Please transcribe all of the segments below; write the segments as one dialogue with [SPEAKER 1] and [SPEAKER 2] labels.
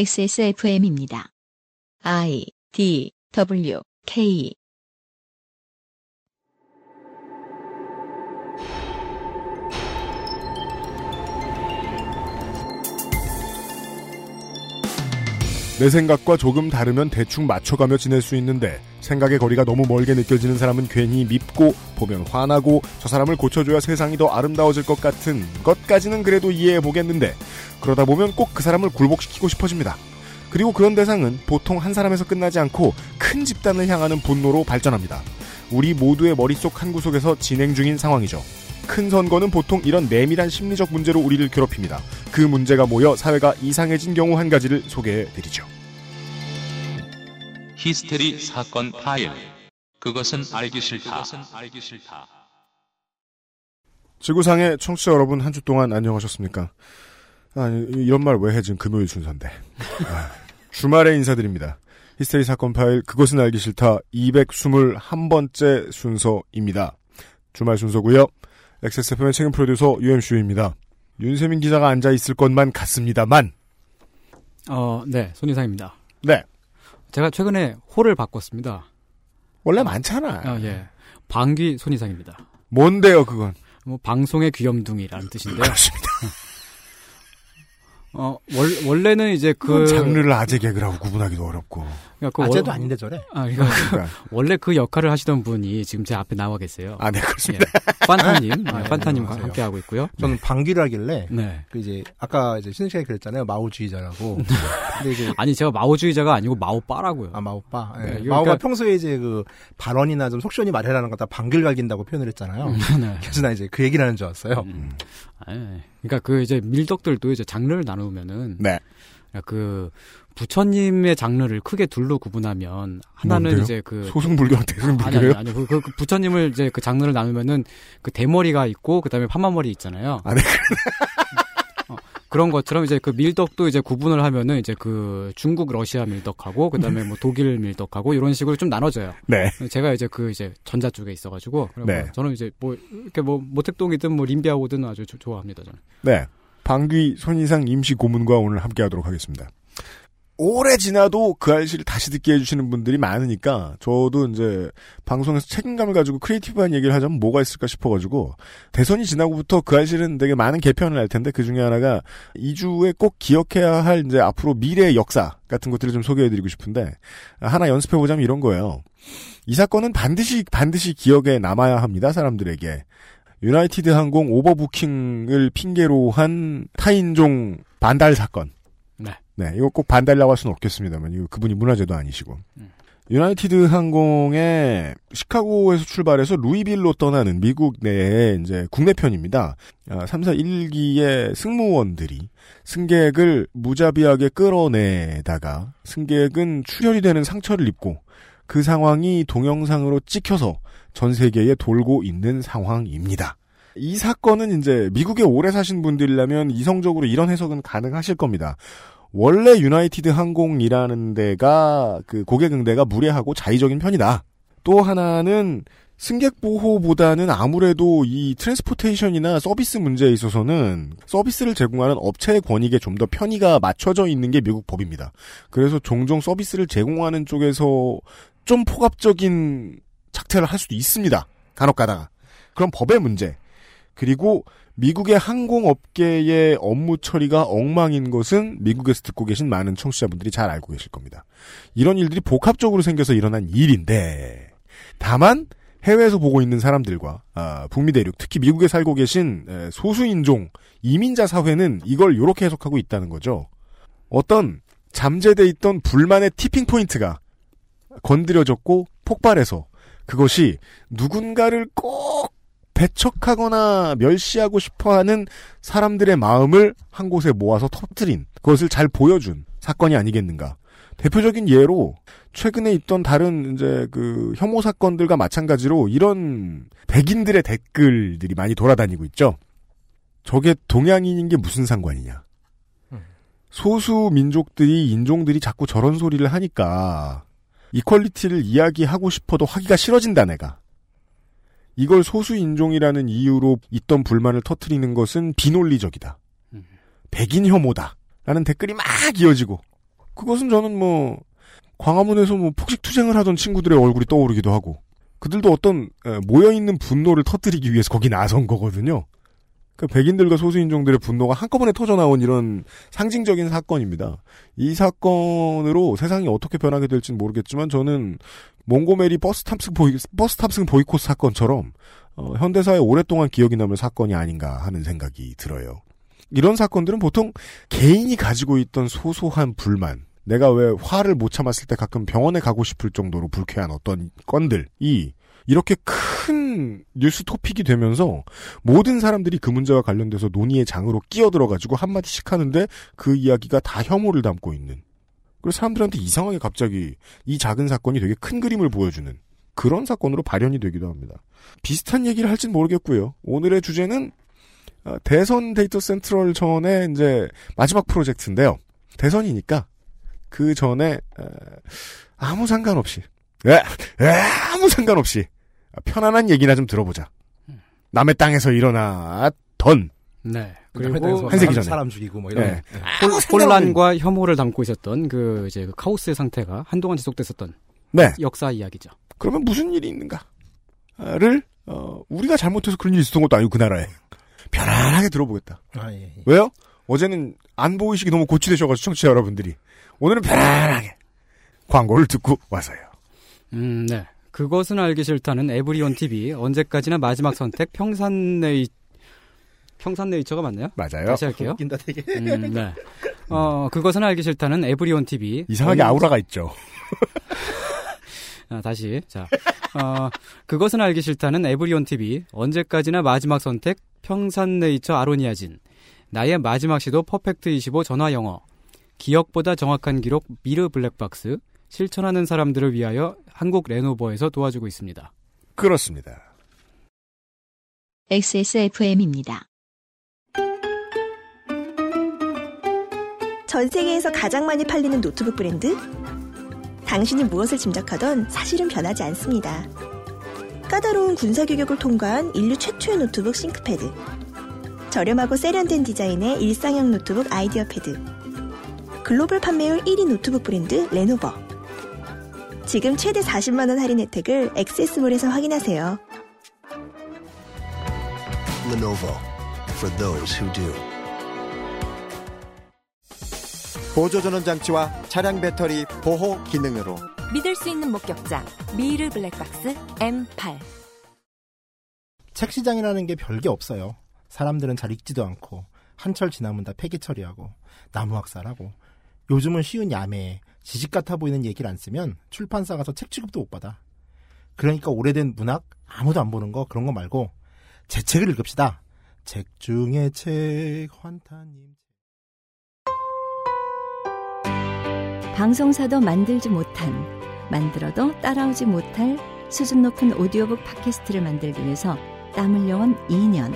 [SPEAKER 1] XSFM입니다. I D W K
[SPEAKER 2] 내 생각과 조금 다르면 대충 맞춰가며 지낼 수 있는데 생각의 거리가 너무 멀게 느껴지는 사람은 괜히 밉고 보면 화나고 저 사람을 고쳐줘야 세상이 더 아름다워질 것 같은 것까지는 그래도 이해해 보겠는데 그러다 보면 꼭 그 사람을 굴복시키고 싶어집니다. 그리고 그런 대상은 보통 한 사람에서 끝나지 않고 큰 집단을 향하는 분노로 발전합니다. 우리 모두의 머릿속 한 구석에서 진행 중인 상황이죠. 큰 선거는 보통 이런 내밀한 심리적 문제로 우리를 괴롭힙니다. 그 문제가 모여 사회가 이상해진 경우 한 가지를 소개해 드리죠.
[SPEAKER 3] 히스테리 사건 파일. 그것은 알기 싫다. 알기 싫다.
[SPEAKER 2] 지구상의 청취자 여러분 한 주 동안 안녕하셨습니까? 아니 이런 말 왜 해 지금 금요일 순서인데 아, 주말에 인사드립니다. 히스테리 사건 파일 그것은 알기 싫다 221번째 순서입니다. 주말 순서고요. XSFM의 책임 프로듀서 UMCU입니다. 윤세민 기자가 앉아 있을 것만 같습니다만
[SPEAKER 4] 어, 네, 손희상입니다.
[SPEAKER 2] 네
[SPEAKER 4] 제가 최근에 홀을 바꿨습니다.
[SPEAKER 2] 원래 많잖아.
[SPEAKER 4] 아, 예. 방귀 손희상입니다.
[SPEAKER 2] 뭔데요 그건?
[SPEAKER 4] 뭐, 방송의 귀염둥이라는 뜻인데요.
[SPEAKER 2] 그렇습니다.
[SPEAKER 4] 어, 월, 원래는 이제 그.
[SPEAKER 2] 장르를 아재 개그라고 구분하기도 어렵고.
[SPEAKER 4] 그러니까 그
[SPEAKER 5] 아재도
[SPEAKER 4] 월-
[SPEAKER 5] 아닌데 저래.
[SPEAKER 4] 아, 그러니까
[SPEAKER 2] 그러니까.
[SPEAKER 4] 원래 그 역할을 하시던 분이 지금 제 앞에 나와 계세요.
[SPEAKER 2] 아, 네, 그렇습니다.
[SPEAKER 4] 예. 판타님, 아,
[SPEAKER 5] 네,
[SPEAKER 4] 판타님과
[SPEAKER 5] 안녕하세요.
[SPEAKER 4] 함께하고 있고요.
[SPEAKER 5] 저는 방귀를 하길래
[SPEAKER 4] 네.
[SPEAKER 5] 그 이제 아까 이제 신은 씨가 그랬잖아요 마오주의자라고. 근데 이제
[SPEAKER 4] 아니, 제가 마오주의자가 아니고 마오빠라고요.
[SPEAKER 5] 아 마오빠. 예.
[SPEAKER 4] 네, 그러니까-
[SPEAKER 5] 마오가 평소에 이제 그 발언이나 좀 속시원히 말해라는 거 다 방귀를 갈긴다고 표현을 했잖아요.
[SPEAKER 4] 네.
[SPEAKER 5] 그래서 나 이제 그 얘기를 하는 줄 알았어요.
[SPEAKER 4] 아, 예. 그러니까 그 이제 밀덕들도 이제 장르를 나누면은
[SPEAKER 2] 네.
[SPEAKER 4] 그 부처님의 장르를 크게 둘로 구분하면 하나는
[SPEAKER 2] 뭔데요?
[SPEAKER 4] 이제 그
[SPEAKER 2] 소승불교와
[SPEAKER 4] 아니 아니
[SPEAKER 2] 대승불교요?
[SPEAKER 4] 아니 그, 그, 그 부처님을 이제 그 장르를 나누면은 그 대머리가 있고 그다음에 파마머리 있잖아요.
[SPEAKER 2] 아, 네.
[SPEAKER 4] 어, 그런 것처럼 이제 그 밀덕도 이제 구분을 하면은 이제 그 중국 러시아 밀덕하고 그다음에 뭐 독일 밀덕하고 이런 식으로 좀 나눠져요.
[SPEAKER 2] 네.
[SPEAKER 4] 제가 이제 그 이제 전자 쪽에 있어가지고 그리고
[SPEAKER 2] 네.
[SPEAKER 4] 저는 이제 뭐 이렇게 뭐 모택동이든 뭐 림비아오든 아주 조- 좋아합니다 저는.
[SPEAKER 2] 네. 방귀 손이상 임시 고문과 오늘 함께 하도록 하겠습니다. 오래 지나도 그 알씨를 다시 듣게 해주시는 분들이 많으니까, 저도 이제, 방송에서 책임감을 가지고 크리에이티브한 얘기를 하자면 뭐가 있을까 싶어가지고, 대선이 지나고부터 그 알씨는 되게 많은 개편을 할 텐데, 그 중에 하나가, 2주에 꼭 기억해야 할 이제 앞으로 미래의 역사 같은 것들을 좀 소개해드리고 싶은데, 하나 연습해보자면 이런 거예요. 이 사건은 반드시, 반드시 기억에 남아야 합니다, 사람들에게. 유나이티드 항공 오버부킹을 핑계로 한 타인종 반달 사건.
[SPEAKER 4] 네.
[SPEAKER 2] 이거 꼭 반달이라고 할 수는 없겠습니다만, 이거 그분이 문화재도 아니시고.
[SPEAKER 4] 음.
[SPEAKER 2] 유나이티드 항공의 시카고에서 출발해서 루이빌로 떠나는 미국 내의 이제 국내편입니다. 3사 1기의 승무원들이 승객을 무자비하게 끌어내다가 승객은 출혈이 되는 상처를 입고 그 상황이 동영상으로 찍혀서 전 세계에 돌고 있는 상황입니다. 이 사건은 이제 미국에 오래 사신 분들이라면 이성적으로 이런 해석은 가능하실 겁니다. 원래 유나이티드 항공이라는 데가 그 고객 응대가 무례하고 자의적인 편이다. 또 하나는 승객 보호보다는 아무래도 이 트랜스포테이션이나 서비스 문제에 있어서는 서비스를 제공하는 업체의 권익에 좀 더 편의가 맞춰져 있는 게 미국 법입니다. 그래서 종종 서비스를 제공하는 쪽에서 좀 포괄적인 착퇴를 할 수도 있습니다. 간혹 가다가. 그럼 법의 문제. 그리고 미국의 항공업계의 업무 처리가 엉망인 것은 미국에서 듣고 계신 많은 청취자분들이 잘 알고 계실 겁니다. 이런 일들이 복합적으로 생겨서 일어난 일인데, 다만, 해외에서 보고 있는 사람들과 아, 북미 대륙, 특히 미국에 살고 계신 에, 소수인종 이민자 사회는 이걸 이렇게 해석하고 있다는 거죠. 어떤 잠재돼 있던 불만의 티핑 포인트가 건드려졌고 폭발해서 그것이 누군가를 꼭 배척하거나 멸시하고 싶어하는 사람들의 마음을 한 곳에 모아서 터뜨린 그것을 잘 보여준 사건이 아니겠는가. 대표적인 예로 최근에 있던 다른 이제 그 혐오 사건들과 마찬가지로 이런 백인들의 댓글들이 많이 돌아다니고 있죠. 저게 동양인인 게 무슨 상관이냐. 소수 민족들이 인종들이 자꾸 저런 소리를 하니까 이퀄리티를 이야기하고 싶어도 하기가 싫어진다 내가. 이걸 소수 인종이라는 이유로 있던 불만을 터트리는 것은 비논리적이다.
[SPEAKER 4] 음.
[SPEAKER 2] 백인 혐오다. 라는 댓글이 막 이어지고 그것은 저는 뭐 광화문에서 뭐 폭식 투쟁을 하던 친구들의 얼굴이 떠오르기도 하고 그들도 어떤 모여 있는 분노를 터뜨리기 위해서 거기 나선 거거든요. 그 백인들과 소수인종들의 분노가 한꺼번에 터져 나온 이런 상징적인 사건입니다. 이 사건으로 세상이 어떻게 변하게 될지는 모르겠지만 저는 몽고메리 버스 탑승 보이 버스 탑승 보이콧 사건처럼 어, 현대사에 오랫동안 기억이 남을 사건이 아닌가 하는 생각이 들어요. 이런 사건들은 보통 개인이 가지고 있던 소소한 불만, 내가 왜 화를 못 참았을 때 가끔 병원에 가고 싶을 정도로 불쾌한 어떤 건들이 이렇게 큰 뉴스 토픽이 되면서 모든 사람들이 그 문제와 관련돼서 논의의 장으로 끼어들어가지고 한마디씩 하는데 그 이야기가 다 혐오를 담고 있는. 그리고 사람들한테 이상하게 갑자기 이 작은 사건이 되게 큰 그림을 보여주는 그런 사건으로 발현이 되기도 합니다. 비슷한 얘기를 할진 모르겠고요. 오늘의 주제는 어, 대선 데이터 센트럴 전에 이제 마지막 프로젝트인데요. 대선이니까 그 전에 어, 아무 상관없이 에, 에, 아무 상관없이 편안한 얘기나 좀 들어보자. 남의 땅에서 일어났던
[SPEAKER 4] 네.
[SPEAKER 5] 그리고
[SPEAKER 4] 그리고 네.
[SPEAKER 2] 한세기
[SPEAKER 5] 사람,
[SPEAKER 2] 전에.
[SPEAKER 5] 사람 죽이고 뭐 이런
[SPEAKER 2] 예.
[SPEAKER 4] 혼- 혼란과 혐오를 담고 있었던 그 이제 그 카오스의 상태가 한동안 지속됐었던
[SPEAKER 2] 네
[SPEAKER 4] 역사 이야기죠.
[SPEAKER 2] 그러면 무슨 일이 있는가를 어, 우리가 잘못해서 그런 일이 있었던 것도 아니고 그 나라에 편안하게 들어보겠다.
[SPEAKER 5] 아, 예, 예.
[SPEAKER 2] 왜요? 어제는 안 보이시기 너무 고치되셔가지고 청취자 여러분들이 오늘은 편안하게 광고를 듣고 와서요.
[SPEAKER 4] 음, 네. 그것은 알기 싫다는 에브리온 TV 언제까지나 마지막 선택 평산네이 평산네이처가 맞나요?
[SPEAKER 2] 맞아요.
[SPEAKER 4] 다시 할게요.
[SPEAKER 5] 웃긴다 되게.
[SPEAKER 4] 음, 네. 어, 그것은 알기 싫다는 에브리온 TV.
[SPEAKER 2] 이상하게
[SPEAKER 4] 언-
[SPEAKER 2] 아우라가 있죠.
[SPEAKER 4] 아, 다시. 자. 어, 그것은 알기 싫다는 에브리온 TV. 언제까지나 마지막 선택 평산네이처 아로니아진. 나의 마지막 시도 퍼펙트 25 전화 영어. 기억보다 정확한 기록 미르 블랙박스. 실천하는 사람들을 위하여 한국 레노버에서 도와주고 있습니다.
[SPEAKER 2] 그렇습니다.
[SPEAKER 1] XSFM입니다.
[SPEAKER 6] 전 세계에서 가장 많이 팔리는 노트북 브랜드? 당신이 무엇을 짐작하던 사실은 변하지 않습니다. 까다로운 군사 규격을 통과한 인류 최초의 노트북 싱크패드. 저렴하고 세련된 디자인의 일상형 노트북 아이디어 패드. 글로벌 판매율 1위 노트북 브랜드 레노버. 지금 최대 40만원 할인 혜택을 액세스몰에서 확인하세요.
[SPEAKER 7] Lenovo for those who do.
[SPEAKER 8] 보조 전원 장치와 차량 배터리 보호 기능으로
[SPEAKER 9] 믿을 수 있는 목격자 미르 블랙박스 M8
[SPEAKER 5] 책 시장이라는 게 별게 없어요. 사람들은 잘 읽지도 않고 한철 지나면 다 폐기 처리하고 나무 학살하고 요즘은 쉬운 야매에 지식 같아 보이는 얘기를 안 쓰면 출판사 가서 책 취급도 못 받아. 그러니까 오래된 문학 아무도 안 보는 거 그런 거 말고 제 책을 읽읍시다. 책 중에 책 환타님.
[SPEAKER 9] 방송사도 만들지 못한 만들어도 따라오지 못할 수준 높은 오디오북 팟캐스트를 만들기 위해서 땀 흘려온 2년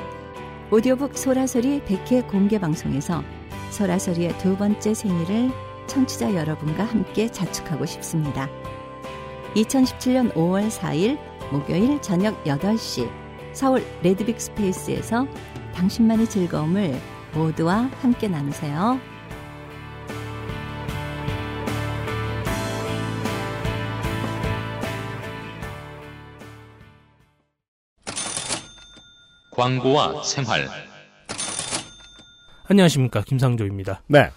[SPEAKER 9] 오디오북 소라소리 100회 공개 방송에서 소라소리의 두 번째 생일을 청취자 여러분과 함께 자축하고 싶습니다. 2017년 5월 4일 목요일 저녁 8시 서울 레드빅 스페이스에서 당신만의 즐거움을 모두와 함께 나누세요.
[SPEAKER 3] 광고와 생활
[SPEAKER 10] 안녕하십니까 김상조입니다.
[SPEAKER 2] 네,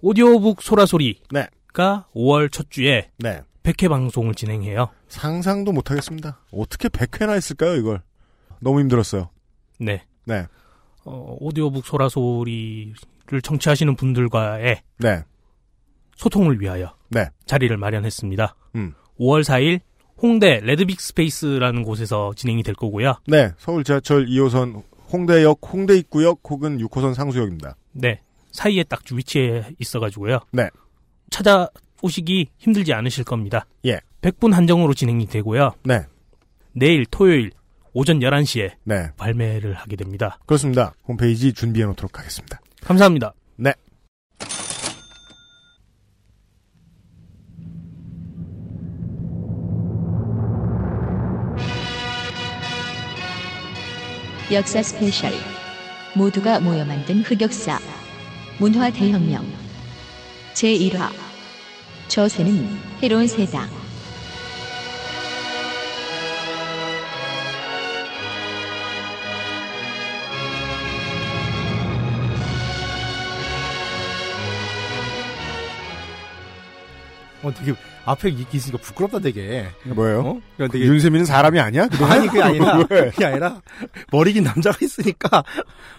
[SPEAKER 10] 오디오북 소라소리가
[SPEAKER 2] 네.
[SPEAKER 10] 5월 첫 주에
[SPEAKER 2] 네.
[SPEAKER 10] 100회 방송을 진행해요.
[SPEAKER 2] 상상도 못하겠습니다. 어떻게 100회나 했을까요, 이걸? 너무 힘들었어요.
[SPEAKER 10] 네,
[SPEAKER 2] 네,
[SPEAKER 10] 어, 오디오북 소라소리를 청취하시는 분들과의
[SPEAKER 2] 네,
[SPEAKER 10] 소통을 위하여
[SPEAKER 2] 네.
[SPEAKER 10] 자리를 마련했습니다.
[SPEAKER 2] 음.
[SPEAKER 10] 5월 4일 홍대 레드빅 스페이스라는 곳에서 진행이 될 거고요.
[SPEAKER 2] 네. 서울 지하철 2호선 홍대역, 홍대 입구역 혹은 6호선 상수역입니다.
[SPEAKER 10] 네, 사이에 딱 위치에 있어가지고요.
[SPEAKER 2] 네.
[SPEAKER 10] 찾아오시기 힘들지 않으실 겁니다.
[SPEAKER 2] 예.
[SPEAKER 10] 100분 한정으로 진행이 되고요.
[SPEAKER 2] 네,
[SPEAKER 10] 내일 토요일 오전 11시에
[SPEAKER 2] 네,
[SPEAKER 10] 발매를 하게 됩니다.
[SPEAKER 2] 그렇습니다. 홈페이지 준비해 놓도록 하겠습니다.
[SPEAKER 10] 감사합니다.
[SPEAKER 2] 네.
[SPEAKER 1] 역사 스페셜. 모두가 모여 만든 흑역사. 문화 대혁명. 제1화. 저 새는 해로운 새다.
[SPEAKER 5] 어, 되게 앞에 이- 있으니까 부끄럽다 되게.
[SPEAKER 2] 뭐예요?
[SPEAKER 5] 어? 그러니까 되게
[SPEAKER 2] 윤세민은 사람이 아니야? 그동안?
[SPEAKER 5] 아니 그게 아니라
[SPEAKER 2] 왜?
[SPEAKER 5] 그게 아니라 머리 긴 남자가 있으니까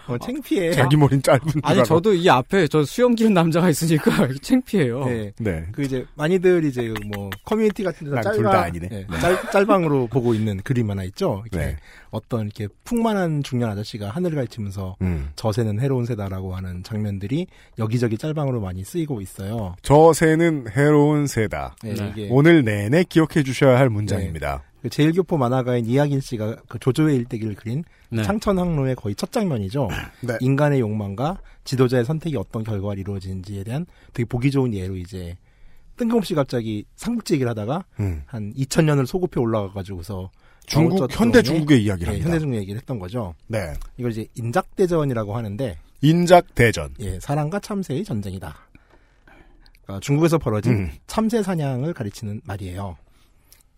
[SPEAKER 5] 어, 창피해.
[SPEAKER 2] 자기 머리는 짧은 줄
[SPEAKER 4] 아니
[SPEAKER 2] 알아.
[SPEAKER 4] 저도 이 앞에 저 수염 기른 남자가 있으니까 창피해요.
[SPEAKER 5] 네.
[SPEAKER 2] 네.
[SPEAKER 5] 그 이제 많이들 이제 뭐 커뮤니티 같은 데서
[SPEAKER 2] 난둘
[SPEAKER 5] 짤방-
[SPEAKER 2] 다 아니네.
[SPEAKER 5] 예, 짤, 짤방으로 보고 있는 그림 하나 있죠. 이렇게
[SPEAKER 2] 네.
[SPEAKER 5] 어떤 이렇게 풍만한 중년 아저씨가 하늘을 갈치면서
[SPEAKER 2] 음.
[SPEAKER 5] 저새는 해로운 새다라고 하는 장면들이 여기저기 짤방으로 많이 쓰이고 있어요.
[SPEAKER 2] 저 새는 해로운 새다.
[SPEAKER 5] 예,
[SPEAKER 4] 네.
[SPEAKER 5] 이게
[SPEAKER 2] 오늘 내내 기억해 주셔야 할 문장입니다.
[SPEAKER 5] 그 제일교포 만화가인 이학인 씨가 그 조조의 일대기를 그린
[SPEAKER 4] 네.
[SPEAKER 5] 창천항로의 거의 첫 장면이죠.
[SPEAKER 2] 네.
[SPEAKER 5] 인간의 욕망과 지도자의 선택이 어떤 결과를 이루어지는지에 대한 되게 보기 좋은 예로 이제 뜬금없이 갑자기 삼국지 얘기를 하다가
[SPEAKER 2] 음.
[SPEAKER 5] 한 2000년을 소급해 올라가가지고서
[SPEAKER 2] 중국
[SPEAKER 5] 마오쩌둥의-
[SPEAKER 2] 현대 중국의 이야기를
[SPEAKER 5] 예,
[SPEAKER 2] 합니다.
[SPEAKER 5] 현대 중국 얘기를 했던 거죠.
[SPEAKER 2] 네.
[SPEAKER 5] 이걸 이제 인작대전이라고 하는데
[SPEAKER 2] 인작 대전.
[SPEAKER 5] 예, 사랑과 참새의 전쟁이다. 그러니까 중국에서 벌어진
[SPEAKER 2] 음.
[SPEAKER 5] 참새 사냥을 가르치는 말이에요.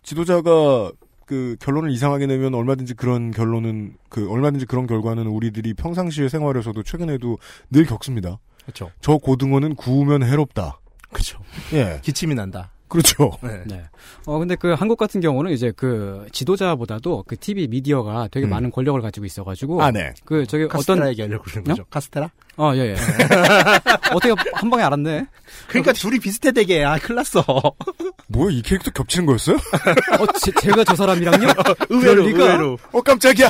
[SPEAKER 2] 지도자가 그 결론을 이상하게 내면 얼마든지 그런 결론은 그 얼마든지 그런 결과는 우리들이 평상시의 생활에서도 최근에도 늘 겪습니다.
[SPEAKER 5] 그렇죠.
[SPEAKER 2] 저 고등어는 구우면 해롭다.
[SPEAKER 5] 그렇죠.
[SPEAKER 2] 예.
[SPEAKER 5] 기침이 난다.
[SPEAKER 2] 그렇죠.
[SPEAKER 5] 네.
[SPEAKER 4] 네. 어 근데 그 한국 같은 경우는 이제 그 지도자보다도 그 TV 미디어가 되게
[SPEAKER 2] 음.
[SPEAKER 4] 많은 권력을 가지고 있어가지고
[SPEAKER 2] 아, 네.
[SPEAKER 4] 그 저기 어떤
[SPEAKER 5] 카스테라에게 알려고 그러는 거죠. 카스테라?
[SPEAKER 4] 어, 예, 예. 어떻게 한 방에 알았네.
[SPEAKER 5] 그러니까 둘이 비슷해 되게. 아, 큰일 났어.
[SPEAKER 2] 뭐야, 이 캐릭터 겹치는 거였어요?
[SPEAKER 4] 어, 제, 제가 저 사람이랑요?
[SPEAKER 5] 의외로,
[SPEAKER 4] 그럴 리가?
[SPEAKER 5] 의외로.
[SPEAKER 2] 어, 깜짝이야!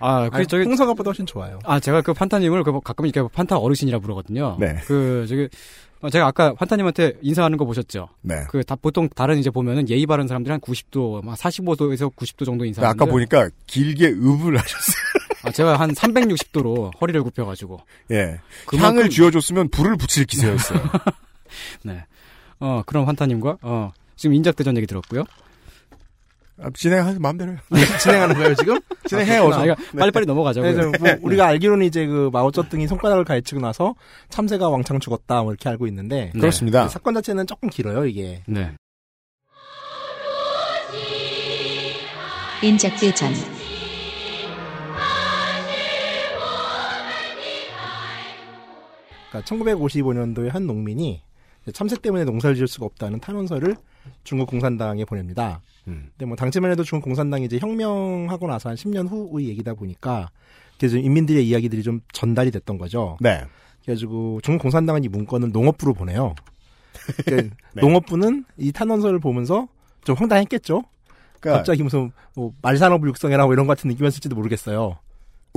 [SPEAKER 4] 아, 그
[SPEAKER 5] 아니, 음.
[SPEAKER 4] 저기
[SPEAKER 5] 홍성갑보다 훨씬 좋아요.
[SPEAKER 4] 아, 제가 그 판타님을 그 가끔 이렇게 판타 어르신이라 부르거든요.
[SPEAKER 2] 네.
[SPEAKER 4] 그 저기 어, 제가 아까 판타님한테 인사하는 거 보셨죠?
[SPEAKER 2] 네.
[SPEAKER 4] 그 다, 보통 다른 이제 보면은 예의 바른 사람들이 한 90도, 막 45도에서 90도 정도
[SPEAKER 2] 나
[SPEAKER 4] 인사하는데
[SPEAKER 2] 아까 보니까 길게 읍을 하셨어요.
[SPEAKER 4] 아, 제가 한 360도로 허리를 굽혀가지고
[SPEAKER 2] 예.
[SPEAKER 4] 그만큼-
[SPEAKER 2] 향을 쥐어줬으면 불을 붙일 기세였어요.
[SPEAKER 4] 네. 어, 그럼 환타님과, 어, 지금 인작대전 얘기 들었고요
[SPEAKER 2] 아, 진행하세요. 마음대로 해요.
[SPEAKER 5] 진행하는 거예요, 지금?
[SPEAKER 2] 진행해,
[SPEAKER 4] 아,
[SPEAKER 2] 어서.
[SPEAKER 4] 그러니까 빨리빨리 넘어가자고요.
[SPEAKER 5] 그래서 뭐 우리가 알기로는 이제 그 마오쩌둥이 손가락을 가르치고 나서 참새가 왕창 죽었다, 뭐 이렇게 알고 있는데.
[SPEAKER 4] 네.
[SPEAKER 2] 그렇습니다.
[SPEAKER 5] 사건 자체는 조금 길어요, 이게.
[SPEAKER 4] 네.
[SPEAKER 1] 인작대전
[SPEAKER 5] 그러니까 1955년도에 한 농민이 이제 참새 때문에 농사를 지을 수가 없다는 탄원서를 중국 공산당에 보냅니다.
[SPEAKER 2] 음.
[SPEAKER 5] 근데 뭐 당시만 해도 중국 공산당이 이제 혁명하고 나서 한 10년 후의 얘기다 보니까 그래서 인민들의 이야기들이 좀 전달이 됐던 거죠.
[SPEAKER 2] 네.
[SPEAKER 5] 그래가지고 중국 공산당은 이 문건을 농업부로 보내요. 그러니까
[SPEAKER 2] 네.
[SPEAKER 5] 농업부는 이 탄원서를 보면서 좀 황당했겠죠.
[SPEAKER 2] 그러니까
[SPEAKER 5] 갑자기 무슨 뭐 말산업을 육성해라 뭐 이런 것 같은 느낌이었을지도 모르겠어요.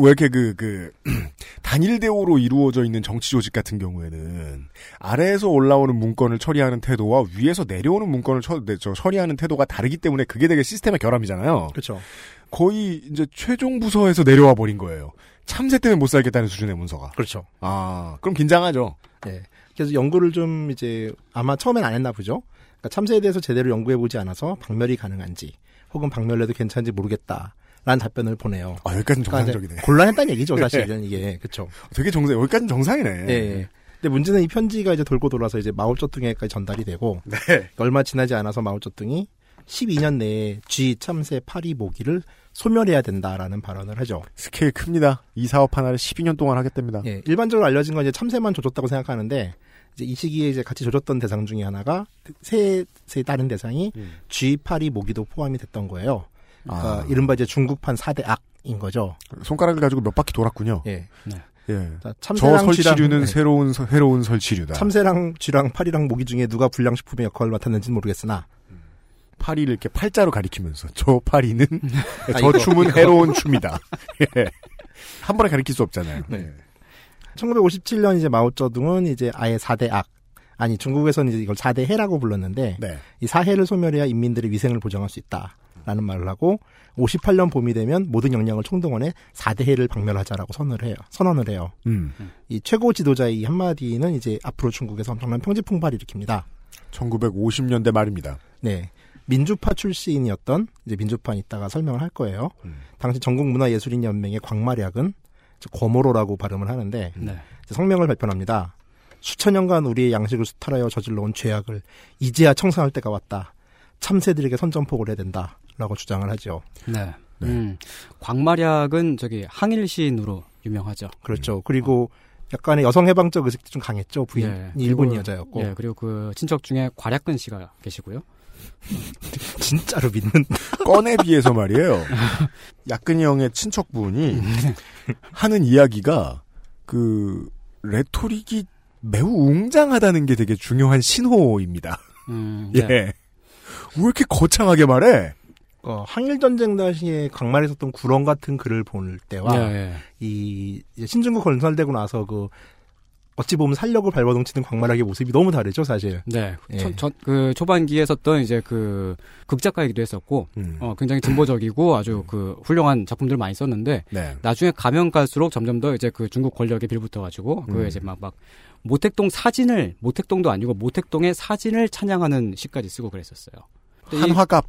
[SPEAKER 2] 왜 이렇게 그, 그, 단일 대오로 이루어져 있는 정치 조직 같은 경우에는 아래에서 올라오는 문건을 처리하는 태도와 위에서 내려오는 문건을 처, 네, 저, 처리하는 태도가 다르기 때문에 그게 되게 시스템의 결함이잖아요.
[SPEAKER 5] 그렇죠.
[SPEAKER 2] 거의 이제 최종 부서에서 내려와 버린 거예요. 참새 때문에 못 살겠다는 수준의 문서가.
[SPEAKER 5] 그렇죠.
[SPEAKER 2] 아, 그럼 긴장하죠.
[SPEAKER 5] 예. 그래서 연구를 좀 이제 아마 처음엔 안 했나 보죠. 그러니까 참새에 대해서 제대로 연구해 보지 않아서 박멸이 가능한지 혹은 박멸해도 괜찮은지 모르겠다라는 답변을 보내요.
[SPEAKER 2] 아, 여기까지는
[SPEAKER 5] 그러니까
[SPEAKER 2] 정상적이네.
[SPEAKER 5] 이제 곤란했다는 얘기죠, 사실은 이게 그렇죠.
[SPEAKER 2] 되게 정상, 여기까지는 정상이네.
[SPEAKER 5] 예. 예. 근데 문제는 이 편지가 이제 돌고 돌아서 이제 마오쩌둥에까지 전달이 되고
[SPEAKER 2] 네.
[SPEAKER 5] 얼마 지나지 않아서 마오쩌둥이 12년 내에 쥐, 참새, 파리, 모기를 소멸해야 된다라는 발언을 하죠.
[SPEAKER 2] 스케일 큽니다. 이 사업 하나를 12년 동안 하겠답니다.
[SPEAKER 5] 예, 일반적으로 알려진 건 이제 참새만 조졌다고 생각하는데 이제 이 시기에 이제 같이 조졌던 대상 중에 하나가 새에 새 다른 대상이 쥐, 파리, 모기도 포함이 됐던 거예요. 그러니까
[SPEAKER 2] 음. 아.
[SPEAKER 5] 이른바 이제 중국판 4대 악인 거죠.
[SPEAKER 2] 손가락을 가지고 몇 바퀴 돌았군요.
[SPEAKER 5] 예.
[SPEAKER 2] 예.
[SPEAKER 5] 그러니까
[SPEAKER 2] 저
[SPEAKER 5] 참새랑
[SPEAKER 2] 설치류는
[SPEAKER 5] 쥐랑- 예.
[SPEAKER 2] 새로운, 서- 새로운 설치류다.
[SPEAKER 5] 참새랑 쥐랑 파리랑 모기 중에 누가 불량식품의 역할을 맡았는지는 모르겠으나
[SPEAKER 2] 파리를 이렇게 팔자로 가리키면서 저 파리는 저
[SPEAKER 5] 아, 이거,
[SPEAKER 2] 춤은
[SPEAKER 5] 이거.
[SPEAKER 2] 해로운 춤이다. 예. 한 번에 가리킬 수 없잖아요.
[SPEAKER 5] 네.
[SPEAKER 2] 예.
[SPEAKER 5] 1957년 이제 마오쩌둥은 이제 아예 4대 악 아니 중국에서는 이제 이걸 4대 해라고 불렀는데
[SPEAKER 2] 네.
[SPEAKER 5] 이 사해를 소멸해야 인민들의 위생을 보장할 수 있다라는 말을 하고 58년 봄이 되면 모든 역량을 총동원해 4대 해를 박멸하자라고 선언을 해요. 선언을 해요.
[SPEAKER 2] 음.
[SPEAKER 5] 이 최고 지도자의 이 한마디는 이제 앞으로 중국에서 엄청난 평지 풍발을 일으킵니다.
[SPEAKER 2] 1950년대 말입니다.
[SPEAKER 5] 네. 민주파 출신이었던 이제 민주파 이따가 설명을 할 거예요.
[SPEAKER 4] 음.
[SPEAKER 5] 당시 전국문화예술인연맹의 광마략은 이제 고모로라고 발음을 하는데
[SPEAKER 4] 네.
[SPEAKER 5] 이제 성명을 발표합니다. 수천 년간 우리의 양식을 수탈하여 저질러온 죄악을 이제야 청산할 때가 왔다. 참새들에게 선전포고를 해야 된다. 라고 주장을 하죠.
[SPEAKER 4] 네. 음, 광마략은 저기 항일 시인으로 유명하죠.
[SPEAKER 5] 그렇죠. 그리고 약간의 여성 해방적 의식도 좀 강했죠. 부인
[SPEAKER 4] 음. 예,
[SPEAKER 5] 이 일본
[SPEAKER 4] 그리고-
[SPEAKER 5] 여자였고
[SPEAKER 4] 예, 그리고 그 친척 중에 괄약근 씨가 계시고요.
[SPEAKER 5] 진짜로 믿는
[SPEAKER 2] 건에 비해서 말이에요. 약근이 형의 친척분이 하는 이야기가 그 레토릭이 매우 웅장하다는 게 되게 중요한 신호입니다.
[SPEAKER 4] 음,
[SPEAKER 2] 예.
[SPEAKER 4] 네.
[SPEAKER 2] 왜 이렇게 거창하게 말해?
[SPEAKER 5] 어, 항일 전쟁 당시에 강말에 썼던 구렁 같은 글을 볼 때와
[SPEAKER 4] 예, 예.
[SPEAKER 5] 이 이제 신중국 건설되고 나서 그 어찌 보면 살력을 발버둥치는 광마락의 모습이 너무 다르죠, 사실.
[SPEAKER 4] 네.
[SPEAKER 5] 예.
[SPEAKER 4] 첫- 첫- 그 초반기에 썼던 이제 그 극작가이기도 했었고,
[SPEAKER 2] 음.
[SPEAKER 4] 어, 굉장히 진보적이고
[SPEAKER 5] 음.
[SPEAKER 4] 아주 그 훌륭한 작품들 많이 썼는데,
[SPEAKER 2] 네.
[SPEAKER 4] 나중에 가면 갈수록 점점 더 이제 그 중국 권력에 빌붙어가지고, 그
[SPEAKER 2] 음.
[SPEAKER 4] 이제 막, 막, 모택동 사진을, 모택동도 아니고 모택동의 사진을 찬양하는 시까지 쓰고 그랬었어요. 근데 이-
[SPEAKER 2] 한화갑.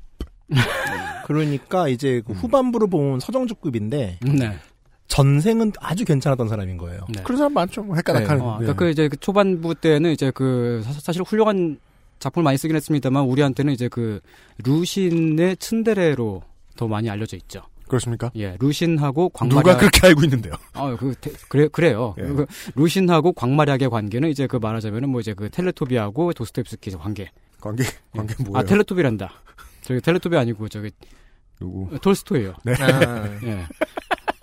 [SPEAKER 5] 그러니까 이제
[SPEAKER 4] 음.
[SPEAKER 5] 그 후반부로 본 서정주급인데
[SPEAKER 4] 네.
[SPEAKER 5] 전생은 아주 괜찮았던 사람인 거예요.
[SPEAKER 4] 네.
[SPEAKER 2] 그런 사람 많죠. 뭐 헷가닥하는.
[SPEAKER 4] 어,
[SPEAKER 2] 예.
[SPEAKER 4] 그러니까 그 이제 그 초반부 때는 이제 그 사- 사실 훌륭한 작품을 많이 쓰긴 했습니다만 우리한테는 이제 그 루신의 츤데레로 더 많이 알려져 있죠.
[SPEAKER 2] 그렇습니까?
[SPEAKER 4] 예, 루신하고 광마략
[SPEAKER 2] 누가 그렇게 알고 있는데요?
[SPEAKER 4] 어, 그 대- 그래 그래요.
[SPEAKER 2] 예.
[SPEAKER 4] 그 루신하고 광마략의 관계는 이제 그 말하자면은 뭐 이제 그 텔레토비하고 도스토옙스키 관계.
[SPEAKER 2] 관계 관계 뭐예요?
[SPEAKER 4] 아, 텔레토비란다. 저기 텔레토비 아니고 저기
[SPEAKER 2] 누구?
[SPEAKER 4] 톨스토예요.
[SPEAKER 2] 네.
[SPEAKER 5] 아,
[SPEAKER 4] 예.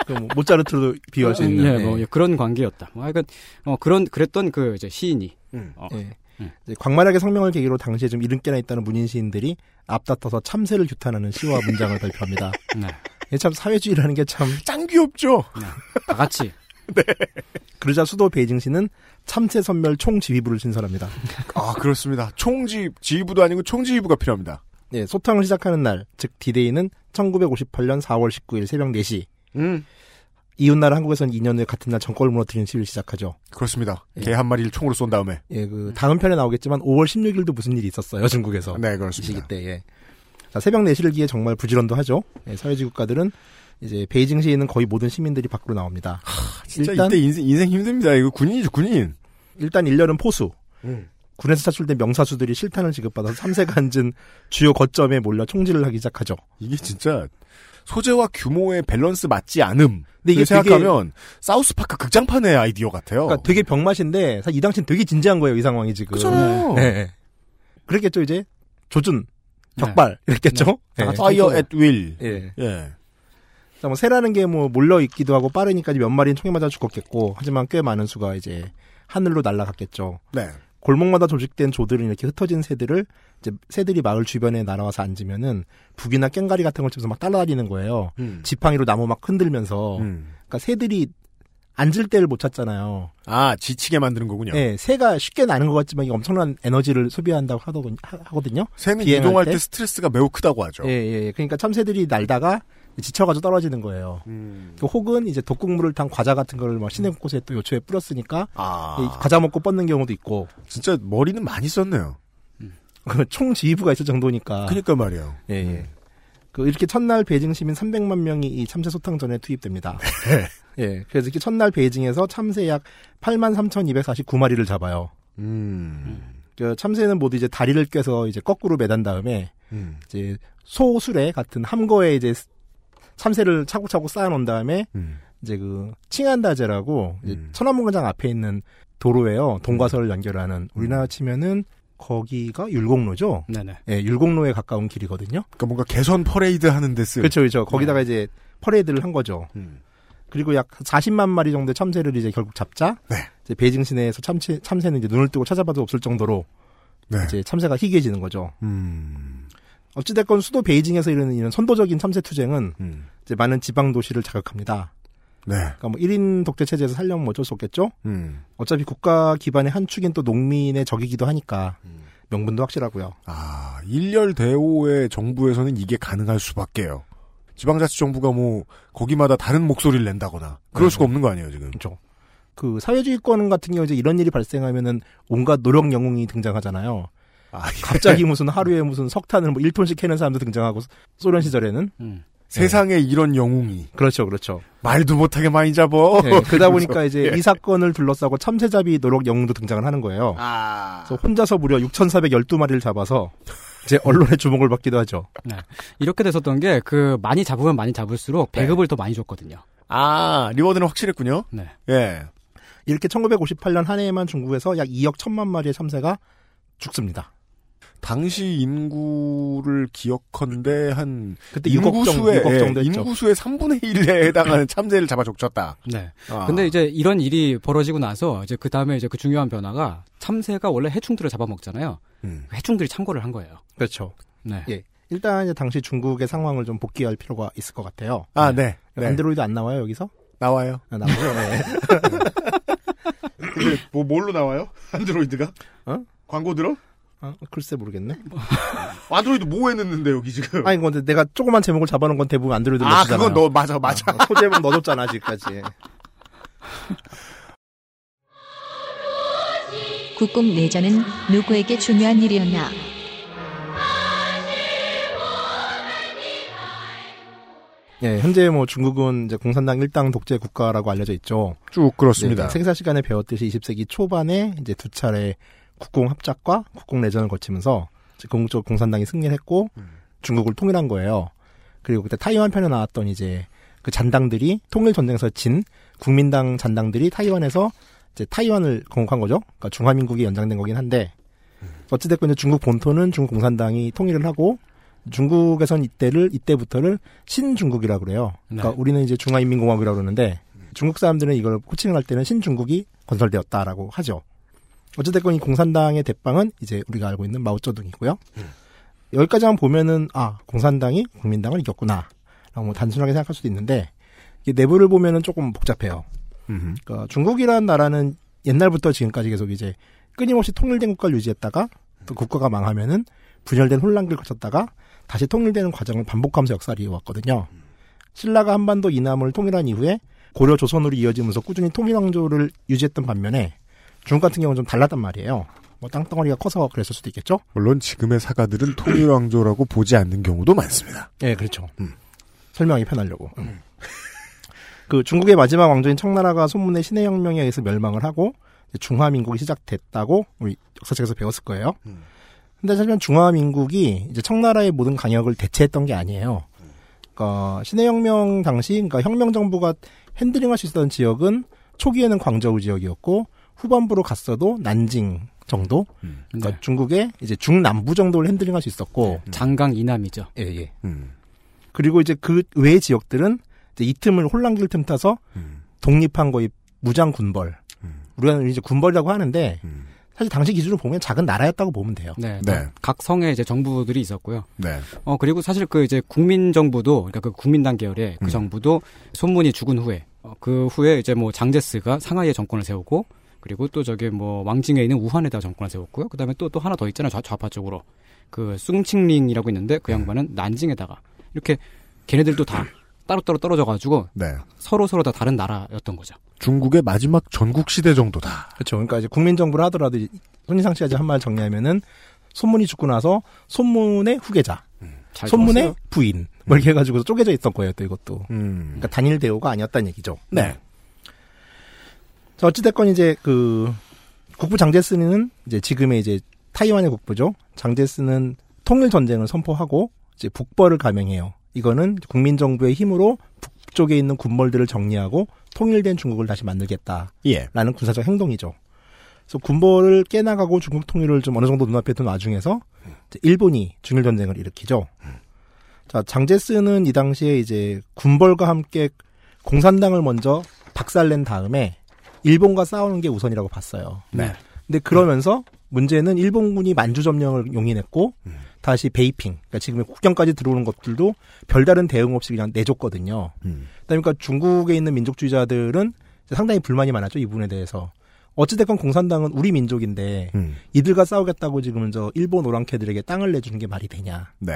[SPEAKER 5] 그뭐 모차르트로 비유할 수 있는. 네.
[SPEAKER 2] 네.
[SPEAKER 4] 예, 뭐 예, 그런 관계였다. 뭐 하여간 어 그런 그랬던 그 이제 시인이
[SPEAKER 5] 예.
[SPEAKER 4] 음.
[SPEAKER 5] 이제 광마락의 성명을 계기로 당시에 좀 이름께나 있다는 문인 시인들이 앞다퉈서 참새를 규탄하는 시와 문장을 발표합니다.
[SPEAKER 4] 네.
[SPEAKER 5] 이게 참 사회주의라는 게 참
[SPEAKER 2] 짱 귀엽죠.
[SPEAKER 4] 다 같이
[SPEAKER 5] 그러자 수도 베이징시는 참새 선멸 총지휘부를 신설합니다.
[SPEAKER 2] 아 그렇습니다. 총지 지휘부도 아니고 총지휘부가 필요합니다.
[SPEAKER 5] 네, 소탕을 시작하는 날, 즉 디데이는 1958년 4월 19일 새벽 4시.
[SPEAKER 2] 음
[SPEAKER 5] 이웃나라 한국에선 2년 후에 같은 날 정권을 무너뜨리는 시위를 시작하죠.
[SPEAKER 2] 그렇습니다.
[SPEAKER 5] 예.
[SPEAKER 2] 개 한 마리를 총으로 쏜 다음에.
[SPEAKER 5] 예, 그 다음 편에 나오겠지만 5월 16일도 무슨 일이 있었어요, 중국에서.
[SPEAKER 2] 네
[SPEAKER 5] 이 시기
[SPEAKER 2] 그렇습니다.
[SPEAKER 5] 때. 예. 자, 새벽 4시를 기해 정말 부지런도 하죠. 예, 사회주의 국가들은 이제 베이징 시에 있는 거의 모든 시민들이 밖으로 나옵니다.
[SPEAKER 2] 진짜
[SPEAKER 5] 일단-
[SPEAKER 2] 이때 인생, 인생 힘듭니다. 이거 군인이죠 군인.
[SPEAKER 5] 일단 1년은 포수.
[SPEAKER 2] 음.
[SPEAKER 5] 군에서 차출된 명사수들이 실탄을 지급받아서 참새가 앉은 주요 거점에 몰려 총질을 하기 시작하죠.
[SPEAKER 2] 이게 진짜 소재와 규모의 밸런스 맞지 않음.
[SPEAKER 5] 근데 이게
[SPEAKER 2] 생각하면 사우스파크 극장판의 아이디어 같아요.
[SPEAKER 5] 그러니까 되게 병맛인데 사실 이 당시엔 되게 진지한 거예요 이 상황이 지금.
[SPEAKER 2] 그렇잖아요.
[SPEAKER 4] 어.
[SPEAKER 5] 네. 그랬겠죠 이제 조준 적발 이랬겠죠.
[SPEAKER 4] 네.
[SPEAKER 5] 예.
[SPEAKER 4] 다 같이
[SPEAKER 2] Fire at will.
[SPEAKER 5] 예.
[SPEAKER 2] 예.
[SPEAKER 5] 자, 뭐 새라는 게 뭐 몰려 있기도 하고 빠르니까 몇 마리는 총에 맞아 죽었겠고 하지만 꽤 많은 수가 이제 하늘로 날아갔겠죠.
[SPEAKER 2] 네.
[SPEAKER 5] 골목마다 조직된 조들은 이렇게 흩어진 새들을 이제 새들이 마을 주변에 날아와서 앉으면은 북이나 깽가리 같은 걸 치면서 막 따라다니는 거예요. 음.
[SPEAKER 4] 음.
[SPEAKER 5] 지팡이로 나무 막 흔들면서
[SPEAKER 2] 음.
[SPEAKER 5] 그러니까 새들이 앉을 데를 못 찾잖아요.
[SPEAKER 2] 아 지치게 만드는 거군요.
[SPEAKER 5] 예, 새가 쉽게 나는 것 같지만 이게 엄청난 에너지를 소비한다고 하더군, 하- 하거든요.
[SPEAKER 2] 새는
[SPEAKER 5] 비행할
[SPEAKER 2] 이동할 때?
[SPEAKER 5] 때
[SPEAKER 2] 스트레스가 매우 크다고 하죠.
[SPEAKER 5] 예, 예, 예. 그러니까 참새들이 날다가
[SPEAKER 2] 음.
[SPEAKER 5] 지쳐가지고 떨어지는 거예요. 그 혹은 이제 독국물을 탄 과자 같은 거를 막 시내 곳곳에 또 요초에 뿌렸으니까
[SPEAKER 2] 아
[SPEAKER 5] 이 과자 먹고 뻗는 경우도 있고 그
[SPEAKER 2] 진짜 머리는 많이 썼네요.
[SPEAKER 5] 총 지휘부가 있을 정도니까.
[SPEAKER 2] 그러니까 말이에요.
[SPEAKER 5] 예, 예. 그 이렇게 첫날 베이징 시민 300만 명이 이 참새 소탕전에 투입됩니다.
[SPEAKER 2] 네.
[SPEAKER 5] 예. 그래서 이렇게 첫날 베이징에서 참새 약 83,249마리를 잡아요.
[SPEAKER 2] 음.
[SPEAKER 5] 그 참새는 모두 이제 다리를 꿰서 이제 거꾸로 매단 다음에
[SPEAKER 2] 음.
[SPEAKER 5] 이제 소수레 같은 함거에 이제 참새를 차곡차곡 쌓아놓은 다음에
[SPEAKER 2] 음.
[SPEAKER 5] 이제 그 칭한다제라고 이제
[SPEAKER 2] 음.
[SPEAKER 5] 천안문광장 앞에 있는 도로예요. 동과서를 연결하는
[SPEAKER 2] 음.
[SPEAKER 5] 우리나라 치면은 거기가 율곡로죠.
[SPEAKER 4] 네네.
[SPEAKER 5] 예, 율곡로에 가까운 길이거든요.
[SPEAKER 2] 그러니까 뭔가 개선 퍼레이드 하는 데 쓰.
[SPEAKER 5] 그렇죠, 그렇죠.
[SPEAKER 2] 네.
[SPEAKER 5] 거기다가 이제 퍼레이드를 한 거죠.
[SPEAKER 2] 음.
[SPEAKER 5] 그리고 약 40만 마리 정도 의 참새를 이제 결국 잡자.
[SPEAKER 2] 네.
[SPEAKER 5] 이제 베이징 시내에서 참새 참새는 이제 눈을 뜨고 찾아봐도 없을 정도로
[SPEAKER 2] 네.
[SPEAKER 5] 이제 참새가 희귀해지는 거죠.
[SPEAKER 2] 음.
[SPEAKER 5] 어찌됐건 수도 베이징에서 이르는 이런 선도적인 참새 투쟁은
[SPEAKER 2] 음.
[SPEAKER 5] 이제 많은 지방 도시를 자극합니다.
[SPEAKER 2] 네.
[SPEAKER 5] 그러니까 뭐 1인 독재 체제에서 살려면 뭐 어쩔 수 없겠죠.
[SPEAKER 2] 음.
[SPEAKER 5] 어차피 국가 기반의 한 축인 또 농민의 적이기도 하니까 명분도 확실하고요.
[SPEAKER 2] 아, 일렬 대오의 정부에서는 이게 가능할 수밖에요. 지방자치정부가 뭐 거기마다 다른 목소리를 낸다거나 그럴 수가 없는 거 아니에요 지금.
[SPEAKER 5] 그렇죠. 그 사회주의권 같은 경우 이제 이런 일이 발생하면은 온갖 노력 영웅이 등장하잖아요.
[SPEAKER 2] 아, 예.
[SPEAKER 5] 네. 갑자기 무슨 하루에 무슨 석탄을 뭐 1톤씩 캐는 사람도 등장하고 소련 시절에는
[SPEAKER 4] 음.
[SPEAKER 2] 세상에 이런 영웅이
[SPEAKER 5] 그렇죠, 그렇죠.
[SPEAKER 2] 말도 못하게 많이 잡어.
[SPEAKER 5] 네, 그러다
[SPEAKER 2] 그래서,
[SPEAKER 5] 보니까 이제
[SPEAKER 2] 예.
[SPEAKER 5] 이 사건을 둘러싸고 참새잡이 노력 영웅도 등장을 하는 거예요. 그래서 혼자서 무려 6,412마리를 잡아서 이제 언론의 주목을 받기도 하죠.
[SPEAKER 4] 이렇게 됐었던 게 그 많이 잡으면 많이 잡을수록
[SPEAKER 2] 네.
[SPEAKER 4] 배급을 더 많이 줬거든요.
[SPEAKER 2] 아 리워드는 확실했군요.
[SPEAKER 4] 네.
[SPEAKER 2] 예.
[SPEAKER 5] 이렇게 1958년 한 해에만 중국에서 약 2억 1천만 마리의 참새가 죽습니다.
[SPEAKER 2] 당시 인구를 기억컨대 한
[SPEAKER 5] 그때 6억 정도,
[SPEAKER 2] 인구수의,
[SPEAKER 5] 6억 정도
[SPEAKER 2] 예,
[SPEAKER 5] 했죠.
[SPEAKER 2] 인구수의 3분의 1에 해당하는 참새를 잡아 족쳤다.
[SPEAKER 4] 네.
[SPEAKER 2] 아.
[SPEAKER 4] 근데 이제 이런 일이 벌어지고 나서 이제 그 다음에 이제 그 중요한 변화가 참새가 원래 해충들을 잡아먹잖아요. 그
[SPEAKER 2] 음.
[SPEAKER 4] 해충들이 참고를 한 거예요.
[SPEAKER 5] 그렇죠.
[SPEAKER 4] 네.
[SPEAKER 5] 예. 일단 이제 당시 중국의 상황을 좀 복귀할 필요가 있을 것 같아요.
[SPEAKER 2] 아, 네. 네.
[SPEAKER 5] 안드로이드 안 나와요 여기서?
[SPEAKER 2] 나와요.
[SPEAKER 5] 아, 나와요. 네.
[SPEAKER 2] 뭐 뭘로 나와요? 안드로이드가?
[SPEAKER 5] 어?
[SPEAKER 2] 광고 들어?
[SPEAKER 5] 아, 글쎄 모르겠네.
[SPEAKER 2] 안드로이드 뭐 해놨는데 여기 지금?
[SPEAKER 5] 아니 근데 내가 조그만 제목을 잡아놓은 건 대부분 안드로이드
[SPEAKER 2] 아
[SPEAKER 5] 넣잖아요.
[SPEAKER 2] 그건 너 맞아 맞아.
[SPEAKER 5] 소제목 넣어줬잖아 아직까지.
[SPEAKER 1] 국공 내전은 누구에게 중요한 일이었나?
[SPEAKER 5] 예, 현재 뭐 중국은 이제 공산당 일당 독재 국가라고 알려져 있죠.
[SPEAKER 2] 아, 쭉
[SPEAKER 5] 네, 생사 시간에 배웠듯이 20세기 초반에 이제 두 차례 국공 합작과 국공 내전을 거치면서 이제 공적 공산당이 승리를 했고 중국을 통일한 거예요. 그리고 그때 타이완 편에 나왔던 이제 그 잔당들이 통일 전쟁에서 진 국민당 잔당들이 타이완에서 이제 타이완을 건국한 거죠. 그러니까 중화민국이 연장된 거긴 한데 어찌됐건 이제 중국 본토는 중국 공산당이 통일을 하고 중국에선 이때를 이때부터를 신중국이라 고 그래요. 그러니까
[SPEAKER 4] 네.
[SPEAKER 5] 우리는 이제 중화인민공화국이라고 그러는데 중국 사람들은 이걸 호칭을 할 때는 신중국이 건설되었다라고 하죠. 어찌됐건 이 공산당의 대빵은 이제 우리가 알고 있는 마오쩌둥이고요. 여기까지만 보면은 아 공산당이 국민당을 이겼구나라고 뭐 단순하게 생각할 수도 있는데 이게 내부를 보면은 조금 복잡해요. 그러니까 중국이라는 나라는 옛날부터 지금까지 계속 이제 끊임없이 통일된 국가를 유지했다가 또 국가가 망하면은 분열된 혼란기를 거쳤다가 다시 통일되는 과정을 반복하면서 역사를 이어왔거든요. 신라가 한반도 이남을 통일한 이후에 고려 조선으로 이어지면서 꾸준히 통일왕조를 유지했던 반면에 중국 같은 경우는 좀 달랐단 말이에요. 뭐 땅덩어리가 커서 그랬을 수도 있겠죠.
[SPEAKER 2] 물론 지금의 사가들은 통일왕조라고 보지 않는 경우도 많습니다.
[SPEAKER 5] 예, 그렇죠. 설명이 편하려고. 음. 그 중국의 마지막 왕조인 청나라가 소문의 신의 혁명에 의해서 멸망을 하고 이제 중화민국이 시작됐다고 우리 역사책에서 배웠을 거예요. 근데 사실은 중화민국이 이제 청나라의 모든 강역을 대체했던 게 아니에요. 그러니까 신의 혁명 당시 그러니까 혁명 정부가 핸들링할 수 있었던 지역은 초기에는 광저우 지역이었고 후반부로 갔어도 난징 정도. 그러니까
[SPEAKER 2] 아.
[SPEAKER 4] 네.
[SPEAKER 5] 중국의 이제 중남부 정도를 핸들링할 수 있었고
[SPEAKER 4] 장강 이남이죠.
[SPEAKER 5] 예, 예.
[SPEAKER 2] 음.
[SPEAKER 5] 그리고 이제 그 외의 지역들은 이제 이 틈을 혼란기를 틈타서
[SPEAKER 2] 음.
[SPEAKER 5] 독립한 거의 무장 군벌.
[SPEAKER 2] 음.
[SPEAKER 5] 우리는 이제 군벌이라고 하는데
[SPEAKER 2] 음.
[SPEAKER 5] 사실 당시 기준으로 보면 작은 나라였다고 보면 돼요.
[SPEAKER 4] 네.
[SPEAKER 2] 네.
[SPEAKER 4] 각 성에 이제 정부들이 있었고요.
[SPEAKER 2] 네.
[SPEAKER 4] 어 그리고 사실 그 이제 국민 정부도 그러니까 그 국민당 계열의 그
[SPEAKER 2] 음.
[SPEAKER 4] 정부도 손문이 죽은 후에 어, 그 후에 이제 뭐 장제스가 상하이에 정권을 세우고 그리고 또 저기 뭐 왕징에 있는 우한에다가 정권을 세웠고요. 그다음에 또 또 하나 더 있잖아요. 좌, 좌파 쪽으로 그 숭칭링이라고 있는데
[SPEAKER 2] 네.
[SPEAKER 4] 그 양반은 난징에다가 이렇게 걔네들도 다 따로따로 떨어져 가지고
[SPEAKER 2] 네.
[SPEAKER 4] 서로 서로 다 다른 나라였던 거죠.
[SPEAKER 2] 중국의 마지막 전국 시대 정도다.
[SPEAKER 5] 그렇죠. 그러니까 이제 국민정부를 하더라도 이- 손희상 씨가 이제 한 말 정리하면은 손문이 죽고 나서 손문의 후계자,
[SPEAKER 4] 잘
[SPEAKER 5] 손문의
[SPEAKER 4] 들었어요?
[SPEAKER 5] 부인 뭐 이렇게 해가지고 쪼개져 있던 거예요. 또 이것도.
[SPEAKER 2] 음.
[SPEAKER 5] 그러니까 단일 대우가 아니었다는 얘기죠.
[SPEAKER 2] 네.
[SPEAKER 5] 자, 어찌됐건 이제 그 국부 장제스는 이제 지금의 이제 타이완의 국부죠. 장제스는 통일 전쟁을 선포하고 이제 북벌을 감행해요. 이거는 국민 정부의 힘으로 북쪽에 있는 군벌들을 정리하고 통일된 중국을 다시 만들겠다라는
[SPEAKER 2] 예.
[SPEAKER 5] 군사적 행동이죠. 그래서 군벌을 깨나가고 중국 통일을 좀 어느 정도 눈앞에 둔 와중에서 이제 일본이 중일 전쟁을 일으키죠. 자, 장제스는 이 당시에 이제 군벌과 함께 공산당을 먼저 박살낸 다음에 일본과 싸우는 게 우선이라고 봤어요.
[SPEAKER 2] 네.
[SPEAKER 5] 근데 그러면서 문제는 일본군이 만주 점령을 용인했고 다시 베이핑, 그러니까 지금의 국경까지 들어오는 것들도 별다른 대응 없이 그냥 내줬거든요.
[SPEAKER 2] 음.
[SPEAKER 5] 그러니까 중국에 있는 민족주의자들은 이제 상당히 불만이 많았죠 이 부분에 대해서. 어찌됐건 공산당은 우리 민족인데
[SPEAKER 2] 음.
[SPEAKER 5] 이들과 싸우겠다고 지금 저 일본 오랑캐들에게 땅을 내주는 게 말이 되냐.
[SPEAKER 2] 네.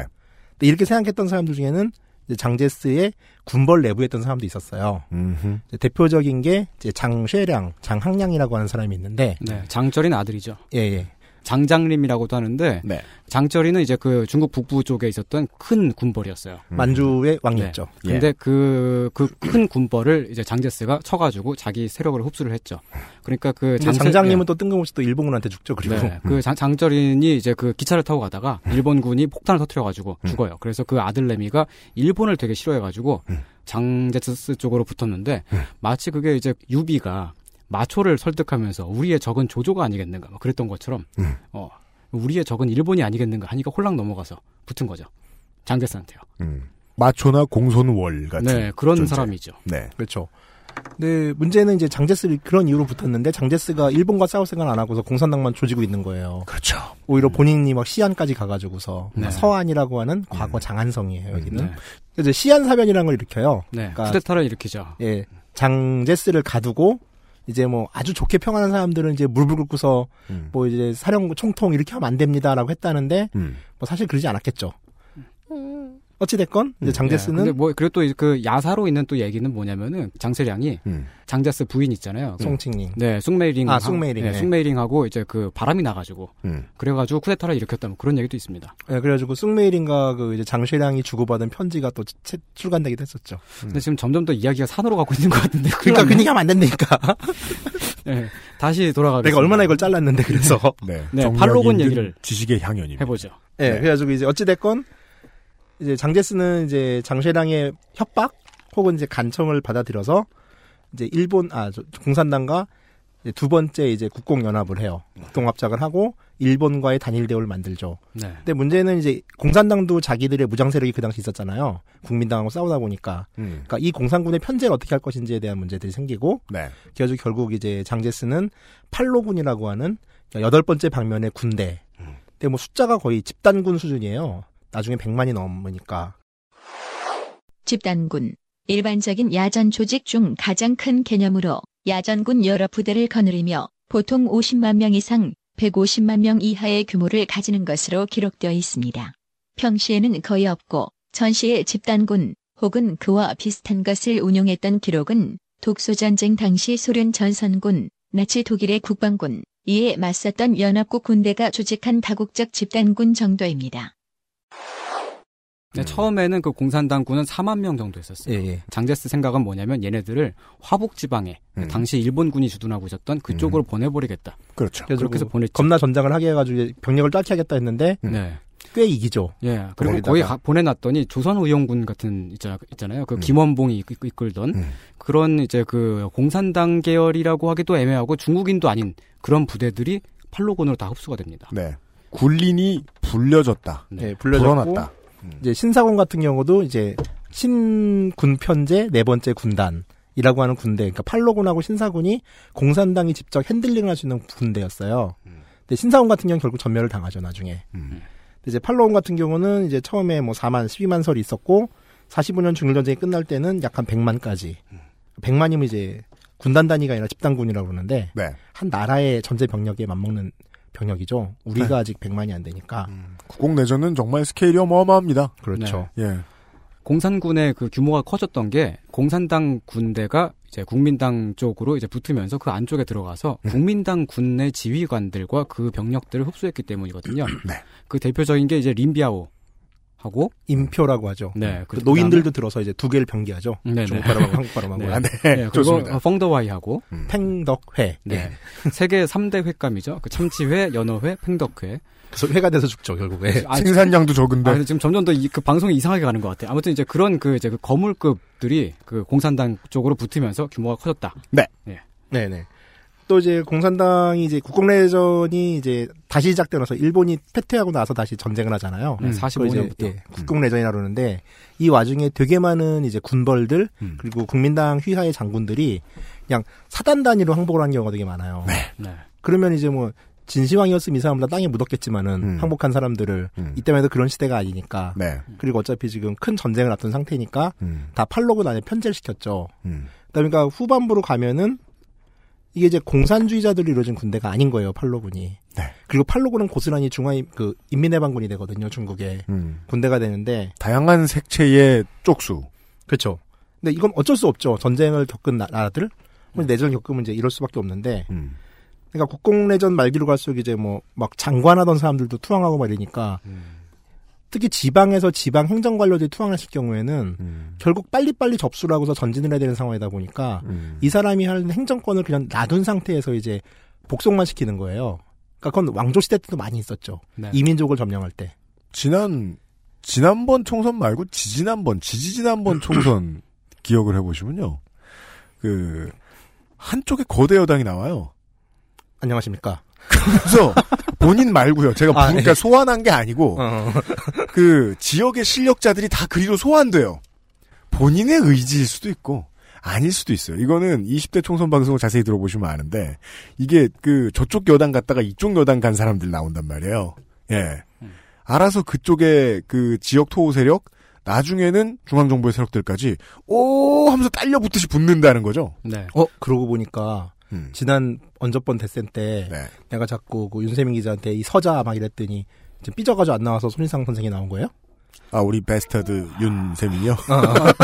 [SPEAKER 5] 근데 이렇게 생각했던 사람들 중에는 이제 장제스의 군벌 내부했던 사람도 있었어요.
[SPEAKER 2] 음흠.
[SPEAKER 5] 이제 대표적인 게 이제 장쉐량, 장항량이라고 하는 사람이 있는데
[SPEAKER 4] 네. 장절인 아들이죠.
[SPEAKER 5] 예, 예.
[SPEAKER 4] 장장림이라고도 하는데
[SPEAKER 2] 네.
[SPEAKER 4] 장쩌리는 이제 그 중국 북부 쪽에 있었던 큰 군벌이었어요.
[SPEAKER 5] 만주의 왕이었죠.
[SPEAKER 4] 음. 네. 근데 그 그 큰 군벌을 이제 장제스가 쳐가지고 자기 세력을 흡수를 했죠. 그러니까 그
[SPEAKER 5] 근데 장장님은 또 뜬금없이 또 일본군한테 죽죠. 그리고 음.
[SPEAKER 4] 네, 그 장, 장쩌린이 이제 그 기차를 타고 가다가 일본군이 폭탄을 터뜨려가지고 죽어요. 그래서 그 아들내미가 일본을 되게 싫어해가지고
[SPEAKER 5] 음.
[SPEAKER 4] 장제스 쪽으로 붙었는데 마치 그게 이제 유비가 마초를 설득하면서 우리의 적은 조조가 아니겠는가 막 그랬던 것처럼
[SPEAKER 5] 음.
[SPEAKER 4] 어, 우리의 적은 일본이 아니겠는가 하니까 홀랑 넘어가서 붙은 거죠. 장제스한테요.
[SPEAKER 2] 음. 마초나 공손월 같은
[SPEAKER 4] 네, 그런
[SPEAKER 2] 존재.
[SPEAKER 4] 사람이죠.
[SPEAKER 2] 네.
[SPEAKER 5] 그렇죠. 근데 문제는 이제 장제스 그런 이유로 붙었는데 장제스가 일본과 싸울 생각 안 하고서 공산당만 조지고 있는 거예요.
[SPEAKER 2] 그렇죠.
[SPEAKER 5] 오히려 본인이 막 시안까지 가가지고서
[SPEAKER 4] 음. 네. 음.
[SPEAKER 5] 서안이라고 하는 과거 장안성이에요 여기는.
[SPEAKER 4] 네,
[SPEAKER 5] 이제 시안 사변이라는 걸 일으켜요.
[SPEAKER 4] 네.
[SPEAKER 5] 그러니까-
[SPEAKER 4] 쿠데타를 일으키죠.
[SPEAKER 5] 예, 장제스를 가두고 이제 뭐 아주 좋게 평안한 사람들은 이제 물불 꿇고서
[SPEAKER 2] 음.
[SPEAKER 5] 뭐 이제 사령 총통 이렇게 하면 안 됩니다라고 했다는데
[SPEAKER 2] 음.
[SPEAKER 5] 뭐 사실 그러지 않았겠죠. 어찌 됐건 이제
[SPEAKER 4] 네, 근데
[SPEAKER 5] 장제스는
[SPEAKER 4] 뭐 그리고 또 그 야사로 있는 또 얘기는 뭐냐면은 장세량이
[SPEAKER 2] 음.
[SPEAKER 4] 장자스 부인 있잖아요.
[SPEAKER 5] 예.
[SPEAKER 4] 그
[SPEAKER 5] 송칭링
[SPEAKER 4] 네, 숭메이링.
[SPEAKER 5] 아, 숭메이링,
[SPEAKER 4] 네,
[SPEAKER 5] 네.
[SPEAKER 4] 숭메이링하고 이제 그 바람이 나가지고
[SPEAKER 2] 음.
[SPEAKER 4] 그래가지고 쿠데타를 일으켰다 뭐 그런 얘기도 있습니다.
[SPEAKER 5] 예, 그래가지고 쑥메일인가 그 이제 장쉐량이 주고받은 편지가 또 채- 출간되기도 했었죠.
[SPEAKER 4] 근데 지금 점점 더 이야기가 산으로 가고 있는 것 같은데.
[SPEAKER 5] 그러니까 그
[SPEAKER 4] 큰일
[SPEAKER 5] 얘기 하면 안 된다니까.
[SPEAKER 4] 났네. 네, 다시 돌아가겠습니다.
[SPEAKER 5] 내가 얼마나 이걸 잘랐는데 그래서.
[SPEAKER 2] 네.
[SPEAKER 4] 네,
[SPEAKER 2] 정면
[SPEAKER 4] 팔로군
[SPEAKER 2] 인근
[SPEAKER 4] 얘기를
[SPEAKER 2] 지식의 향연입니다.
[SPEAKER 4] 해보죠.
[SPEAKER 5] 예,
[SPEAKER 2] 네.
[SPEAKER 5] 그래가지고 이제 어찌됐건 이제 장제스는 이제 장쉐량의 협박 혹은 이제 간청을 받아들여서 이제 일본 아 저- 공산당과 이제 두 번째 이제 국공연합을 해요. 국동합작을 하고 일본과의 단일 대우를 만들죠.
[SPEAKER 4] 네.
[SPEAKER 5] 근데 문제는 이제 공산당도 자기들의 무장 세력이 그 당시 있었잖아요. 국민당하고 싸우다 보니까
[SPEAKER 2] 음.
[SPEAKER 5] 그러니까 이 공산군의 편제를 어떻게 할 것인지에 대한 문제들이 생기고
[SPEAKER 2] 네.
[SPEAKER 5] 그래가지고 결국 이제 장제스는 팔로군이라고 하는 여덟 번째 방면의 군대. 근데 뭐 숫자가 거의 집단군 수준이에요. 나중에 100만이 넘으니까.
[SPEAKER 1] 집단군. 일반적인 야전 조직 중 가장 큰 개념으로 야전군 여러 부대를 거느리며 보통 50만 명 이상, 150만 명 이하의 규모를 가지는 것으로 기록되어 있습니다. 평시에는 거의 없고 전시의 집단군 혹은 그와 비슷한 것을 운용했던 기록은 독소전쟁 당시 소련 전선군, 나치 독일의 국방군, 이에 맞섰던 연합국 군대가 조직한 다국적 집단군 정도입니다.
[SPEAKER 4] 네, 처음에는 그 공산당군은 4만 명 정도 했었어요.
[SPEAKER 5] 예.
[SPEAKER 4] 장제스 생각은 뭐냐면 얘네들을 화북 지방에
[SPEAKER 2] 음.
[SPEAKER 4] 당시 일본군이 주둔하고 있었던 그쪽으로 보내버리겠다.
[SPEAKER 2] 그렇죠.
[SPEAKER 5] 음. 그래서
[SPEAKER 4] 그렇게 해서 보냈죠.
[SPEAKER 5] 겁나 전장을 하게 해가지고 이제 병력을 짧게 하겠다 했는데
[SPEAKER 2] 음.
[SPEAKER 4] 네.
[SPEAKER 5] 꽤 이기죠.
[SPEAKER 4] 예. 그리고
[SPEAKER 5] 거기다가-
[SPEAKER 4] 거기 가- 보내놨더니 조선의용군 같은 있자- 있잖아요. 그 김원봉이 이끌- 이끌던
[SPEAKER 2] 음.
[SPEAKER 4] 그런 이제 그 공산당 계열이라고 하기도 애매하고 중국인도 아닌 그런 부대들이 팔로군으로 다 흡수가 됩니다.
[SPEAKER 2] 네. 굴린이 불려졌다.
[SPEAKER 4] 네.
[SPEAKER 5] 예, 불려졌고
[SPEAKER 2] 불어났다.
[SPEAKER 5] 이제 신사공 같은 경우도 이제 신군 편제 네 번째 군단. 이라고 하는 군대, 그러니까 팔로군하고 신사군이 공산당이 직접 핸들링을 할 수 있는 군대였어요. 근데 신사군 같은 경우는 결국 전멸을 당하죠 나중에.
[SPEAKER 2] 음.
[SPEAKER 5] 근데 이제 팔로운 같은 경우는 이제 처음에 뭐 4만, 12만 설이 있었고 45년 중일전쟁이 끝날 때는 약 한 100만까지. 100만이면 이제 군단 단위가 아니라 집단군이라고 그러는데
[SPEAKER 2] 네.
[SPEAKER 5] 한 나라의 전체 병력에 맞먹는 병력이죠. 우리가 아직 100만이 안 되니까.
[SPEAKER 2] 국공내전은 정말 스케일이 어마어마합니다.
[SPEAKER 5] 그렇죠.
[SPEAKER 2] 예.
[SPEAKER 4] 공산군의 그 규모가 커졌던 게 공산당 군대가 이제 국민당 쪽으로 이제 붙으면서 그 안쪽에 들어가서
[SPEAKER 2] 음.
[SPEAKER 4] 국민당 군내 지휘관들과 그 병력들을 흡수했기 때문이거든요.
[SPEAKER 2] 네.
[SPEAKER 4] 그 대표적인 게 이제 림비아오 하고
[SPEAKER 5] 임표라고 하죠.
[SPEAKER 4] 네,
[SPEAKER 5] 그
[SPEAKER 4] 그
[SPEAKER 5] 노인들도 들어서 이제 두 개를 병기하죠.
[SPEAKER 4] 네네.
[SPEAKER 5] 중국 바람하고 한국 바람하고.
[SPEAKER 4] 네.
[SPEAKER 5] 요
[SPEAKER 2] 예,
[SPEAKER 4] 네, 그리고
[SPEAKER 2] 아, 좋습니다.
[SPEAKER 4] 펑더와이하고
[SPEAKER 5] 팽덕회.
[SPEAKER 4] 네.
[SPEAKER 5] 네.
[SPEAKER 4] 세계 3대 횟감이죠. 그 참치회, 연어회, 팽덕회.
[SPEAKER 5] 그래서 회가 돼서 죽죠, 결국에.
[SPEAKER 4] 아,
[SPEAKER 2] 생산량도 적은데.
[SPEAKER 4] 아, 근데 지금 점점 더 그 방송이 이상하게 가는 것 같아. 요 아무튼 이제 그런 그 이제 그 거물급들이 그 공산당 쪽으로 붙으면서 규모가 커졌다.
[SPEAKER 5] 네네. 또 이제 공산당이 이제 국공내전이 이제 다시 시작되면서 일본이 패퇴하고 나서 다시 전쟁을 하잖아요. 음.
[SPEAKER 4] 네, 45년부터.
[SPEAKER 5] 그걸 이제, 예, 국공내전이라 그러는데 이 와중에 되게 많은 이제 군벌들
[SPEAKER 2] 음.
[SPEAKER 5] 그리고 국민당 휘하의 장군들이 그냥 사단 단위로 항복을 한 경우가 되게 많아요.
[SPEAKER 4] 네.
[SPEAKER 5] 그러면 이제 뭐 진시황이었으면 이 사람보다 땅에 묻었겠지만은
[SPEAKER 2] 음.
[SPEAKER 5] 항복한 사람들을
[SPEAKER 2] 음.
[SPEAKER 5] 이때만 해도 그런 시대가 아니니까
[SPEAKER 2] 네.
[SPEAKER 5] 그리고 어차피 지금 큰 전쟁을 앞둔 상태니까
[SPEAKER 2] 음.
[SPEAKER 5] 다 팔로군 안에 편제를 시켰죠.
[SPEAKER 2] 음.
[SPEAKER 5] 그러니까 후반부로 가면은 이게 이제 공산주의자들로 이루어진 군대가 아닌 거예요 팔로군이.
[SPEAKER 2] 네.
[SPEAKER 5] 그리고 팔로군은 고스란히 중앙 그 인민해방군이 되거든요 중국의
[SPEAKER 2] 음.
[SPEAKER 5] 군대가 되는데
[SPEAKER 2] 다양한 색채의 쪽수.
[SPEAKER 5] 그렇죠.
[SPEAKER 2] 네.
[SPEAKER 5] 근데 이건 어쩔 수 없죠 전쟁을 겪은 나- 나라들 혹은 내전을 겪으면 이제 이럴 수밖에 없는데
[SPEAKER 2] 음.
[SPEAKER 5] 그러니까 국공내전 말기로 갈수록 이제 뭐 막 장관하던 사람들도 투항하고 말이니까
[SPEAKER 2] 음.
[SPEAKER 5] 특히 지방에서 지방 행정 관료들이 투항했을
[SPEAKER 2] 음.
[SPEAKER 5] 경우에는 결국 빨리빨리 접수를 하고서 전진을 해야 되는 상황이다 보니까
[SPEAKER 2] 음.
[SPEAKER 5] 이 사람이 하는 행정권을 그냥 놔둔 상태에서 이제 복속만 시키는 거예요. 그러니까 그건 왕조 시대 때도 많이 있었죠.
[SPEAKER 4] 네.
[SPEAKER 5] 이민족을 점령할 때.
[SPEAKER 2] 지난 지난번 총선 말고 지지난번 지지지난번 총선 기억을 해보시면요. 그 한쪽에 거대 여당이 나와요.
[SPEAKER 5] 안녕하십니까?
[SPEAKER 2] 그래서 본인 말고요. 제가
[SPEAKER 5] 아,
[SPEAKER 2] 그러니까
[SPEAKER 5] 예.
[SPEAKER 2] 소환한 게 아니고 그 지역의 실력자들이 다 그리로 소환돼요. 본인의 의지일 수도 있고 아닐 수도 있어요. 이거는 20대 총선 방송을 자세히 들어보시면 아는데 이게 그 저쪽 여당 갔다가 이쪽 여당 간 사람들 나온단 말이에요. 예. 알아서 그쪽의 그 지역 토호 세력 나중에는 중앙정부의 세력들까지 오 하면서 딸려붙듯이 붙는다는 거죠.
[SPEAKER 4] 네.
[SPEAKER 5] 어 그러고 보니까
[SPEAKER 2] 음.
[SPEAKER 5] 지난 언저번 대선 때
[SPEAKER 2] 네.
[SPEAKER 5] 내가 자꾸 그 윤세민 기자한테 이 서자 막 이랬더니 이제 삐져가지고 안 나와서 손희상 선생이 나온 거예요?
[SPEAKER 2] 아 우리 베스터드 윤세민이요.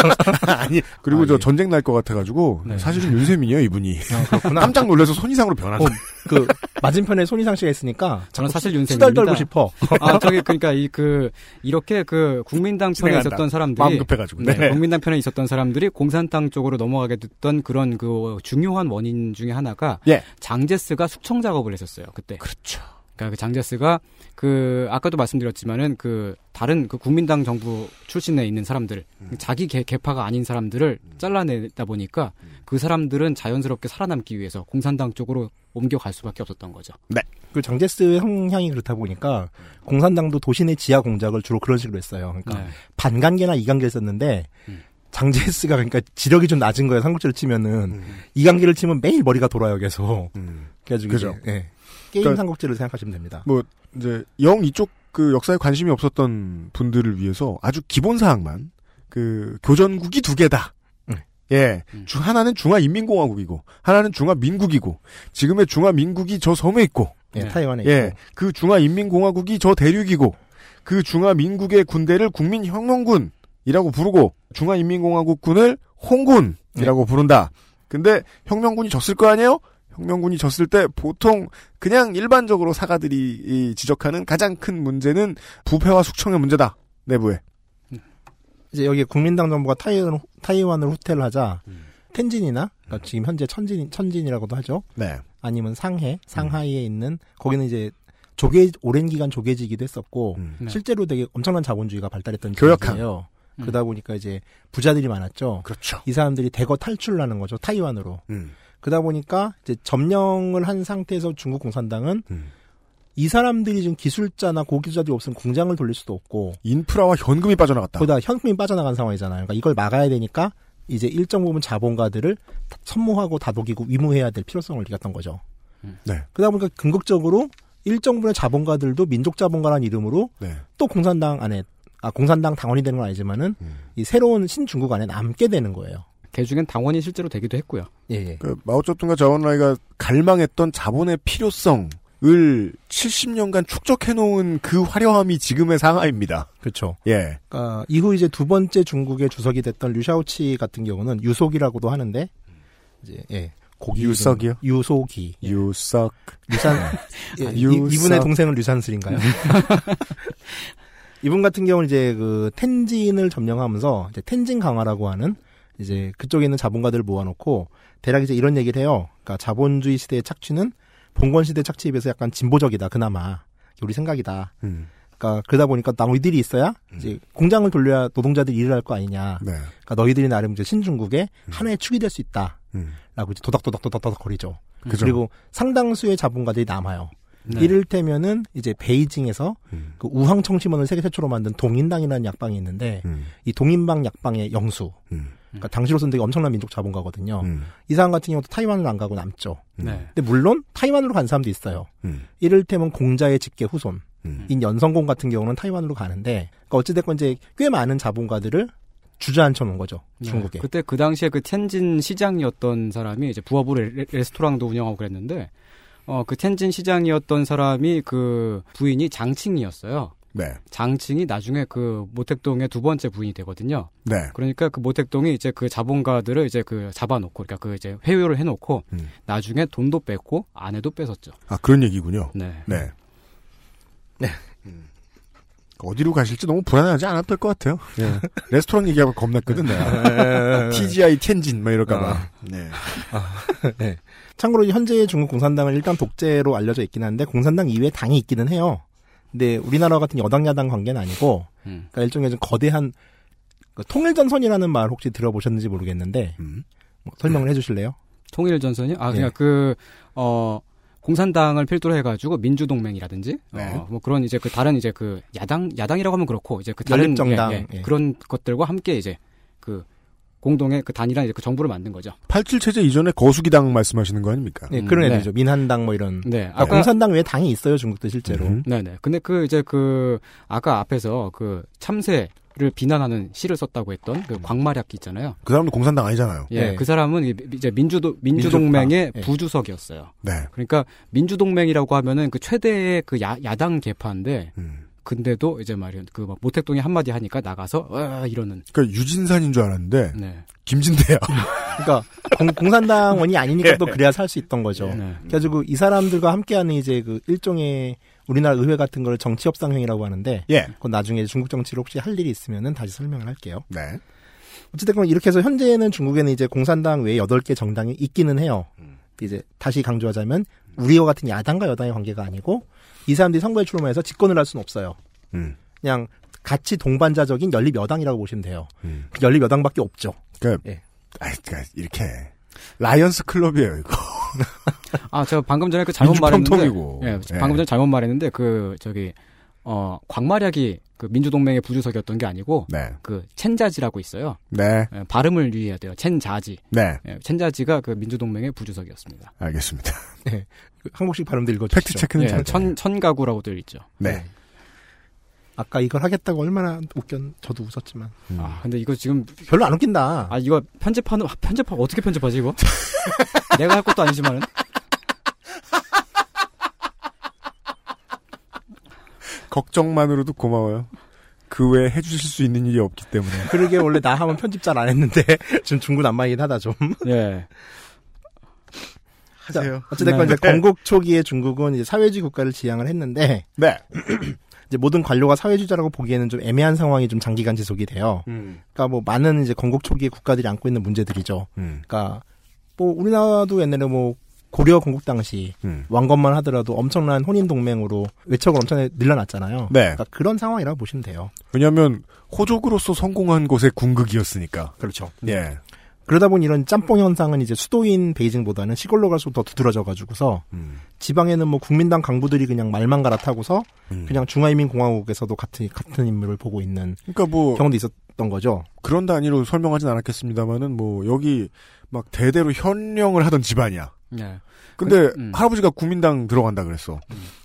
[SPEAKER 2] 아니 그리고
[SPEAKER 5] 아,
[SPEAKER 2] 저
[SPEAKER 5] 예.
[SPEAKER 2] 전쟁 날 것 같아가지고
[SPEAKER 4] 네.
[SPEAKER 2] 사실은 윤세민이요 이분이
[SPEAKER 5] 아, 그렇구나.
[SPEAKER 2] 깜짝 놀라서 손이상으로 변한
[SPEAKER 5] 어,
[SPEAKER 2] 거.
[SPEAKER 5] 그 맞은편에 손희상 씨가 있으니까
[SPEAKER 4] 저는
[SPEAKER 5] 자꾸
[SPEAKER 4] 사실
[SPEAKER 5] 수달 떨고
[SPEAKER 4] 윤세민입니다.
[SPEAKER 5] 싶어.
[SPEAKER 4] 아, 저기 그러니까 이 그 이렇게 그 국민당 편에
[SPEAKER 2] 진행한다.
[SPEAKER 4] 있었던
[SPEAKER 2] 마음
[SPEAKER 4] 사람들이
[SPEAKER 2] 급해가지고.
[SPEAKER 4] 네,
[SPEAKER 2] 네.
[SPEAKER 4] 국민당 편에 있었던 사람들이 공산당 쪽으로 넘어가게 됐던 그런 그 중요한 원인 중에 하나가
[SPEAKER 2] 예.
[SPEAKER 4] 장제스가 숙청 작업을 했었어요 그때. 그렇죠. 러니까그 장제스가 그 아까도 말씀드렸지만은 그 다른 그 국민당 정부 출신에 있는 사람들 자기 개, 개파가 아닌 사람들을 잘라내다 보니까 그 사람들은 자연스럽게 살아남기 위해서 공산당 쪽으로 옮겨갈 수밖에 없었던 거죠.
[SPEAKER 5] 그 장제스의 성향이 그렇다 보니까 공산당도 도시내 지하 공작을 주로 그런 식으로 했어요. 그러니까
[SPEAKER 4] 네.
[SPEAKER 5] 반관계나 이관계를 썼는데
[SPEAKER 4] 음.
[SPEAKER 5] 장제스가 그러니까 지력이 좀 낮은 거예요. 삼국지를 치면은 이관계를 치면 매일 머리가 돌아요 계속.
[SPEAKER 2] 음.
[SPEAKER 5] 그래가지고
[SPEAKER 2] 그죠.
[SPEAKER 5] 이제, 예. 게임
[SPEAKER 2] 그러니까-
[SPEAKER 5] 삼국지를 생각하시면 됩니다.
[SPEAKER 2] 이제 영 이쪽 그 역사에 관심이 없었던 분들을 위해서 아주 기본 사항만 그 교전국이 두 개다.
[SPEAKER 5] 음.
[SPEAKER 2] 예,
[SPEAKER 4] 음.
[SPEAKER 2] 주 하나는 중화인민공화국이고 하나는 중화민국이고 지금의 중화민국이 저 섬에 있고
[SPEAKER 5] 예,
[SPEAKER 4] 네.
[SPEAKER 5] 타이완에
[SPEAKER 2] 예,
[SPEAKER 5] 있고.
[SPEAKER 2] 그 중화인민공화국이 저 대륙이고 그 중화민국의 군대를 국민혁명군이라고 부르고 중화인민공화국군을 홍군이라고 부른다. 근데 혁명군이 졌을 거 아니에요? 혁명군이 졌을 때 보통 그냥 일반적으로 사가들이 이 지적하는 가장 큰 문제는 부패와 숙청의 문제다. 내부에.
[SPEAKER 5] 이제 여기 국민당 정부가 타이완, 타이완을 호텔 하자
[SPEAKER 4] 음.
[SPEAKER 5] 텐진이나 그러니까 지금 현재 천진 천진이라고도 하죠.
[SPEAKER 2] 네.
[SPEAKER 5] 아니면 상해, 상하이에
[SPEAKER 4] 음.
[SPEAKER 5] 있는 거기는 이제 조계 오랜 기간 조계지기도 했었고
[SPEAKER 2] 음.
[SPEAKER 4] 네.
[SPEAKER 5] 실제로 되게 엄청난 자본주의가 발달했던
[SPEAKER 2] 교역함.
[SPEAKER 5] 지역이에요.
[SPEAKER 4] 음.
[SPEAKER 5] 그러다 보니까 이제 부자들이 많았죠.
[SPEAKER 2] 그렇죠.
[SPEAKER 5] 이 사람들이 대거 탈출을 하는 거죠 타이완으로.
[SPEAKER 2] 음.
[SPEAKER 5] 그러다 보니까 이제 점령을 한 상태에서 중국 공산당은
[SPEAKER 2] 음.
[SPEAKER 5] 이 사람들이 지금 기술자나 고기술자들이 없으면 공장을 돌릴 수도 없고
[SPEAKER 2] 인프라와 현금이 빠져나갔다.
[SPEAKER 5] 거기다 현금이 빠져나간 상황이잖아요. 그러니까 이걸 막아야 되니까 이제 일정 부분 자본가들을 다- 선모하고 다독이고 위무해야 될 필요성을 느꼈던 거죠.
[SPEAKER 4] 음.
[SPEAKER 2] 네.
[SPEAKER 5] 그러다 보니까 궁극적으로 일정 부분의 자본가들도 민족 자본가라는 이름으로
[SPEAKER 2] 네.
[SPEAKER 5] 또 공산당 안에 아 공산당 당원이 되는 건 아니지만은
[SPEAKER 2] 음.
[SPEAKER 5] 이 새로운 신중국 안에 남게 되는 거예요.
[SPEAKER 4] 개그 중엔 당원이 실제로 되기도 했고요.
[SPEAKER 5] 예, 예.
[SPEAKER 2] 그 마오쩌둥과 자원라이가 갈망했던 자본의 필요성을 70년간 축적해놓은 그 화려함이 지금의 상하입니다.
[SPEAKER 5] 그렇죠.
[SPEAKER 2] 예.
[SPEAKER 5] 그러니까 이후 이제 두 번째 중국의 주석이 됐던 류샤오치 같은 경우는 유속이라고도 하는데 이제 예. 고기 이름-
[SPEAKER 2] 유석이요?
[SPEAKER 5] 유속이.
[SPEAKER 2] 유석.
[SPEAKER 5] 류산 예, 이-
[SPEAKER 2] 유석.
[SPEAKER 5] 이분의 동생은 류산슬인가요? 이분 같은 경우는 이제 그 텐진을 점령하면서 이제 텐진 강화라고 하는 이제 그쪽에 있는 자본가들을 모아놓고 대략 이제 이런 얘기를 해요. 그러니까 자본주의 시대의 착취는 봉건 시대 착취에 비해서 약간 진보적이다. 그나마 우리 생각이다.
[SPEAKER 2] 음.
[SPEAKER 5] 그러니까 그러다 보니까 너희들이 있어야 이제 공장을 돌려야 노동자들이 일을 할 거 아니냐.
[SPEAKER 2] 네.
[SPEAKER 5] 그러니까 너희들이 나름 이제 신중국의 하나의 축이 될 수 있다.
[SPEAKER 2] 음.
[SPEAKER 5] 라고 이제 도닥도닥도닥도닥 거리죠.
[SPEAKER 2] 그죠.
[SPEAKER 5] 리고 상당수의 자본가들이 남아요.
[SPEAKER 4] 네.
[SPEAKER 5] 이를테면은 이제 베이징에서
[SPEAKER 2] 음.
[SPEAKER 5] 그 우황 청심원을 세계 최초로 만든 동인당이라는 약방이 있는데
[SPEAKER 2] 음.
[SPEAKER 5] 이 동인방 약방의 영수,
[SPEAKER 2] 음.
[SPEAKER 5] 그러니까 당시로서는 되게 엄청난 민족 자본가거든요.
[SPEAKER 2] 음.
[SPEAKER 5] 이 사람 같은 경우도 타이완을 안 가고 남죠.
[SPEAKER 4] 네.
[SPEAKER 5] 근데 물론 타이완으로 간 사람도 있어요.
[SPEAKER 2] 음.
[SPEAKER 5] 이를테면 공자의 직계 후손,
[SPEAKER 2] 음.
[SPEAKER 5] 인 연성공 같은 경우는 타이완으로 가는데 그러니까 어찌됐건 이제 꽤 많은 자본가들을 주저앉혀 놓은 거죠
[SPEAKER 4] 네.
[SPEAKER 5] 중국에.
[SPEAKER 4] 그때 그 당시에 그 텐진 시장이었던 사람이 이제 부업으로 레- 레스토랑도 운영하고 그랬는데 어 그 텐진 시장이었던 사람이 그 부인이 장칭이었어요.
[SPEAKER 2] 네.
[SPEAKER 4] 장칭이 나중에 그 모택동의 두 번째 부인이 되거든요.
[SPEAKER 2] 네.
[SPEAKER 4] 그러니까 그 모택동이 이제 그 자본가들을 이제 그 잡아놓고 그러니까 그 이제 회유를 해놓고
[SPEAKER 2] 음.
[SPEAKER 4] 나중에 돈도 뺏고 아내도 뺏었죠.
[SPEAKER 2] 아, 그런 얘기군요.
[SPEAKER 4] 네.
[SPEAKER 2] 네. 네. 어디로 가실지 너무 불안하지 않아도 될 것 같아요.
[SPEAKER 5] 예.
[SPEAKER 2] 레스토랑 얘기하고 겁났거든, 내가. TGI 텐진, 막 이럴까봐.
[SPEAKER 5] 아,
[SPEAKER 2] 네.
[SPEAKER 5] 네. 참고로 현재 중국 공산당은 일단 독재로 알려져 있긴 한데 공산당 이외에 당이 있기는 해요. 근데 우리나라 같은 여당 야당 관계는 아니고
[SPEAKER 4] 음.
[SPEAKER 5] 그러니까 일종의 좀 거대한 그 통일전선이라는 말 혹시 들어보셨는지 모르겠는데
[SPEAKER 2] 음.
[SPEAKER 5] 뭐 설명을 해주실래요?
[SPEAKER 4] 통일전선이 아 그냥
[SPEAKER 5] 예.
[SPEAKER 4] 그어 공산당을 필두로 해가지고 민주동맹이라든지
[SPEAKER 5] 네.
[SPEAKER 4] 어, 뭐 그런 이제 그 다른 이제 그 야당 야당이라고 하면 그렇고 이제 그 다른
[SPEAKER 5] 연립정당,
[SPEAKER 4] 예, 예.
[SPEAKER 5] 예.
[SPEAKER 4] 그런 것들과 함께 이제 그 공동의 그 단일한 이제 그 정부를 만든 거죠.
[SPEAKER 2] 87체제 이전에 거수기당 말씀하시는 거 아닙니까?
[SPEAKER 5] 네, 그런
[SPEAKER 4] 음,
[SPEAKER 5] 애들이죠. 민한당 뭐 이런.
[SPEAKER 4] 네,
[SPEAKER 5] 그러니까 공산당 외에 당이 있어요 중국도 실제로.
[SPEAKER 2] 음.
[SPEAKER 4] 네네. 근데 그 이제 그 아까 앞에서 그 참새를 비난하는 시를 썼다고 했던
[SPEAKER 2] 음.
[SPEAKER 4] 그 광마략기 있잖아요.
[SPEAKER 2] 그 사람도 공산당 아니잖아요.
[SPEAKER 4] 예,
[SPEAKER 5] 예.
[SPEAKER 4] 그 사람은 이- 이제 민주도 민주동맹의
[SPEAKER 5] 민족파. 예.
[SPEAKER 4] 부주석이었어요.
[SPEAKER 2] 네.
[SPEAKER 4] 그러니까 민주동맹이라고 하면은 그 최대의 그 야, 야당 개파인데
[SPEAKER 2] 음.
[SPEAKER 4] 근데도 이제 말이야 그막 모택동이 한마디 하니까 나가서 와 이러는
[SPEAKER 2] 그러니까 유진산인 줄 알았는데
[SPEAKER 4] 네.
[SPEAKER 2] 김진대야.
[SPEAKER 5] 그러니까 공, 산당원이 아니니까 또 그래야 살 수 있던 거죠.
[SPEAKER 4] 네.
[SPEAKER 5] 그래가지고 이 사람들과 함께하는 이제 그 일종의 우리나라 의회 같은 거를 정치협상회의라고 하는데
[SPEAKER 2] 예.
[SPEAKER 5] 그건 나중에 중국 정치를 혹시 할 일이 있으면은 다시 설명을 할게요.
[SPEAKER 2] 네.
[SPEAKER 5] 어쨌든 이렇게 해서 현재는 중국에는 이제 공산당 외에 8개 정당이 있기는 해요.
[SPEAKER 2] 음.
[SPEAKER 5] 이제 다시 강조하자면 우리와 같은 야당과 여당의 관계가 아니고 이 사람들이 선거에 출마해서 집권을 할 수는 없어요.
[SPEAKER 2] 음.
[SPEAKER 5] 그냥 같이 동반자적인 연립 여당이라고 보시면 돼요. 그
[SPEAKER 2] 음.
[SPEAKER 5] 연립 여당밖에 없죠.
[SPEAKER 2] 그러니까,
[SPEAKER 5] 예.
[SPEAKER 2] 아이, 그러니까 이렇게 라이언스 클럽이에요 이거.
[SPEAKER 4] 아, 제가 방금 전에 그 잘못 말했는데.
[SPEAKER 2] 민주평통이고.
[SPEAKER 4] 예,
[SPEAKER 2] 예.
[SPEAKER 4] 방금 전에 잘못 말했는데 그 저기 어 광마략이 그 민주동맹의 부주석이었던 게 아니고
[SPEAKER 2] 네.
[SPEAKER 4] 그 첸자지라고 있어요.
[SPEAKER 2] 네.
[SPEAKER 4] 예, 발음을 유의해야 돼요. 첸자지.
[SPEAKER 2] 네.
[SPEAKER 4] 예, 첸자지가 그 민주동맹의 부주석이었습니다.
[SPEAKER 2] 알겠습니다.
[SPEAKER 5] 그 한국식 발음도 읽어주시죠.
[SPEAKER 2] 팩트 체크는
[SPEAKER 4] 예,
[SPEAKER 2] 잘. 돼요.
[SPEAKER 4] 천 천가구라고들 있죠.
[SPEAKER 2] 네.
[SPEAKER 5] 아까 이걸 하겠다고 얼마나 웃겼, 저도 웃었지만.
[SPEAKER 2] 음.
[SPEAKER 4] 아, 근데 이거 지금
[SPEAKER 5] 별로 안 웃긴다.
[SPEAKER 4] 아 이거 편집하는 아, 편집하 어떻게 편집하지 이거? 내가 할 것도 아니지만은.
[SPEAKER 2] 걱정만으로도 고마워요. 그 외에 해주실 수 있는 일이 없기 때문에.
[SPEAKER 5] 그러게 원래 나 하면 편집 잘 안 했는데 지금 중구 난방이긴 하다 좀.
[SPEAKER 4] 예.
[SPEAKER 5] 하세요. 어쨌든 이제 건국 초기에 중국은 이제 사회주의 국가를 지향을 했는데
[SPEAKER 2] 네.
[SPEAKER 5] 이제 모든 관료가 사회주의자라고 보기에는 좀 애매한 상황이 좀 장기간 지속이 돼요. 그러니까 뭐 많은 이제 건국 초기의 국가들이 안고 있는 문제들이죠.
[SPEAKER 2] 음.
[SPEAKER 5] 그러니까 뭐 우리나라도 옛날에 뭐 고려 건국 당시
[SPEAKER 2] 음.
[SPEAKER 5] 왕건만 하더라도 엄청난 혼인 동맹으로 외척을 엄청 늘려놨잖아요.
[SPEAKER 2] 네.
[SPEAKER 5] 그러니까 그런 상황이라고 보시면 돼요.
[SPEAKER 2] 왜냐하면 호족으로서 성공한 곳의 궁극이었으니까.
[SPEAKER 5] 그렇죠.
[SPEAKER 2] 예.
[SPEAKER 5] 그러다 보니 이런 짬뽕 현상은 이제 수도인 베이징보다는 시골로 갈수록 더 두드러져가지고서
[SPEAKER 2] 음.
[SPEAKER 5] 지방에는 뭐 국민당 간부들이 그냥 말만 갈아타고서
[SPEAKER 2] 음.
[SPEAKER 5] 그냥 중화인민공화국에서도 같은 같은 인물을 보고 있는
[SPEAKER 2] 그러니까 뭐
[SPEAKER 5] 경우도 있었던 거죠.
[SPEAKER 2] 그런 단위로 설명하진 않았겠습니다만은 뭐 여기 막 대대로 현령을 하던 집안이야.
[SPEAKER 4] 예.
[SPEAKER 2] 근데
[SPEAKER 4] 그- 음.
[SPEAKER 2] 할아버지가 국민당 들어간다 그랬어.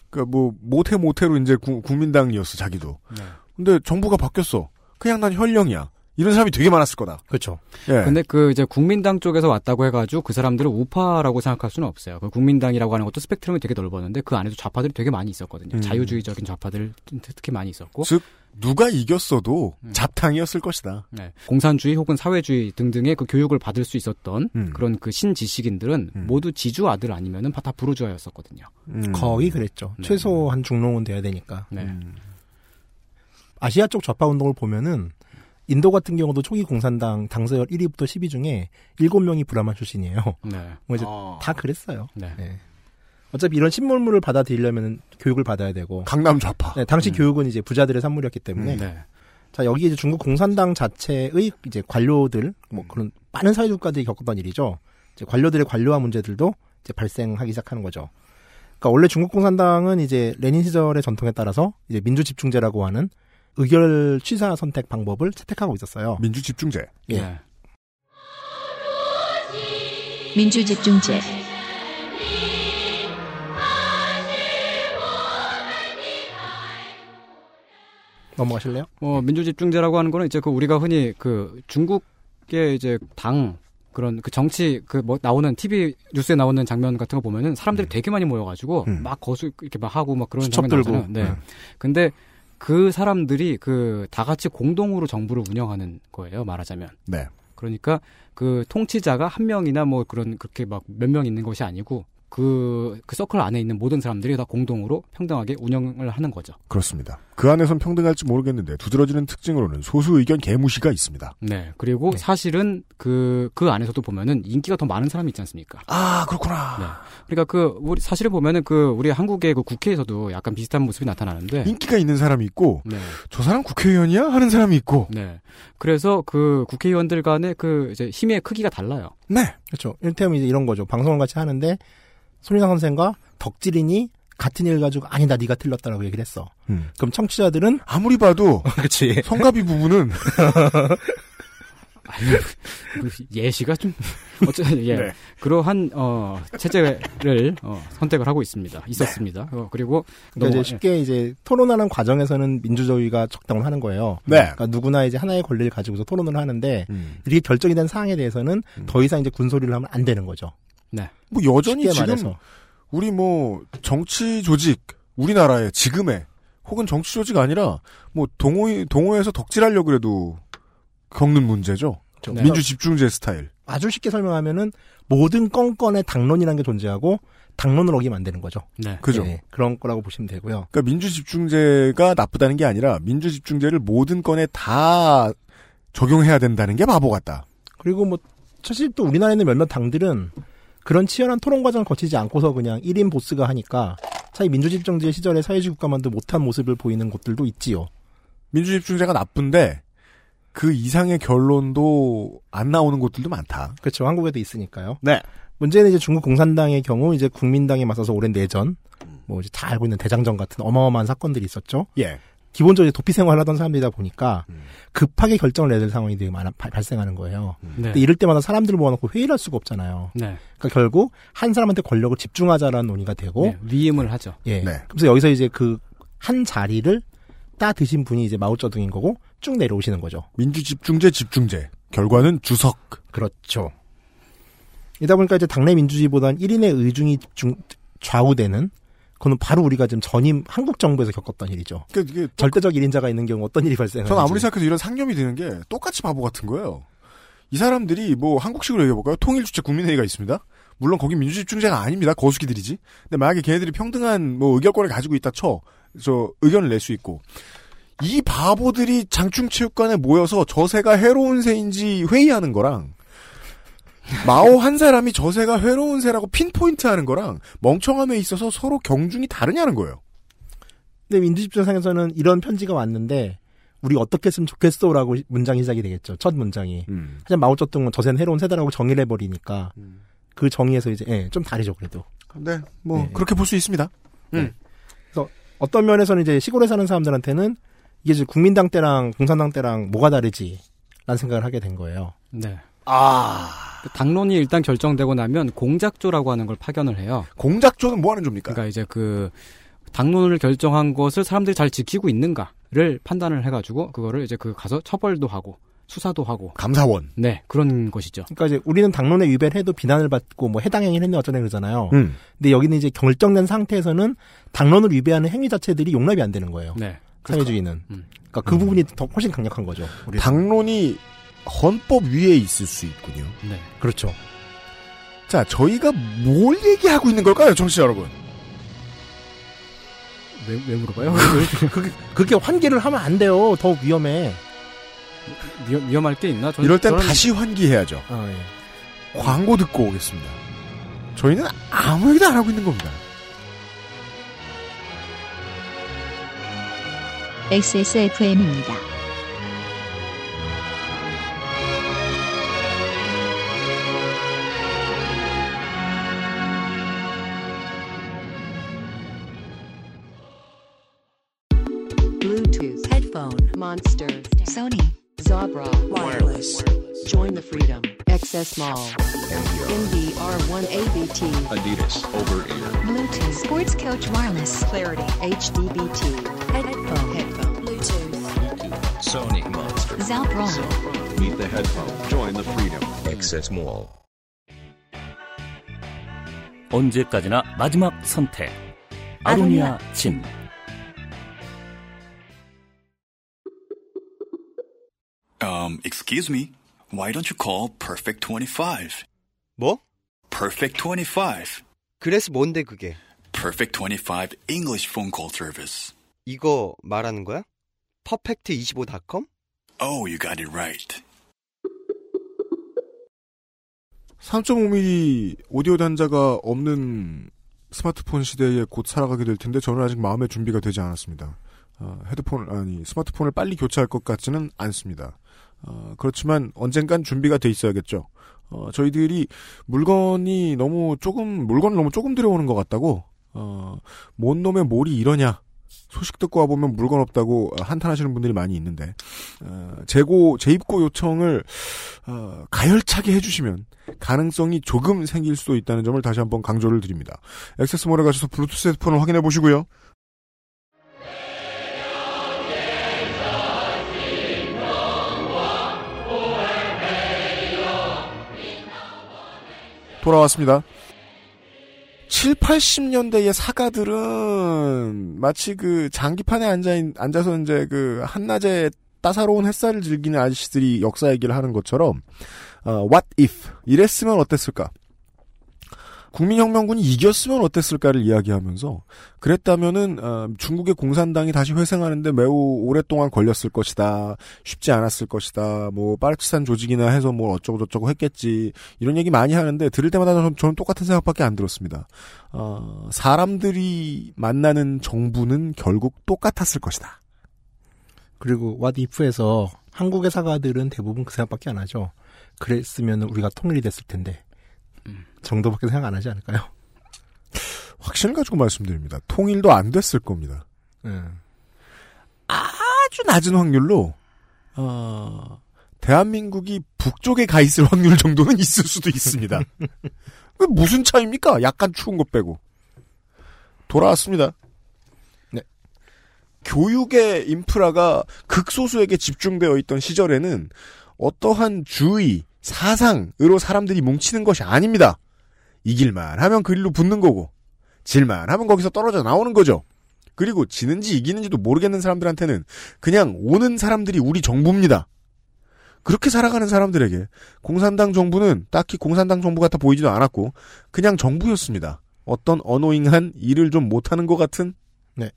[SPEAKER 2] 그러니까 뭐 모태 모태로 이제 구- 국민당이었어 자기도.
[SPEAKER 4] 네.
[SPEAKER 2] 근데 정부가 바뀌었어. 그냥 난 현령이야. 이런 사람이 되게 많았을 거다.
[SPEAKER 5] 그렇죠.
[SPEAKER 2] 예.
[SPEAKER 4] 근데 그 이제 국민당 쪽에서 왔다고 해가지고 그 사람들을 우파라고 생각할 수는 없어요. 그 국민당이라고 하는 것도 스펙트럼이 되게 넓었는데 그 안에도 좌파들이 되게 많이 있었거든요.
[SPEAKER 2] 음.
[SPEAKER 4] 자유주의적인 좌파들 특히 많이 있었고
[SPEAKER 2] 즉 누가 이겼어도
[SPEAKER 4] 음.
[SPEAKER 2] 잡탕이었을 것이다.
[SPEAKER 4] 네. 공산주의 혹은 사회주의 등등의 그 교육을 받을 수 있었던
[SPEAKER 2] 음.
[SPEAKER 4] 그런 그 신지식인들은
[SPEAKER 2] 음.
[SPEAKER 4] 모두 지주 아들 아니면은 다 부르주아였었거든요.
[SPEAKER 2] 음.
[SPEAKER 5] 거의 그랬죠.
[SPEAKER 4] 네.
[SPEAKER 5] 최소한 중농은 돼야 되니까.
[SPEAKER 4] 네.
[SPEAKER 2] 음.
[SPEAKER 5] 아시아 쪽 좌파 운동을 보면은 인도 같은 경우도 초기 공산당 당서열 1위부터 10위 중에 7명이 브라만 출신이에요.
[SPEAKER 4] 네.
[SPEAKER 5] 뭐 이제
[SPEAKER 2] 아.
[SPEAKER 5] 다 그랬어요.
[SPEAKER 4] 네.
[SPEAKER 5] 네. 어차피 이런 신물물을 받아들이려면 교육을 받아야 되고.
[SPEAKER 2] 강남 좌파.
[SPEAKER 5] 네, 당시
[SPEAKER 4] 음.
[SPEAKER 5] 교육은 이제 부자들의 산물이었기 때문에.
[SPEAKER 4] 네.
[SPEAKER 5] 자, 여기 이제 중국 공산당 자체의 이제 관료들,
[SPEAKER 4] 음.
[SPEAKER 5] 뭐 그런 많은 사회주의가들이 겪었던 일이죠. 이제 관료들의 관료화 문제들도 이제 발생하기 시작하는 거죠. 그러니까 원래 중국 공산당은 이제 레닌 시절의 전통에 따라서 이제 민주 집중제라고 하는 의결 취사 선택 방법을 채택하고 있었어요.
[SPEAKER 2] 민주 집중제.
[SPEAKER 5] 예.
[SPEAKER 4] 네.
[SPEAKER 1] 민주집중제
[SPEAKER 5] 넘어가실래요?
[SPEAKER 4] 뭐 민주집중제라고 하는 거는 이제 그 우리가 흔히 그 중국의 이제 당 그런 그 정치 그 뭐 나오는 TV 뉴스에 나오는 장면 같은 거 보면은 사람들이 되게 많이 모여가지고
[SPEAKER 2] 음.
[SPEAKER 4] 막 거수 이렇게 막 하고 막 그런
[SPEAKER 5] 수첩
[SPEAKER 4] 장면
[SPEAKER 5] 들고.
[SPEAKER 4] 나오잖아요. 네. 근데 그 사람들이 그 다 같이 공동으로 정부를 운영하는 거예요. 말하자면.
[SPEAKER 2] 네.
[SPEAKER 4] 그러니까 그 통치자가 한 명이나 뭐 그런 그렇게 막 몇 명 있는 것이 아니고 그, 그 서클 안에 있는 모든 사람들이 다 공동으로 평등하게 운영을 하는 거죠.
[SPEAKER 2] 그렇습니다. 그 안에선 평등할지 모르겠는데 두드러지는 특징으로는 소수 의견 개무시가 있습니다.
[SPEAKER 4] 네. 그리고 사실은 그, 그 안에서도 보면은 인기가 더 많은 사람이 있지 않습니까?
[SPEAKER 2] 아 그렇구나.
[SPEAKER 4] 그러니까 그, 우리, 사실을 보면은 그, 우리 한국의 그 국회에서도 약간 비슷한 모습이 나타나는데.
[SPEAKER 2] 인기가 있는 사람이 있고
[SPEAKER 4] 네.
[SPEAKER 2] 저 사람 국회의원이야 하는 사람이 있고
[SPEAKER 4] 네. 그래서 그 국회의원들 간의 그 이제 힘의 크기가 달라요.
[SPEAKER 2] 네
[SPEAKER 5] 그렇죠. 일테면 이제 이런 거죠. 방송을 같이 하는데 손희상 선생과 덕질인이 같은 일 가지고 아니다 네가 틀렸다라고 얘기를 했어.
[SPEAKER 2] 음.
[SPEAKER 5] 그럼 청취자들은
[SPEAKER 2] 아무리 봐도
[SPEAKER 5] 그렇지.
[SPEAKER 2] 성가비 부분은
[SPEAKER 4] 그 예시가 좀 어쨌든 예
[SPEAKER 2] 네.
[SPEAKER 4] 그러한 어 체제를 어, 선택을 하고
[SPEAKER 2] 네.
[SPEAKER 4] 있습니다 있었습니다 어, 그리고 넘어-
[SPEAKER 5] 그러니까
[SPEAKER 4] 예,
[SPEAKER 5] 이제 쉽게 이제 토론하는 과정에서는 민주주의가 적당을 하는 거예요.
[SPEAKER 2] 네.
[SPEAKER 5] 그러니까 누구나 이제 하나의 권리를 가지고서 토론을 하는데
[SPEAKER 2] 음.
[SPEAKER 5] 이렇게 결정이 된 사항에 대해서는
[SPEAKER 2] 음.
[SPEAKER 5] 더 이상 이제 군소리를 하면 안 되는 거죠.
[SPEAKER 2] 뭐 여전히
[SPEAKER 5] 쉽게
[SPEAKER 2] 지금
[SPEAKER 5] 말해서.
[SPEAKER 2] 우리 뭐 정치 조직 우리나라의 지금의 혹은 정치 조직 아니라 뭐 동호 동호에서 덕질하려 그래도 겪는 문제죠.
[SPEAKER 5] 그렇죠.
[SPEAKER 4] 네.
[SPEAKER 2] 민주 집중제 스타일.
[SPEAKER 5] 아주 쉽게 설명하면은 모든 건건에 당론이라는 게 존재하고 당론을 어기면 안 되는 거죠.
[SPEAKER 4] 네
[SPEAKER 2] 그죠?
[SPEAKER 5] 네, 그런 거라고 보시면 되고요.
[SPEAKER 2] 그러니까 민주 집중제가 나쁘다는 게 아니라 민주 집중제를 모든 건에 다 적용해야 된다는 게 바보 같다.
[SPEAKER 5] 그리고 뭐 사실 또 우리나라에 있는 몇몇 당들은 그런 치열한 토론 과정을 거치지 않고서 그냥 1인 보스가 하니까 차라리 민주집정제 시절에 사회주의 국가만도 못한 모습을 보이는 곳들도 있지요.
[SPEAKER 2] 민주 집중제가 나쁜데 그 이상의 결론도 안 나오는 곳들도 많다.
[SPEAKER 5] 그렇죠. 한국에도 있으니까요.
[SPEAKER 2] 네.
[SPEAKER 5] 문제는 이제 중국 공산당의 경우 이제 국민당에 맞서서 오랜 내전,
[SPEAKER 2] 음.
[SPEAKER 5] 뭐 이제 다 알고 있는 대장정 같은 어마어마한 사건들이 있었죠.
[SPEAKER 2] 예.
[SPEAKER 5] 기본적으로 이제 도피 생활을 하던 사람들이다 보니까
[SPEAKER 2] 음.
[SPEAKER 5] 급하게 결정을 내야 될 상황이 되게 많아, 발- 발생하는 거예요.
[SPEAKER 4] 네.
[SPEAKER 5] 근데 이럴 때마다 사람들을 모아놓고 회의를 할 수가 없잖아요.
[SPEAKER 4] 네.
[SPEAKER 5] 그러니까 결국 한 사람한테 권력을 집중하자라는 논의가 되고
[SPEAKER 2] 어?
[SPEAKER 4] 네. 위임을 하죠
[SPEAKER 5] 예.
[SPEAKER 2] 네.
[SPEAKER 5] 그래서 여기서 이제 그 한 자리를 따 드신 분이 이제 마오쩌둥인 거고 쭉 내려오시는 거죠.
[SPEAKER 2] 민주 집중제 집중제. 결과는 주석.
[SPEAKER 5] 그렇죠. 이다 보니까 이제 당내 민주주의보단 1인의 의중이 중- 좌우되는 그는 바로 우리가 지금 전임 한국 정부에서 겪었던 일이죠.
[SPEAKER 2] 그러니까 이게
[SPEAKER 5] 절대적 1인자가 있는 경우 어떤 일이 발생하는지.
[SPEAKER 2] 전 아무리 생각해도 이런 상념이 드는 게 똑같이 바보 같은 거예요. 이 사람들이 뭐 한국식으로 얘기해볼까요? 통일주체 국민회의가 있습니다. 물론 거기 민주집중제가 아닙니다. 거수기들이지. 근데 만약에 걔네들이 평등한 뭐 의결권을 가지고 있다 쳐. 저 의견을 낼 수 있고. 이 바보들이 장충체육관에 모여서 저세가 해로운 새인지 회의하는 거랑 마오 한 사람이 저세가 해로운 새라고 핀포인트 하는 거랑 멍청함에 있어서 서로 경중이 다르냐는 거예요.
[SPEAKER 5] 근데 민주집정상에서는 이런 편지가 왔는데 우리 어떻게 했으면 좋겠어라고 문장이 시작이 되겠죠. 첫 문장이.
[SPEAKER 2] 음.
[SPEAKER 5] 하지만 마오쩌둥은 저센 해로운 세다라고 정의를 해버리니까 그 정의에서 이제 예, 좀 다르죠 그래도.
[SPEAKER 2] 네, 뭐
[SPEAKER 5] 네.
[SPEAKER 2] 그렇게 볼 수 있습니다.
[SPEAKER 5] 어떤 면에서는 이제 시골에 사는 사람들한테는 이게 이제 국민당 때랑 공산당 때랑 뭐가 다르지라는 생각을 하게 된 거예요.
[SPEAKER 4] 네. 아 당론이 일단 결정되고 나면 공작조라고 하는 걸 파견을 해요
[SPEAKER 2] 공작조는 뭐 하는 조입니까?
[SPEAKER 4] 그러니까 이제 그 당론을 결정한 것을 사람들이 잘 지키고 있는가를 판단을 해가지고 그거를 이제 그 가서 처벌도 하고 수사도 하고
[SPEAKER 2] 감사원.
[SPEAKER 4] 네 그런 것이죠
[SPEAKER 5] 그러니까 이제 우리는 당론에 위배를 해도 비난을 받고 뭐 해당 행위를 했네 어쩌네 그러잖아요.
[SPEAKER 2] 음.
[SPEAKER 5] 근데 여기는 이제 결정된 상태에서는 당론을 위배하는 행위 자체들이 용납이 안 되는 거예요.
[SPEAKER 4] 네
[SPEAKER 5] 사회주의는.
[SPEAKER 4] 음.
[SPEAKER 5] 음, 그러니까 그 부분이 더 훨씬 강력한 거죠. 우리
[SPEAKER 2] 당론이 헌법 위에 있을 수 있군요.
[SPEAKER 4] 네.
[SPEAKER 5] 그렇죠.
[SPEAKER 2] 자, 저희가 뭘 얘기하고 있는 걸까요, 정치자 여러분?
[SPEAKER 4] 왜, 왜 물어봐요?
[SPEAKER 5] 그게, 그게 환기를 하면 안 돼요. 더 위험해.
[SPEAKER 4] 위험, 위험할 게 있나? 저는-
[SPEAKER 2] 이럴 땐
[SPEAKER 4] 저는-
[SPEAKER 2] 다시 환기해야죠.
[SPEAKER 5] 아, 예.
[SPEAKER 2] 광고 듣고 오겠습니다. 저희는 아무 얘기도 안 하고 있는 겁니다.
[SPEAKER 1] XSFM입니다.
[SPEAKER 11] Bluetooth, headphone, monster,
[SPEAKER 1] Sony
[SPEAKER 11] Zabra, wireless. Join the freedom. XS Mall. MDR1 ABT.
[SPEAKER 3] Adidas over ear.
[SPEAKER 1] Bluetooth Sports Couch Wireless
[SPEAKER 11] Clarity. HDBT. Headphone. Headphone. Bluetooth.
[SPEAKER 3] Sony Monster.
[SPEAKER 1] Zabron
[SPEAKER 3] Meet the headphone. Join the freedom. Access Mall.
[SPEAKER 12] 언제까지나 마지막 선택. 아로니아 침.
[SPEAKER 13] Um, excuse me. Why don't you call Perfect 25?
[SPEAKER 14] 뭐?
[SPEAKER 13] Perfect 25.
[SPEAKER 14] 그래서 뭔데 그게?
[SPEAKER 13] Perfect 25 English phone call service.
[SPEAKER 14] 이거 말하는 거야? 퍼펙트25.com?
[SPEAKER 13] Oh, you got it right.
[SPEAKER 2] 3.5mm 오디오 단자가 없는 스마트폰 시대에 곧 살아가게 될 텐데 저는 아직 마음의 준비가 되지 않았습니다. 어, 헤드폰 아니 스마트폰을 빨리 교체할 것 같지는 않습니다. 어, 그렇지만 언젠간 준비가 돼 있어야겠죠. 어, 저희들이 물건이 너무 조금 물건을 너무 조금 들여오는 것 같다고 어, 뭔 놈의 몰이 이러냐 소식 듣고 와보면 물건 없다고 한탄하시는 분들이 많이 있는데 어, 재고 재입고 요청을 어, 가열차게 해주시면 가능성이 조금 생길 수도 있다는 점을 다시 한번 강조를 드립니다. 액세스몰에 가셔서 블루투스 헤드폰을 확인해 보시고요. 돌아왔습니다. 7, 80년대의 사가들은 마치 그 장기판에 앉아 있- 앉아서 이제 그 한낮에 따사로운 햇살을 즐기는 아저씨들이 역사 얘기를 하는 것처럼 어, what if 이랬으면 어땠을까? 국민혁명군이 이겼으면 어땠을까를 이야기하면서 그랬다면은 어, 중국의 공산당이 다시 회생하는데 매우 오랫동안 걸렸을 것이다 쉽지 않았을 것이다 뭐 빠르치산 조직이나 해서 뭘 어쩌고 저쩌고 했겠지 이런 얘기 많이 하는데 들을 때마다 저는, 저는 똑같은 생각밖에 안 들었습니다 어, 사람들이 만나는 정부는 결국 똑같았을 것이다
[SPEAKER 5] 그리고 왓이프에서 한국의 사과들은 대부분 그 생각밖에 안 하죠. 그랬으면 우리가 통일이 됐을 텐데 음. 정도밖에 생각 안 하지 않을까요?
[SPEAKER 2] 확신을 가지고 말씀드립니다 통일도 안 됐을 겁니다
[SPEAKER 5] 음.
[SPEAKER 2] 아주 낮은 확률로 어, 대한민국이 북쪽에 가 있을 확률 정도는 있을 수도 있습니다. 그 무슨 차입니까? 약간 추운 것 빼고 돌아왔습니다. 네. 교육의 인프라가 극소수에게 집중되어 있던 시절에는 어떠한 주의, 사상으로 사람들이 뭉치는 것이 아닙니다. 이길만 하면 그 일로 붙는 거고, 질만 하면 거기서 떨어져 나오는 거죠. 그리고 지는지 이기는지도 모르겠는 사람들한테는 그냥 오는 사람들이 우리 정부입니다. 그렇게 살아가는 사람들에게 공산당 정부는 딱히 공산당 정부 같아 보이지도 않았고 그냥 정부였습니다. 어떤 어노잉한 일을 좀 못하는 것 같은
[SPEAKER 5] 네.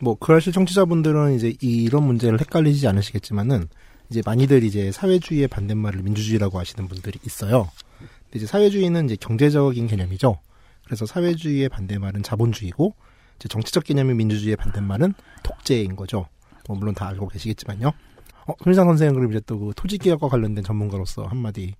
[SPEAKER 5] 뭐 그러실 청취자분들은 이제 이- 이런 문제를 헷갈리지 않으시겠지만은 이제 많이들 이제 사회주의의 반대말을 민주주의라고 하시는 분들이 있어요. 근데 이제 사회주의는 이제 경제적인 개념이죠. 그래서 사회주의의 반대말은 자본주의고 이제 정치적 개념인 민주주의의 반대말은 독재인 거죠. 뭐 물론 다 알고 계시겠지만요. 어, 손희상 선생은 그럼 이제 또그 토지 개혁과 관련된 전문가로서 한마디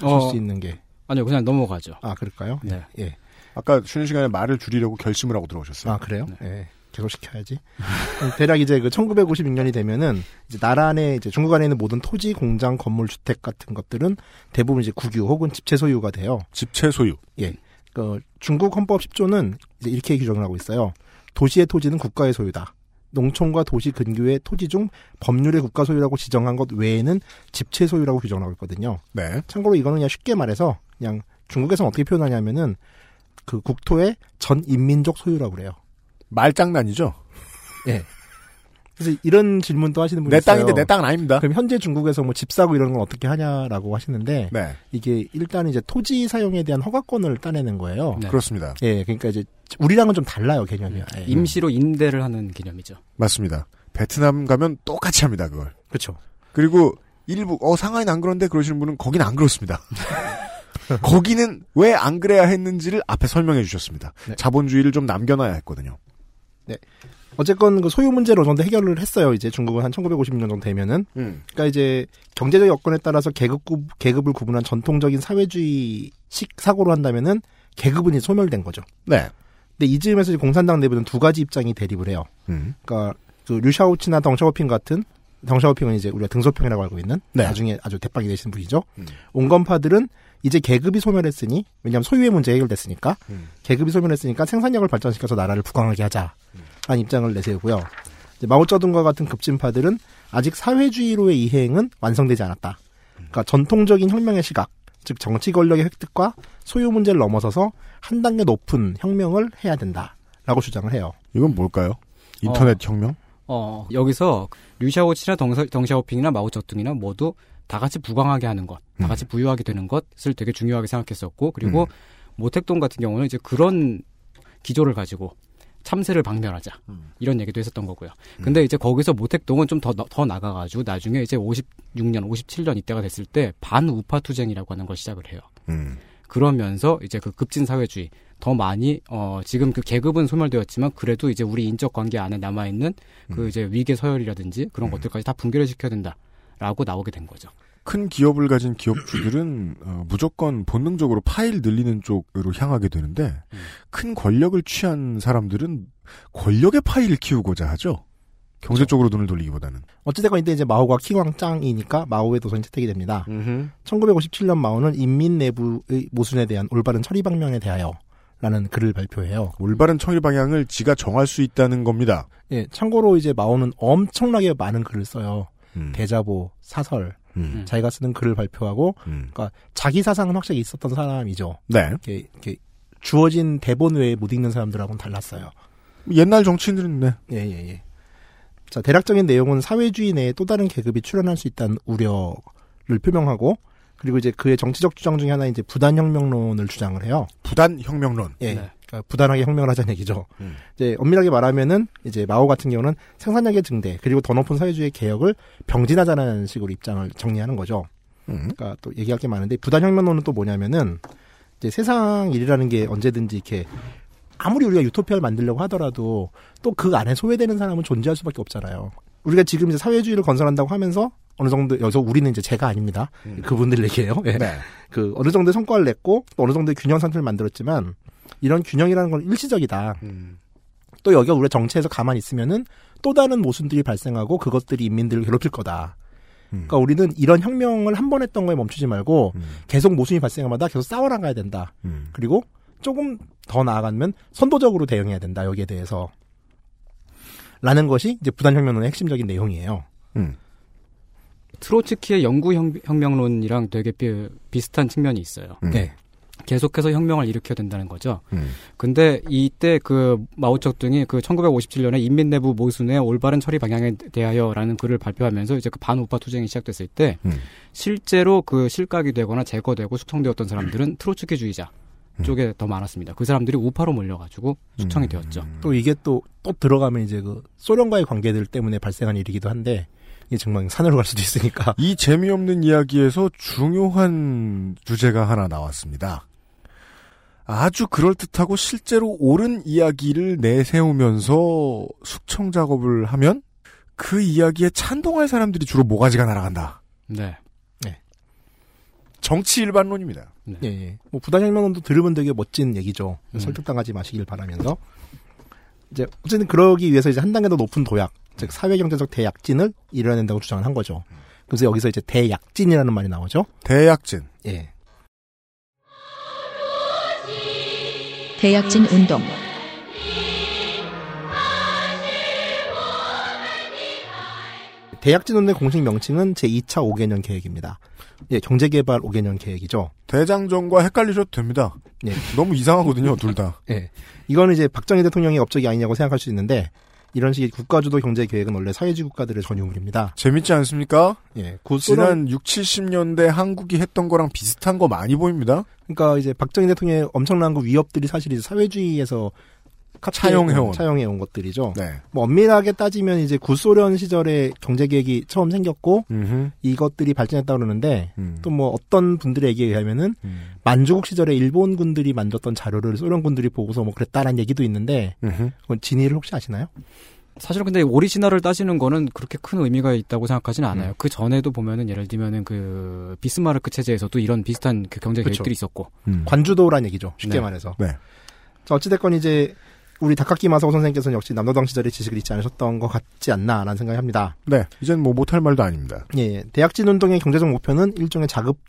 [SPEAKER 5] 하실
[SPEAKER 4] 어,
[SPEAKER 5] 수 있는 게
[SPEAKER 4] 아니요, 그냥 넘어가죠.
[SPEAKER 5] 아 그럴까요?
[SPEAKER 4] 네.
[SPEAKER 5] 예.
[SPEAKER 2] 아까 쉬는 시간에 말을 줄이려고 결심을 하고 들어오셨어요.
[SPEAKER 5] 아 그래요? 예. 계속 시켜야지. 대략 이제 그 1956년이 되면은 이제 나라 안에 이제 중국 안에 있는 모든 토지, 공장, 건물, 주택 같은 것들은 대부분 이제 국유 혹은 집체 소유가 돼요.
[SPEAKER 2] 집체 소유.
[SPEAKER 5] 예. 그 중국 헌법 10조는 이제 이렇게 규정을 하고 있어요. 도시의 토지는 국가의 소유다. 농촌과 도시 근교의 토지 중 법률의 국가 소유라고 지정한 것 외에는 집체 소유라고 규정하고 있거든요.
[SPEAKER 2] 네.
[SPEAKER 5] 참고로 이거는 그냥 쉽게 말해서 그냥 중국에서는 어떻게 표현하냐면은 그 국토의 전 인민족 소유라고 그래요.
[SPEAKER 2] 말장난이죠.
[SPEAKER 5] 예. 그래서 이런 질문도 하시는 분이
[SPEAKER 2] 내
[SPEAKER 5] 있어요.
[SPEAKER 2] 땅인데 내 땅은 아닙니다.
[SPEAKER 5] 그럼 현재 중국에서 뭐 집 사고 이런 건 어떻게 하냐라고 하시는데
[SPEAKER 2] 네.
[SPEAKER 5] 이게 일단 이제 토지 사용에 대한 허가권을 따내는 거예요.
[SPEAKER 4] 네.
[SPEAKER 2] 그렇습니다.
[SPEAKER 5] 예, 그러니까 이제 우리랑은 좀 달라요 개념이.
[SPEAKER 2] 네.
[SPEAKER 5] 아예.
[SPEAKER 2] 음.
[SPEAKER 4] 임시로 임대를 하는 개념이죠.
[SPEAKER 2] 맞습니다. 베트남 가면 똑같이 합니다 그걸.
[SPEAKER 5] 그렇죠.
[SPEAKER 2] 그리고 일부 어 상하이는 안 그런데 그러시는 분은 거긴 안 그렇습니다. 거기는 왜 안 그래야 했는지를 앞에 설명해 주셨습니다. 자본주의를 좀 남겨놔야 했거든요.
[SPEAKER 5] 네. 어쨌건 그 소유 문제를 어느 정도 해결을 했어요. 이제 중국은 한 1950년 정도 되면은. 그러니까 이제 경제적 여건에 따라서 계급 구- 계급을 구분한 전통적인 사회주의식 사고로 한다면은 계급은 이제 소멸된 거죠.
[SPEAKER 2] 네.
[SPEAKER 5] 근데 이쯤에서 이제 공산당 내부는 두 가지 입장이 대립을 해요.
[SPEAKER 2] 음.
[SPEAKER 5] 그러니까 그 류샤오치나 덩샤오핑 같은 덩샤오핑은 이제 우리가 등소평이라고 알고 있는
[SPEAKER 2] 네.
[SPEAKER 5] 나중에 아주 대빵이 되신 분이죠. 온건파들은 이제 계급이 소멸했으니 왜냐하면 소유의 문제 해결됐으니까 계급이 소멸했으니까 생산력을 발전시켜서 나라를 부강하게 하자라는 입장을 내세우고요. 이제 마오쩌둥과 같은 급진파들은 아직 사회주의로의 이행은 완성되지 않았다. 그러니까 전통적인 혁명의 시각, 즉 정치 권력의 획득과 소유 문제를 넘어서서 한 단계 높은 혁명을 해야 된다라고 주장을 해요.
[SPEAKER 2] 이건 뭘까요? 인터넷 혁명?
[SPEAKER 4] 어, 여기서 류샤오치나 덩샤, 덩샤오핑이나 마오쩌둥이나 모두 다 같이 부강하게 하는 것, 다 같이 부유하게 되는 것을 되게 중요하게 생각했었고 그리고 모택동 같은 경우는 이제 그런 기조를 가지고 참새를 박멸하자 이런 얘기도 했었던 거고요. 근데 이제 거기서 모택동은 좀 더 더 나가가지고 나중에 이제 56년, 57년 이때가 됐을 때 반우파 투쟁이라고 하는 걸 시작을 해요.
[SPEAKER 2] 음.
[SPEAKER 4] 그러면서 이제 그 급진 사회주의 더 많이 어 지금 그 계급은 소멸되었지만 그래도 이제 우리 인적 관계 안에 남아 있는 그 이제 위계 서열이라든지 그런 것들까지 다 붕괴를 시켜야 된다라고 나오게 된 거죠.
[SPEAKER 2] 큰 기업을 가진 기업주들은 어, 무조건 본능적으로 파일 늘리는 쪽으로 향하게 되는데 큰 권력을 취한 사람들은 권력의 파일을 키우고자 하죠. 경제 쪽으로 눈을 돌리기보다는.
[SPEAKER 5] 어찌됐건 이때 이제 마오가 킹왕짱이니까 마오의 도선이 채택이 됩니다. 1957년 마오는 인민 내부의 모순에 대한 올바른 처리 방면에 대하여 라는 글을 발표해요.
[SPEAKER 2] 올바른 처리 방향을 지가 정할 수 있다는 겁니다.
[SPEAKER 5] 예, 참고로 이제 마오는 엄청나게 많은 글을 써요. 대자보, 사설,
[SPEAKER 2] 음.
[SPEAKER 5] 자기가 쓰는 글을 발표하고,
[SPEAKER 2] 음.
[SPEAKER 5] 그러니까 자기 사상은 확실히 있었던 사람이죠.
[SPEAKER 2] 네.
[SPEAKER 5] 이렇게, 이렇게 주어진 대본 외에 못 읽는 사람들하고는 달랐어요.
[SPEAKER 2] 옛날 정치인들은 네.
[SPEAKER 5] 예, 예, 예. 자, 대략적인 내용은 사회주의 내에 또 다른 계급이 출현할 수 있다는 우려를 표명하고, 그리고 이제 그의 정치적 주장 중에 하나인 이제 부단혁명론을 주장을 해요.
[SPEAKER 2] 부단혁명론.
[SPEAKER 5] 예. 그러니까 부단하게 혁명을 하자는 얘기죠.
[SPEAKER 2] 음.
[SPEAKER 5] 이제 엄밀하게 말하면은 이제 마오 같은 경우는 생산력의 증대 그리고 더 높은 사회주의 개혁을 병진하자는 식으로 입장을 정리하는 거죠.
[SPEAKER 2] 음.
[SPEAKER 5] 그러니까 또 얘기할 게 많은데 부단혁명론은 또 뭐냐면은 이제 세상 일이라는 게 언제든지 이렇게 아무리 우리가 유토피아를 만들려고 하더라도 또 그 안에 소외되는 사람은 존재할 수밖에 없잖아요. 우리가 지금 이제 사회주의를 건설한다고 하면서 어느 정도 여기서 우리는 이제 제가 아닙니다. 그분들 얘기예요. 예. 그 어느 정도 의 성과를 냈고 또 어느 정도의 균형 상태를 만들었지만 이런 균형이라는 건 일시적이다. 또 여기가 우리가 정체에서 가만히 있으면은 또 다른 모순들이 발생하고 그것들이 인민들을 괴롭힐 거다. 그러니까 우리는 이런 혁명을 한 번 했던 거에 멈추지 말고 계속 모순이 발생하마다 계속 싸워나가야 된다.
[SPEAKER 2] 음.
[SPEAKER 5] 그리고 조금 더 나아가면 선도적으로 대응해야 된다. 여기에 대해서 라는 것이 이제 부단혁명론의 핵심적인 내용이에요.
[SPEAKER 2] 음.
[SPEAKER 4] 트로츠키의 영구 혁- 혁명론이랑 되게 비, 비슷한 측면이 있어요.
[SPEAKER 5] 네.
[SPEAKER 4] 계속해서 혁명을 일으켜야 된다는 거죠.
[SPEAKER 2] 음.
[SPEAKER 4] 근데 이때 그 마오쩌둥이 그 1957년에 인민 내부 모순의 올바른 처리 방향에 대하여라는 글을 발표하면서 이제 그 반우파 투쟁이 시작됐을 때
[SPEAKER 2] 음.
[SPEAKER 4] 실제로 그 실각이 되거나 제거되고 숙청되었던 사람들은 트로츠키주의자 쪽에 더 많았습니다. 그 사람들이 우파로 몰려가지고 숙청이 되었죠.
[SPEAKER 5] 또 이게 또 또 들어가면 이제 그 소련과의 관계들 때문에 발생한 일이기도 한데 이게 정말 산으로 갈 수도 있으니까
[SPEAKER 2] 이 재미없는 이야기에서 중요한 주제가 하나 나왔습니다. 아주 그럴듯하고 실제로 옳은 이야기를 내세우면서 숙청 작업을 하면 그 이야기에 찬동할 사람들이 주로 모가지가 날아간다.
[SPEAKER 4] 네.
[SPEAKER 2] 정치 일반론입니다.
[SPEAKER 5] 예, 예. 뭐 부단혁명론도 들으면 되게 멋진 얘기죠. 설득당하지 마시길 바라면서 이제 어쨌든 그러기 위해서 이제 한 단계 더 높은 도약, 즉 사회 경제적 대약진을 이뤄낸다고 주장을 한 거죠. 그래서 여기서 이제 대약진이라는 말이 나오죠.
[SPEAKER 2] 대약진.
[SPEAKER 5] 예.
[SPEAKER 1] 대약진 운동.
[SPEAKER 5] 대약진 운동의 공식 명칭은 제 2차 5개년 계획입니다. 예, 경제개발 5개년 계획이죠.
[SPEAKER 2] 대장정과 헷갈리셔도 됩니다.
[SPEAKER 5] 예.
[SPEAKER 2] 너무 이상하거든요, 둘 다.
[SPEAKER 5] 예. 이거는 이제 박정희 대통령의 업적이 아니냐고 생각할 수 있는데 이런 식의 국가주도 경제 계획은 원래 사회주의 국가들의 전유물입니다.
[SPEAKER 2] 재밌지 않습니까?
[SPEAKER 5] 예. 곧
[SPEAKER 2] 지난 6, 70년대 한국이 했던 거랑 비슷한 거 많이 보입니다.
[SPEAKER 5] 그러니까 이제 박정희 대통령의 엄청난 그 위협들이 사실 이제 사회주의에서
[SPEAKER 2] 차용해온.
[SPEAKER 5] 차용해온 것들이죠.
[SPEAKER 2] 네.
[SPEAKER 5] 뭐 엄밀하게 따지면 이제 구소련 시절에 경제 계획이 처음 생겼고
[SPEAKER 2] 음흠.
[SPEAKER 5] 이것들이 발전했다 그러는데
[SPEAKER 2] 음.
[SPEAKER 5] 또 뭐 어떤 분들에게 의하면은 만주국 시절에 일본 군들이 만졌던 자료를 소련 군들이 보고서 뭐 그랬다라는 얘기도 있는데
[SPEAKER 2] 음흠.
[SPEAKER 5] 그건 진위를 혹시 아시나요?
[SPEAKER 4] 사실은 근데 오리지널을 따지는 거는 그렇게 큰 의미가 있다고 생각하지는 않아요. 그 전에도 보면은 예를 들면은 그 비스마르크 체제에서도 이런 비슷한 그 경제
[SPEAKER 5] 그쵸.
[SPEAKER 4] 계획들이 있었고.
[SPEAKER 2] 음.
[SPEAKER 5] 관주도란 얘기죠. 쉽게
[SPEAKER 4] 네.
[SPEAKER 5] 말해서.
[SPEAKER 2] 네.
[SPEAKER 5] 자, 어찌됐건 이제 우리 다카키 마사오 선생님께서는 역시 남노당 시절에 지식을 잊지 않으셨던 것 같지 않나라는 생각이 합니다.
[SPEAKER 2] 네. 이젠 뭐 못할 말도 아닙니다.
[SPEAKER 5] 예, 대약진 운동의 경제적 목표는 일종의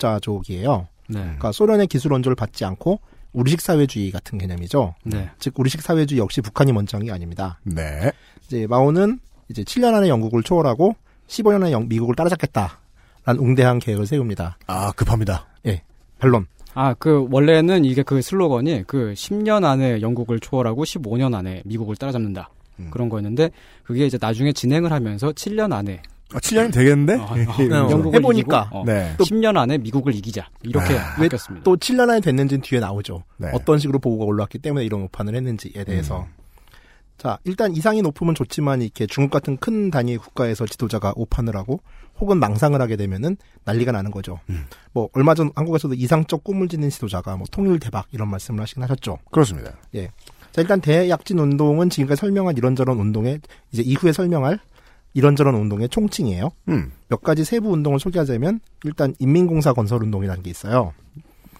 [SPEAKER 5] 자급자족이에요.
[SPEAKER 4] 네.
[SPEAKER 5] 그러니까 소련의 기술 원조를 받지 않고 우리식 사회주의 같은 개념이죠.
[SPEAKER 4] 네.
[SPEAKER 5] 즉 우리식 사회주의 역시 북한이 먼저이 아닙니다.
[SPEAKER 2] 네.
[SPEAKER 5] 이제 마오는 이제 7년 안에 영국을 초월하고 15년 안에 영- 미국을 따라잡겠다라는 웅대한 계획을 세웁니다.
[SPEAKER 2] 아, 급합니다.
[SPEAKER 5] 예, 반론.
[SPEAKER 4] 아, 그 원래는 이게 그 슬로건이 그 10년 안에 영국을 초월하고 15년 안에 미국을 따라잡는다.
[SPEAKER 5] 음.
[SPEAKER 4] 그런 거였는데 그게 이제 나중에 진행을 하면서 7년 안에 어,
[SPEAKER 2] 아, 7년이 되겠는데? 음.
[SPEAKER 4] 영국을
[SPEAKER 5] 해보니까.
[SPEAKER 4] 이기고, 어,
[SPEAKER 5] 네.
[SPEAKER 4] 10년 안에 미국을 이기자 이렇게
[SPEAKER 5] 왜
[SPEAKER 4] 바뀌었습니다.
[SPEAKER 5] 또 7년 안에 됐는지는 뒤에 나오죠.
[SPEAKER 4] 네.
[SPEAKER 5] 어떤 식으로 보고가 올라왔기 때문에 이런 오판을 했는지에 대해서. 자, 일단 이상이 높으면 좋지만 이렇게 중국 같은 큰 단위의 국가에서 지도자가 오판을 하고 혹은 망상을 하게 되면은 난리가 나는 거죠. 뭐 얼마 전 한국에서도 이상적 꿈을 지닌 지도자가 뭐 통일 대박 이런 말씀을 하시긴 하셨죠.
[SPEAKER 2] 그렇습니다.
[SPEAKER 5] 예. 자, 일단 대약진 운동은 지금까지 설명한 이런저런 운동의 이제 이후에 설명할 이런저런 운동의 총칭이에요.
[SPEAKER 2] 음.
[SPEAKER 5] 몇 가지 세부 운동을 소개하자면 일단 인민공사 건설 운동이라는 게 있어요.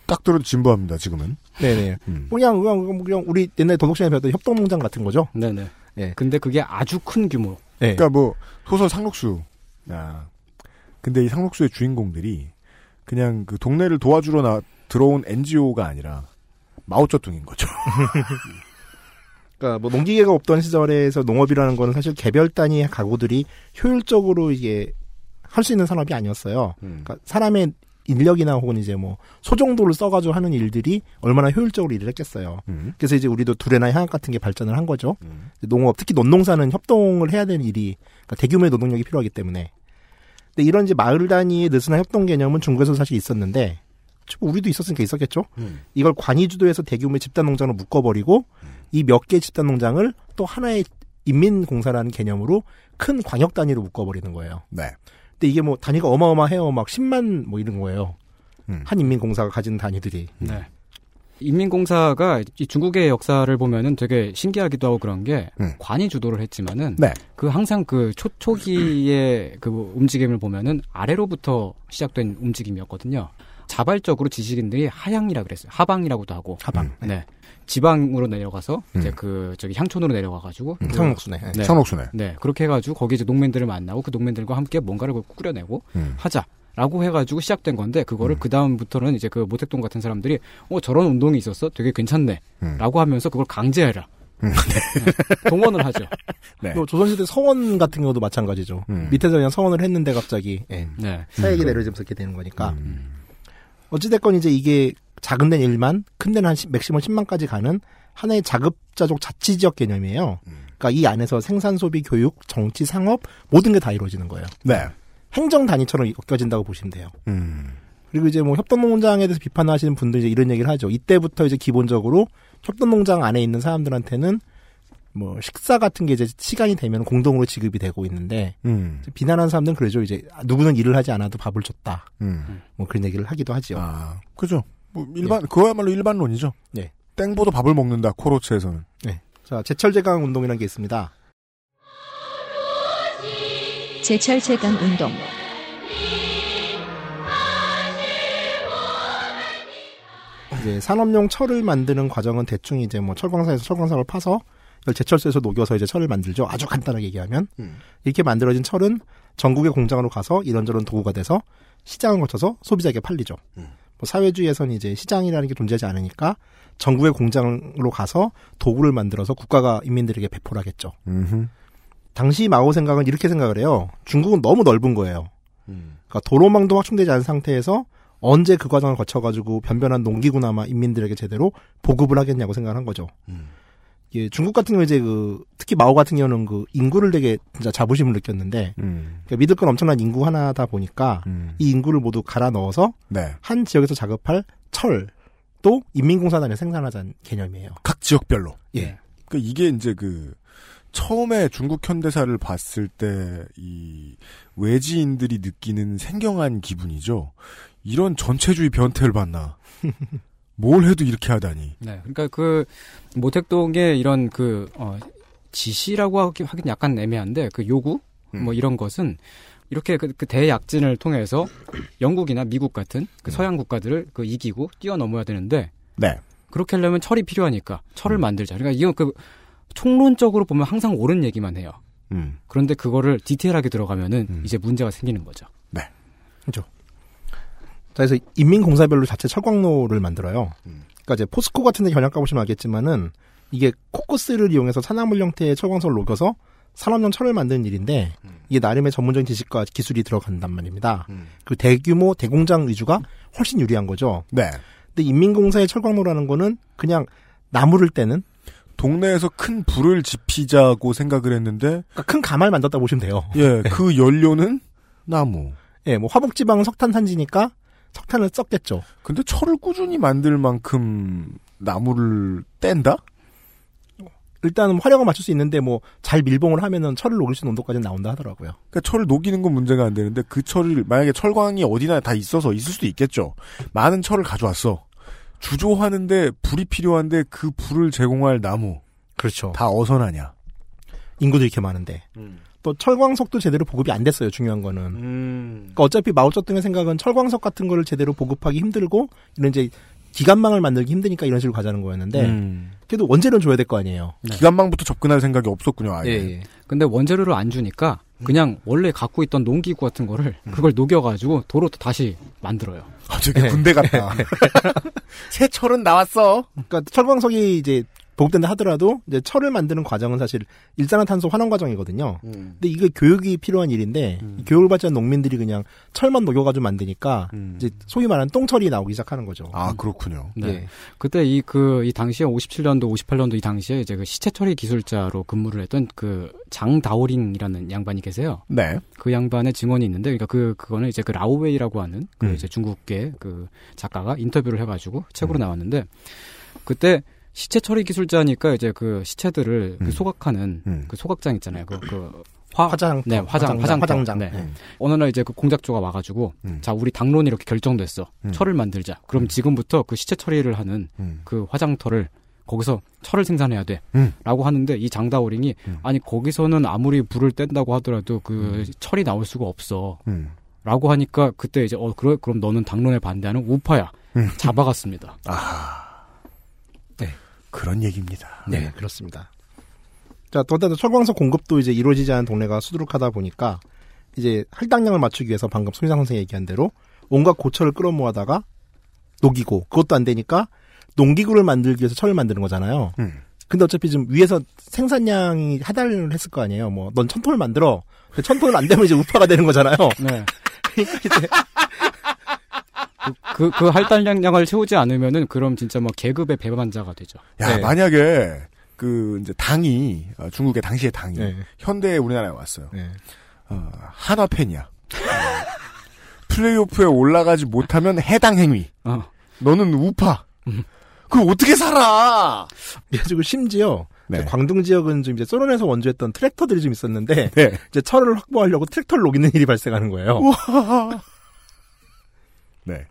[SPEAKER 2] 딱 들어도 진보합니다. 지금은.
[SPEAKER 5] 네네. 그냥, 그냥 그냥 우리 옛날 도덕 시간에 배웠던 협동농장 같은 거죠.
[SPEAKER 4] 네네.
[SPEAKER 5] 예.
[SPEAKER 4] 근데 그게 아주 큰 규모.
[SPEAKER 2] 그러니까 뭐 소설 상록수. 아. 근데 이 상록수의 주인공들이 그냥 그 동네를 도와주러 나, 들어온 NGO가 아니라 마오쩌둥인 거죠.
[SPEAKER 5] 그러니까 뭐 농기계가 없던 시절에서 농업이라는 거는 사실 개별 단위의 가구들이 효율적으로 이게 할 수 있는 산업이 아니었어요. 그러니까 사람의 인력이나 혹은 이제 뭐 소정도를 써가지고 하는 일들이 얼마나 효율적으로 일을 했겠어요. 그래서 이제 우리도 두레나 향악 같은 게 발전을 한 거죠. 이제 농업, 특히 논농사는 협동을 해야 되는 일이 그러니까 대규모의 노동력이 필요하기 때문에. 근데 이런 이제 마을 단위의 느슨한 협동 개념은 중국에서 사실 있었는데 좀 우리도 있었으니까 있었겠죠. 이걸 관이 주도해서 대규모의 집단 농장으로 묶어버리고 이 몇 개의 집단 농장을 또 하나의 인민공사라는 개념으로 큰 광역 단위로 묶어버리는 거예요.
[SPEAKER 2] 네.
[SPEAKER 5] 근데 이게 뭐 단위가 어마어마해요. 막 10만 뭐 이런 거예요. 한 인민공사가 가진 단위들이.
[SPEAKER 4] 네. 인민공사가 이 중국의 역사를 보면은 되게 신기하기도 하고 그런 게 관이 주도를 했지만은 그 항상 그 초, 초기의 그 움직임을 보면은 아래로부터 시작된 움직임이었거든요. 자발적으로 지식인들이 하향이라 그랬어요. 하방이라고도 하고.
[SPEAKER 5] 하방.
[SPEAKER 4] 네. 지방으로 내려가서 이제 그 저기 향촌으로 내려가 가지고
[SPEAKER 5] 음. 상록수네.
[SPEAKER 4] 네.
[SPEAKER 2] 상록수네.
[SPEAKER 4] 네. 그렇게 해 가지고 거기 이제 농민들을 만나고 그 농민들과 함께 뭔가를 꾸려내고
[SPEAKER 2] 음.
[SPEAKER 4] 하자. 라고 해가지고 시작된 건데 그거를 그 다음부터는 이제 그 모택동 같은 사람들이 어 저런 운동이 있었어 되게 괜찮네라고 하면서 그걸 강제해라 네. 동원을 하죠.
[SPEAKER 5] 또 조선시대 서원 같은 경우도 마찬가지죠. 밑에서 그냥 서원을 했는데 갑자기 예.
[SPEAKER 4] 네.
[SPEAKER 5] 사역이 내려지면서 이렇게 되는 거니까. 어찌됐건 이제 이게 작은 데는 1만, 큰 데는 한 10, 맥시멈 10만까지 가는 하나의 자급자족 자치지역 개념이에요. 그러니까 이 안에서 생산, 소비, 교육, 정치, 상업 모든 게 다 이루어지는 거예요.
[SPEAKER 2] 네.
[SPEAKER 5] 행정 단위처럼 엮여진다고 보시면 돼요.
[SPEAKER 2] 음.
[SPEAKER 5] 그리고 이제 뭐 협동농장에 대해서 비판하시는 분들 이제 이런 얘기를 하죠. 이때부터 이제 기본적으로 협동농장 안에 있는 사람들한테는 뭐 식사 같은 게 이제 시간이 되면 공동으로 지급이 되고 있는데
[SPEAKER 2] 음.
[SPEAKER 5] 이제 비난하는 사람들은 그러죠. 이제 누구는 일을 하지 않아도 밥을 줬다.
[SPEAKER 2] 음.
[SPEAKER 5] 뭐 그런 얘기를 하기도 하지요.
[SPEAKER 2] 아, 그죠. 예. 뭐 일반 그거야말로 일반론이죠.
[SPEAKER 5] 네.
[SPEAKER 2] 땡보도 밥을 먹는다. 코로츠에서는.
[SPEAKER 5] 네. 자, 제철 제강 운동이라는 게 있습니다.
[SPEAKER 1] 제철 제강 운동.
[SPEAKER 5] 이제 산업용 철을 만드는 과정은 대충 이제 뭐 철광산에서 철광석을 파서 이걸 제철소에서 녹여서 이제 철을 만들죠. 아주 간단하게 얘기하면 이렇게 만들어진 철은 전국의 공장으로 가서 이런저런 도구가 돼서 시장을 거쳐서 소비자에게 팔리죠. 뭐 사회주의에서는 이제 시장이라는 게 존재하지 않으니까 전국의 공장으로 가서 도구를 만들어서 국가가 인민들에게 배포를 하겠죠.
[SPEAKER 2] 음흠.
[SPEAKER 5] 당시 마오 생각은 이렇게 생각을 해요. 중국은 너무 넓은 거예요. 그러니까 도로망도 확충되지 않은 상태에서 언제 그 과정을 거쳐가지고 변변한 농기구나마 인민들에게 제대로 보급을 하겠냐고 생각을 한 거죠. 예, 중국 같은 경우 이제 그 특히 마오 같은 경우는 그 인구를 되게 진짜 자부심을 느꼈는데
[SPEAKER 2] 음.
[SPEAKER 5] 그러니까 믿을 건 엄청난 인구 하나다 보니까 이 인구를 모두 갈아 넣어서
[SPEAKER 2] 네.
[SPEAKER 5] 한 지역에서 작업할 철도 인민공사단에 생산하자는 개념이에요.
[SPEAKER 2] 각 지역별로.
[SPEAKER 5] 예.
[SPEAKER 2] 그 이게 이제 그 처음에 중국 현대사를 봤을 때 이 외지인들이 느끼는 생경한 기분이죠. 이런 전체주의 변태를 봤나. 뭘 해도 이렇게 하다니.
[SPEAKER 4] 네, 그러니까 그 모택동의 이런 그 어, 지시라고 하기- 하긴 약간 애매한데 그 요구 뭐 이런 것은 이렇게 그, 그 대약진을 통해서 영국이나 미국 같은 그 서양 국가들을 그 이기고 뛰어넘어야 되는데
[SPEAKER 2] 네.
[SPEAKER 4] 그렇게 하려면 철이 필요하니까
[SPEAKER 2] 음.
[SPEAKER 4] 철을 만들자. 그러니까 이건 그 총론적으로 보면 항상 옳은 얘기만 해요.
[SPEAKER 2] 음.
[SPEAKER 4] 그런데 그거를 디테일하게 들어가면은 이제 문제가 생기는 거죠.
[SPEAKER 5] 자, 그래서 인민공사별로 자체 철광로를 만들어요. 그러니까 이제 포스코 같은 데 견학 가보시면 알겠지만은 이게 코커스를 이용해서 산화물 형태의 철광석을 녹여서 산업용 철을 만드는 일인데 이게 나름의 전문적인 지식과 기술이 들어간단 말입니다. 그 대규모 대공장 위주가 훨씬 유리한 거죠.
[SPEAKER 2] 네.
[SPEAKER 5] 근데 인민공사의 철광로라는 거는 그냥 나무를 떼는
[SPEAKER 2] 동네에서 큰 불을 지피자고 생각을 했는데
[SPEAKER 5] 그러니까 큰 가마를 만들다 보시면 돼요.
[SPEAKER 2] 예, 그 연료는 나무.
[SPEAKER 5] 예, 뭐 화북지방은 석탄 산지니까 석탄을 썼겠죠.
[SPEAKER 2] 근데 철을 꾸준히 만들 만큼 나무를 뗀다?
[SPEAKER 5] 일단은 화력을 맞출 수 있는데 뭐 잘 밀봉을 하면은 철을 녹일 수 있는 온도까지는 나온다 하더라고요.
[SPEAKER 2] 그러니까 철을 녹이는 건 문제가 안 되는데 그 철을 만약에 철광이 어디나 다 있어서 있을 수도 있겠죠. 많은 철을 가져왔어. 주조하는데 불이 필요한데 그 불을 제공할 나무.
[SPEAKER 5] 그렇죠.
[SPEAKER 2] 다 어서 나냐.
[SPEAKER 5] 인구도 이렇게 많은데.
[SPEAKER 4] 음.
[SPEAKER 5] 또 철광석도 제대로 보급이 안 됐어요. 중요한 거는. 그러니까 어차피 마오쩌둥의 생각은 철광석 같은 거를 제대로 보급하기 힘들고 이런 이제 기관망을 만들기 힘드니까 이런 식으로 가자는 거였는데
[SPEAKER 2] 음.
[SPEAKER 5] 그래도 원재료는 줘야 될 거 아니에요.
[SPEAKER 2] 기관망부터 접근할 생각이 없었군요. 네. 아예. 음.
[SPEAKER 4] 예, 예. 근데 원재료를 안 주니까 그냥 원래 갖고 있던 농기구 같은 거를 그걸 녹여가지고 도로 또 다시 만들어요.
[SPEAKER 2] 갑자기 군대 같다. 네. 새 철은 나왔어.
[SPEAKER 5] 그러니까 철광석이 이제 보급된다 하더라도 이제 철을 만드는 과정은 사실 일산화탄소 환원 과정이거든요.
[SPEAKER 4] 음.
[SPEAKER 5] 근데 이게 교육이 필요한 일인데 이 교육을 받지 않은 농민들이 그냥 철만 녹여가지고 만드니까
[SPEAKER 4] 음.
[SPEAKER 5] 이제 소위 말하는 똥철이 나오기 시작하는 거죠.
[SPEAKER 2] 아 그렇군요.
[SPEAKER 4] 네.
[SPEAKER 5] 예.
[SPEAKER 4] 그때 이 그 이 당시에 57년도 58년도 이 당시에 이제 그 시체 처리 기술자로 근무를 했던 그 장다오링이라는 양반이 계세요.
[SPEAKER 2] 네.
[SPEAKER 4] 그 양반의 증언이 있는데 그러니까 그 그거는 이제 그 라오웨이라고 하는 그
[SPEAKER 2] 음.
[SPEAKER 4] 이제 중국계 그 작가가 인터뷰를 해 가지고 책으로 나왔는데 그때 시체 처리 기술자니까 이제 그 시체들을 그 소각하는
[SPEAKER 2] 음.
[SPEAKER 4] 그 소각장 있잖아요. 그, 그 화,
[SPEAKER 5] 화장,
[SPEAKER 4] 네, 화장, 화장, 음.
[SPEAKER 5] 화장장.
[SPEAKER 4] 네.
[SPEAKER 5] 네.
[SPEAKER 4] 어느 날 이제 그 공작조가 와가지고 자 우리 당론이 이렇게 결정됐어 철을 만들자 그럼 지금부터 그 시체 처리를 하는 그 화장터를 거기서 철을 생산해야
[SPEAKER 2] 음.
[SPEAKER 4] 돼라고 하는데 이 장다오링이 아니 거기서는 아무리 불을 뗀다고 하더라도 그 철이 나올 수가 없어
[SPEAKER 2] 음.
[SPEAKER 4] 라고 하니까 그때 이제 어 그래 그럼 너는 당론에 반대하는 우파야
[SPEAKER 2] 음.
[SPEAKER 4] 잡아갔습니다
[SPEAKER 2] 그런 얘기입니다.
[SPEAKER 5] 네, 그렇습니다. 자, 또 다른 철광석 공급도 이제 이루어지지 않은 동네가 수두룩하다 보니까 이제 할당량을 맞추기 위해서 방금 손희상 선생이 얘기한 대로 온갖 고철을 끌어모아다가 녹이고 그것도 안 되니까 농기구를 만들기 위해서 철을 만드는 거잖아요.
[SPEAKER 2] 음.
[SPEAKER 5] 근데 어차피 지금 위에서 생산량이 하달을 했을 거 아니에요. 뭐 넌 천톤을 만들어. 근데 천톤을 안 되면 이제 우파가 되는 거잖아요.
[SPEAKER 4] 네. 그, 그 할당량을 채우지 않으면은 그럼 진짜 뭐 계급의 배반자가 되죠.
[SPEAKER 2] 야
[SPEAKER 4] 네.
[SPEAKER 2] 만약에 그 이제 당이 아, 중국의 당시의 당이
[SPEAKER 5] 네.
[SPEAKER 2] 현대에 우리나라에 왔어요.
[SPEAKER 5] 네.
[SPEAKER 2] 어, 한화 팬이야. 네. 플레이오프에 올라가지 못하면 해당 행위.
[SPEAKER 4] 어.
[SPEAKER 2] 너는 우파.
[SPEAKER 5] 음.
[SPEAKER 2] 그럼 어떻게 살아?
[SPEAKER 5] 그래가지고 심지어
[SPEAKER 2] 네.
[SPEAKER 5] 이제 광둥 지역은 좀 이제 소련에서 원조했던 트랙터들이 좀 있었는데
[SPEAKER 2] 네.
[SPEAKER 5] 이제 철을 확보하려고 트랙터를 녹이는 일이 발생하는 거예요.
[SPEAKER 2] 네.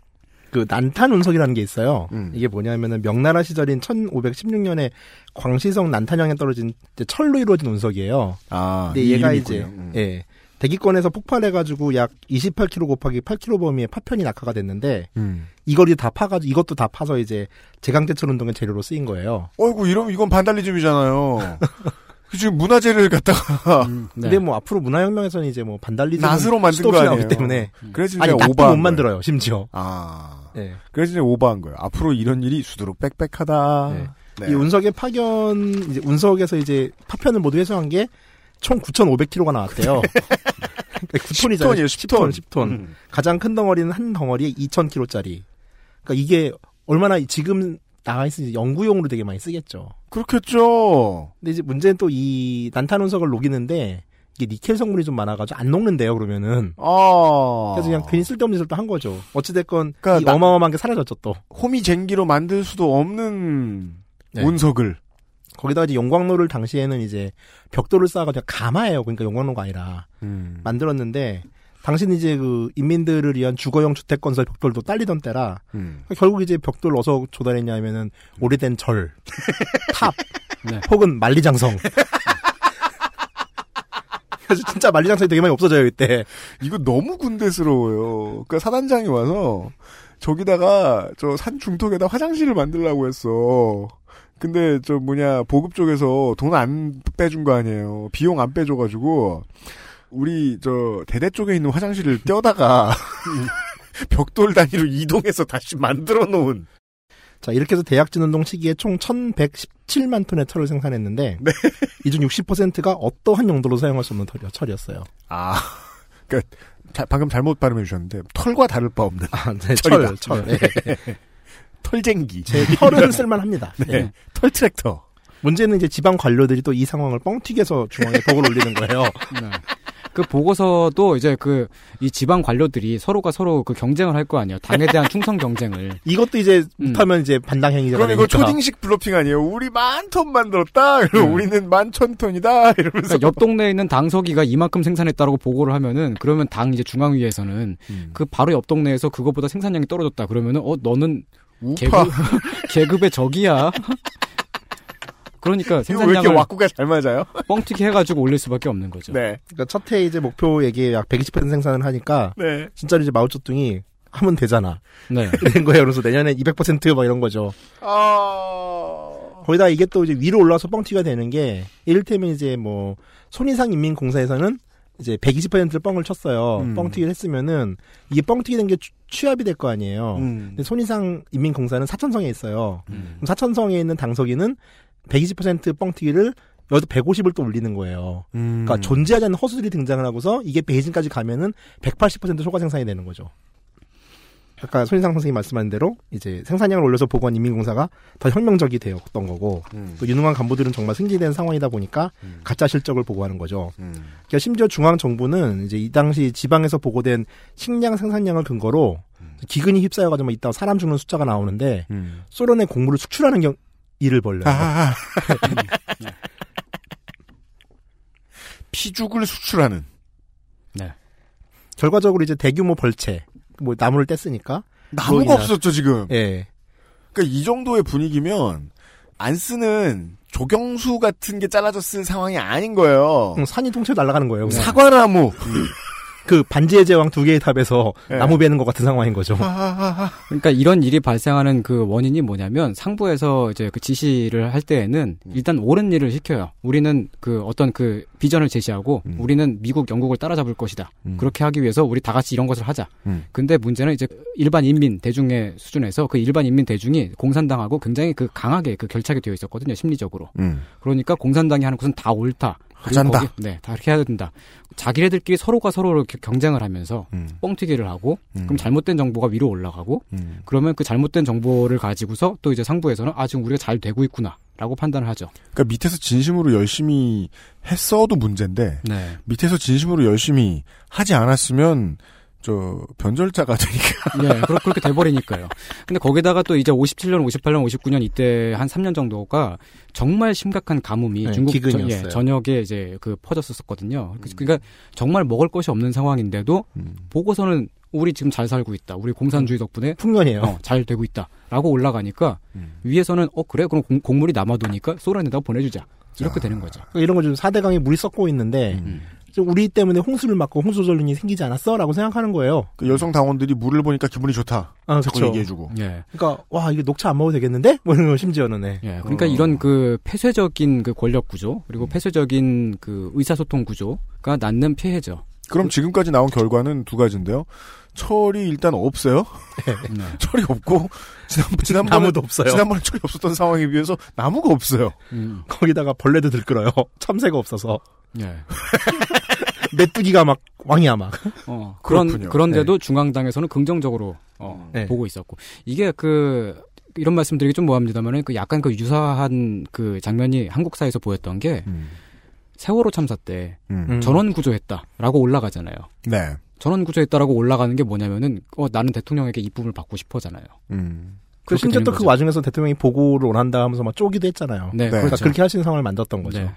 [SPEAKER 5] 그 난탄 운석이라는 게 있어요.
[SPEAKER 2] 음.
[SPEAKER 5] 이게 뭐냐면은 명나라 시절인 1516년에 광시성 난탄형에 떨어진 이제 철로 이루어진 운석이에요.
[SPEAKER 2] 아,
[SPEAKER 5] 근데
[SPEAKER 2] 이
[SPEAKER 5] 네, 얘가
[SPEAKER 2] 이름이
[SPEAKER 5] 이제
[SPEAKER 2] 있군요. 음.
[SPEAKER 5] 예, 대기권에서 폭발해가지고 약 28kg 곱하기 8kg 범위의 파편이 낙하가 됐는데
[SPEAKER 2] 음.
[SPEAKER 5] 이걸 이제 다 파가지고 이것도 다 파서 이제 재강제철 운동의 재료로 쓰인 거예요.
[SPEAKER 2] 어이구 이러면 이건 반달리즘이잖아요. 그 지금 문화재를 갖다가
[SPEAKER 4] 네.
[SPEAKER 5] 근데 뭐 앞으로 문화혁명에서는 이제 뭐 반달리즘
[SPEAKER 2] 네. 낫으로 만든 거 아니에요. 음.
[SPEAKER 5] 나오기 때문에
[SPEAKER 2] 그래서 이제
[SPEAKER 5] 음. 아니 낫도
[SPEAKER 2] 오바
[SPEAKER 5] 못 만들어요 심지어.
[SPEAKER 2] 아,
[SPEAKER 5] 예.
[SPEAKER 2] 그래서 이제 오버한 거예요. 앞으로 이런 일이 수두룩 빽빽하다.
[SPEAKER 5] 네.
[SPEAKER 2] 네.
[SPEAKER 5] 이 운석의 파견 이제 운석에서 이제 파편을 모두 회수한 게 총 9,500kg가 나왔대요. 그러니까 9톤이잖아요.
[SPEAKER 2] 10톤이에요, 음. 10톤.
[SPEAKER 5] 10톤. 가장 큰 덩어리는 한 덩어리에 2,000kg짜리. 그러니까 이게 얼마나 지금 나와 있으니 연구용으로 되게 많이 쓰겠죠.
[SPEAKER 2] 그렇겠죠.
[SPEAKER 5] 근데 이제 문제는 또 이 난탄 운석을 녹이는데 이게 니켈 성분이 좀 많아가지고 안 녹는데요. 그러면은
[SPEAKER 2] 아,
[SPEAKER 5] 그래서 그냥 괜히 쓸데없는 짓을 또 한 거죠. 어찌됐건
[SPEAKER 2] 그러니까
[SPEAKER 5] 이
[SPEAKER 2] 나-
[SPEAKER 5] 어마어마한 게 사라졌죠 또.
[SPEAKER 2] 호미쟁기로 만들 수도 없는
[SPEAKER 5] 네.
[SPEAKER 2] 운석을
[SPEAKER 5] 거기다가 이제 용광로를 당시에는 이제 벽돌을 쌓아가지고 가마예요. 그러니까 용광로가 아니라 만들었는데 당신 이제 그 인민들을 위한 주거용 주택 건설 벽돌도 딸리던 때라
[SPEAKER 2] 음.
[SPEAKER 5] 결국 이제 벽돌 어서 조달했냐면은 오래된 절, 탑,
[SPEAKER 4] 네.
[SPEAKER 5] 혹은 만리장성. 그래서 진짜 만리장성이 되게 많이 없어져요 이때.
[SPEAKER 2] 이거 너무 군대스러워요. 그러니까 사단장이 와서 저기다가 저 산 중턱에다 화장실을 만들라고 했어. 근데 저 뭐냐 보급 쪽에서 돈 안 빼준 거 아니에요. 비용 안 빼줘가지고 우리 저 대대 쪽에 있는 화장실을 떼어다가 벽돌 단위로 이동해서 다시 만들어 놓은.
[SPEAKER 5] 자 이렇게 해서 대약진운동 시기에 총 1,117만 톤의 철을 생산했는데 이 중 60%가 어떠한 용도로 사용할 수 없는 철이었- 철이었어요.
[SPEAKER 2] 아, 그러니까 자- 방금 잘못 발음해 주셨는데 털과 다를 바 없는
[SPEAKER 5] 아, 네,
[SPEAKER 2] 철이다.
[SPEAKER 5] 철, 철.
[SPEAKER 2] 털쟁기.
[SPEAKER 5] 제 털은 쓸만합니다. 네.
[SPEAKER 2] 네. 털 트랙터.
[SPEAKER 5] 문제는 이제 지방 관료들이 또 이 상황을 뻥튀기해서 중앙에 보고를 올리는 거예요.
[SPEAKER 4] 그 보고서도 이제 그 이 지방 관료들이 서로가 서로 그 경쟁을 할 거 아니에요. 당에 대한 충성 경쟁을.
[SPEAKER 5] 이것도 이제 못하면 이제 반당 행위가
[SPEAKER 2] 그럼 이거 초딩식 블러핑 아니에요? 우리 만 톤 만들었다.
[SPEAKER 5] 네.
[SPEAKER 2] 그리고 우리는 만 천 톤이다. 이러면서
[SPEAKER 4] 그러니까 옆 동네에 있는 당서기가 이만큼 생산했다라고 보고를 하면은 그러면 당 이제 중앙위에서는
[SPEAKER 2] 음.
[SPEAKER 4] 그 바로 옆 동네에서 그거보다 생산량이 떨어졌다 그러면은 어 너는 계급 계급의 적이야.
[SPEAKER 2] 이거
[SPEAKER 4] 그러니까
[SPEAKER 2] 왜 이렇게
[SPEAKER 4] 생산량을
[SPEAKER 2] 와꾸가 잘 맞아요?
[SPEAKER 4] 뻥튀기 해가지고 올릴 수밖에 없는 거죠.
[SPEAKER 2] 네.
[SPEAKER 5] 그러니까 첫 해 이제 목표 얘기 약 120% 생산을 하니까
[SPEAKER 2] 네.
[SPEAKER 5] 진짜로 이제 마오쩌둥이 하면 되잖아.
[SPEAKER 4] 네.
[SPEAKER 5] 이런 거예요. 그래서 내년에 200%막 이런 거죠.
[SPEAKER 2] 아. 어...
[SPEAKER 5] 거기다 이게 또 이제 위로 올라와서 뻥튀기가 되는 게 이를테면 이제 뭐 손희상 인민공사에서는 이제 120%를 뻥을 쳤어요.
[SPEAKER 2] 음.
[SPEAKER 5] 뻥튀기를 했으면은 이게 뻥튀기 된 게 취합이 될 거 아니에요.
[SPEAKER 2] 음.
[SPEAKER 5] 근데 손희상 인민공사는 사천성에 있어요. 그럼 사천성에 있는 당석이는 120% 뻥튀기를 여기서 150을 또 올리는 거예요.
[SPEAKER 2] 음.
[SPEAKER 5] 그러니까 존재하지 않는 허수들이 등장을 하고서 이게 베이징까지 가면은 180% 초과 생산이 되는 거죠. 아까 손인상 선생님 말씀하신 대로 이제 생산량을 올려서 보고한 인민공사가 더 혁명적이 되었던 거고
[SPEAKER 2] 음.
[SPEAKER 5] 또 유능한 간부들은 정말 승진된 상황이다 보니까 가짜 실적을 보고하는 거죠.
[SPEAKER 2] 음.
[SPEAKER 5] 그러니까 심지어 중앙 정부는 이제 이 당시 지방에서 보고된 식량 생산량을 근거로 기근이 휩싸여가지고 막 이따 사람 죽는 숫자가 나오는데 소련의 곡물을 수출하는 경 일을 벌려요.
[SPEAKER 2] 피죽을 수출하는.
[SPEAKER 4] 네.
[SPEAKER 5] 결과적으로 이제 대규모 벌채, 뭐 나무를 뗐으니까 뭐
[SPEAKER 2] 나무가
[SPEAKER 5] 그거이나-
[SPEAKER 2] 없었죠 지금.
[SPEAKER 5] 예.
[SPEAKER 2] 그러니까 이 정도의 분위기면 안 쓰는 조경수 같은 게 잘라졌을 상황이 아닌 거예요.
[SPEAKER 5] 응, 산이 통째로 날아가는 거예요. 그냥.
[SPEAKER 2] 어. 사과나무.
[SPEAKER 5] 그 반지의 제왕 두 개의 탑에서
[SPEAKER 2] 예.
[SPEAKER 5] 나무 베는 것 같은 상황인 거죠.
[SPEAKER 2] 어.
[SPEAKER 4] 그러니까 이런 일이 발생하는 그 원인이 뭐냐면 상부에서 이제 그 지시를 할 때에는
[SPEAKER 2] 음.
[SPEAKER 4] 일단 옳은 일을 시켜요. 우리는 그 어떤 그 비전을 제시하고
[SPEAKER 2] 음.
[SPEAKER 4] 우리는 미국, 영국을 따라잡을 것이다. 그렇게 하기 위해서 우리 다 같이 이런 것을 하자.
[SPEAKER 2] 음.
[SPEAKER 4] 근데 문제는 이제 일반 인민 대중의 수준에서 그 일반 인민 대중이 공산당하고 굉장히 그 강하게 그 결착이 되어 있었거든요. 심리적으로.
[SPEAKER 2] 음.
[SPEAKER 4] 그러니까 공산당이 하는 것은 다 옳다. 그리고
[SPEAKER 2] 하잔다.
[SPEAKER 4] 거기- 네, 다 이렇게 해야 된다. 자기네들끼리 서로가 서로를 겨- 경쟁을 하면서
[SPEAKER 2] 음.
[SPEAKER 4] 뻥튀기를 하고 그럼 잘못된 정보가 위로 올라가고
[SPEAKER 2] 음.
[SPEAKER 4] 그러면 그 잘못된 정보를 가지고서 또 이제 상부에서는 아 지금 우리가 잘 되고 있구나라고 판단을 하죠.
[SPEAKER 2] 그러니까 밑에서 진심으로 열심히 했어도 문제인데
[SPEAKER 4] 네.
[SPEAKER 2] 밑에서 진심으로 열심히 하지 않았으면 저 변절자가 되니까.
[SPEAKER 4] 네, 그렇, 그렇게 돼버리니까요. 근데 거기다가 또 이제 57년, 58년, 59년 이때 한 3년 정도가 정말 심각한 가뭄이
[SPEAKER 5] 네,
[SPEAKER 4] 중국 전,
[SPEAKER 5] 기근이었어요. 음.
[SPEAKER 4] 예, 전역에 이제 그 퍼졌었거든요. 그- 그러니까 정말 먹을 것이 없는 상황인데도 보고서는 우리 지금 잘 살고 있다. 우리 공산주의 덕분에
[SPEAKER 5] 풍년이에요.
[SPEAKER 4] 어, 잘 되고 있다라고 올라가니까
[SPEAKER 5] 음.
[SPEAKER 4] 위에서는 어 그래 그럼 공, 곡물이 남아도니까 소련에다 보내주자 이렇게 되는 거죠.
[SPEAKER 5] 그러니까 이런 거좀 4대강에 물이 섞고 있는데
[SPEAKER 2] 음.
[SPEAKER 5] 좀 우리 때문에 홍수를 맞고 홍수 조절이 생기지 않았어라고 생각하는 거예요.
[SPEAKER 2] 그 열성 당원들이 물을 보니까 기분이 좋다.
[SPEAKER 5] 아,
[SPEAKER 2] 자꾸
[SPEAKER 5] 그쵸.
[SPEAKER 2] 얘기해주고.
[SPEAKER 4] 예.
[SPEAKER 5] 그러니까 와 이게 녹차 안 먹어도 되겠는데? 뭐 이런 거 심지어는 음. 네.
[SPEAKER 4] 예, 그러니까 이런 그 폐쇄적인 그 권력 구조 그리고 폐쇄적인 그 의사소통 구조가 낳는 피해죠.
[SPEAKER 2] 그럼 지금까지 나온 결과는 두 가지인데요. 철이 일단 없어요. 철이 없고 지난 지난번
[SPEAKER 5] 네. 나무도 없어요.
[SPEAKER 2] 지난번에 철이 없었던 상황에 비해서 나무가 없어요.
[SPEAKER 5] 음. 거기다가 벌레도 들끓어요. 참새가 없어서
[SPEAKER 4] 예.
[SPEAKER 5] 메뚜기가 막 왕이야 막.
[SPEAKER 4] 어, 그런
[SPEAKER 5] 그렇군요.
[SPEAKER 4] 그런데도 중앙당에서는 긍정적으로 어,
[SPEAKER 5] 네.
[SPEAKER 4] 보고 있었고 이게 그 이런 말씀드리기 좀 뭐합니다만은 그 약간 그 유사한 그 장면이 한국사에서 보였던 게 세월호 참사 때
[SPEAKER 2] 음.
[SPEAKER 4] 전원 구조했다라고 올라가잖아요.
[SPEAKER 2] 네.
[SPEAKER 4] 전원 구조했다라고 올라가는 게 뭐냐면은 어 나는 대통령에게 이쁨을 받고 싶어잖아요.
[SPEAKER 2] 음.
[SPEAKER 5] 그
[SPEAKER 4] 그렇게
[SPEAKER 5] 심지어
[SPEAKER 4] 되는
[SPEAKER 5] 또 그
[SPEAKER 4] 거죠.
[SPEAKER 5] 와중에서 대통령이 보고를 원한다 하면서 막 쪼기도 했잖아요.
[SPEAKER 4] 네,
[SPEAKER 5] 그러니까
[SPEAKER 4] 그렇죠.
[SPEAKER 5] 그렇게 하시는 상황을 만들었던 거죠.
[SPEAKER 4] 네.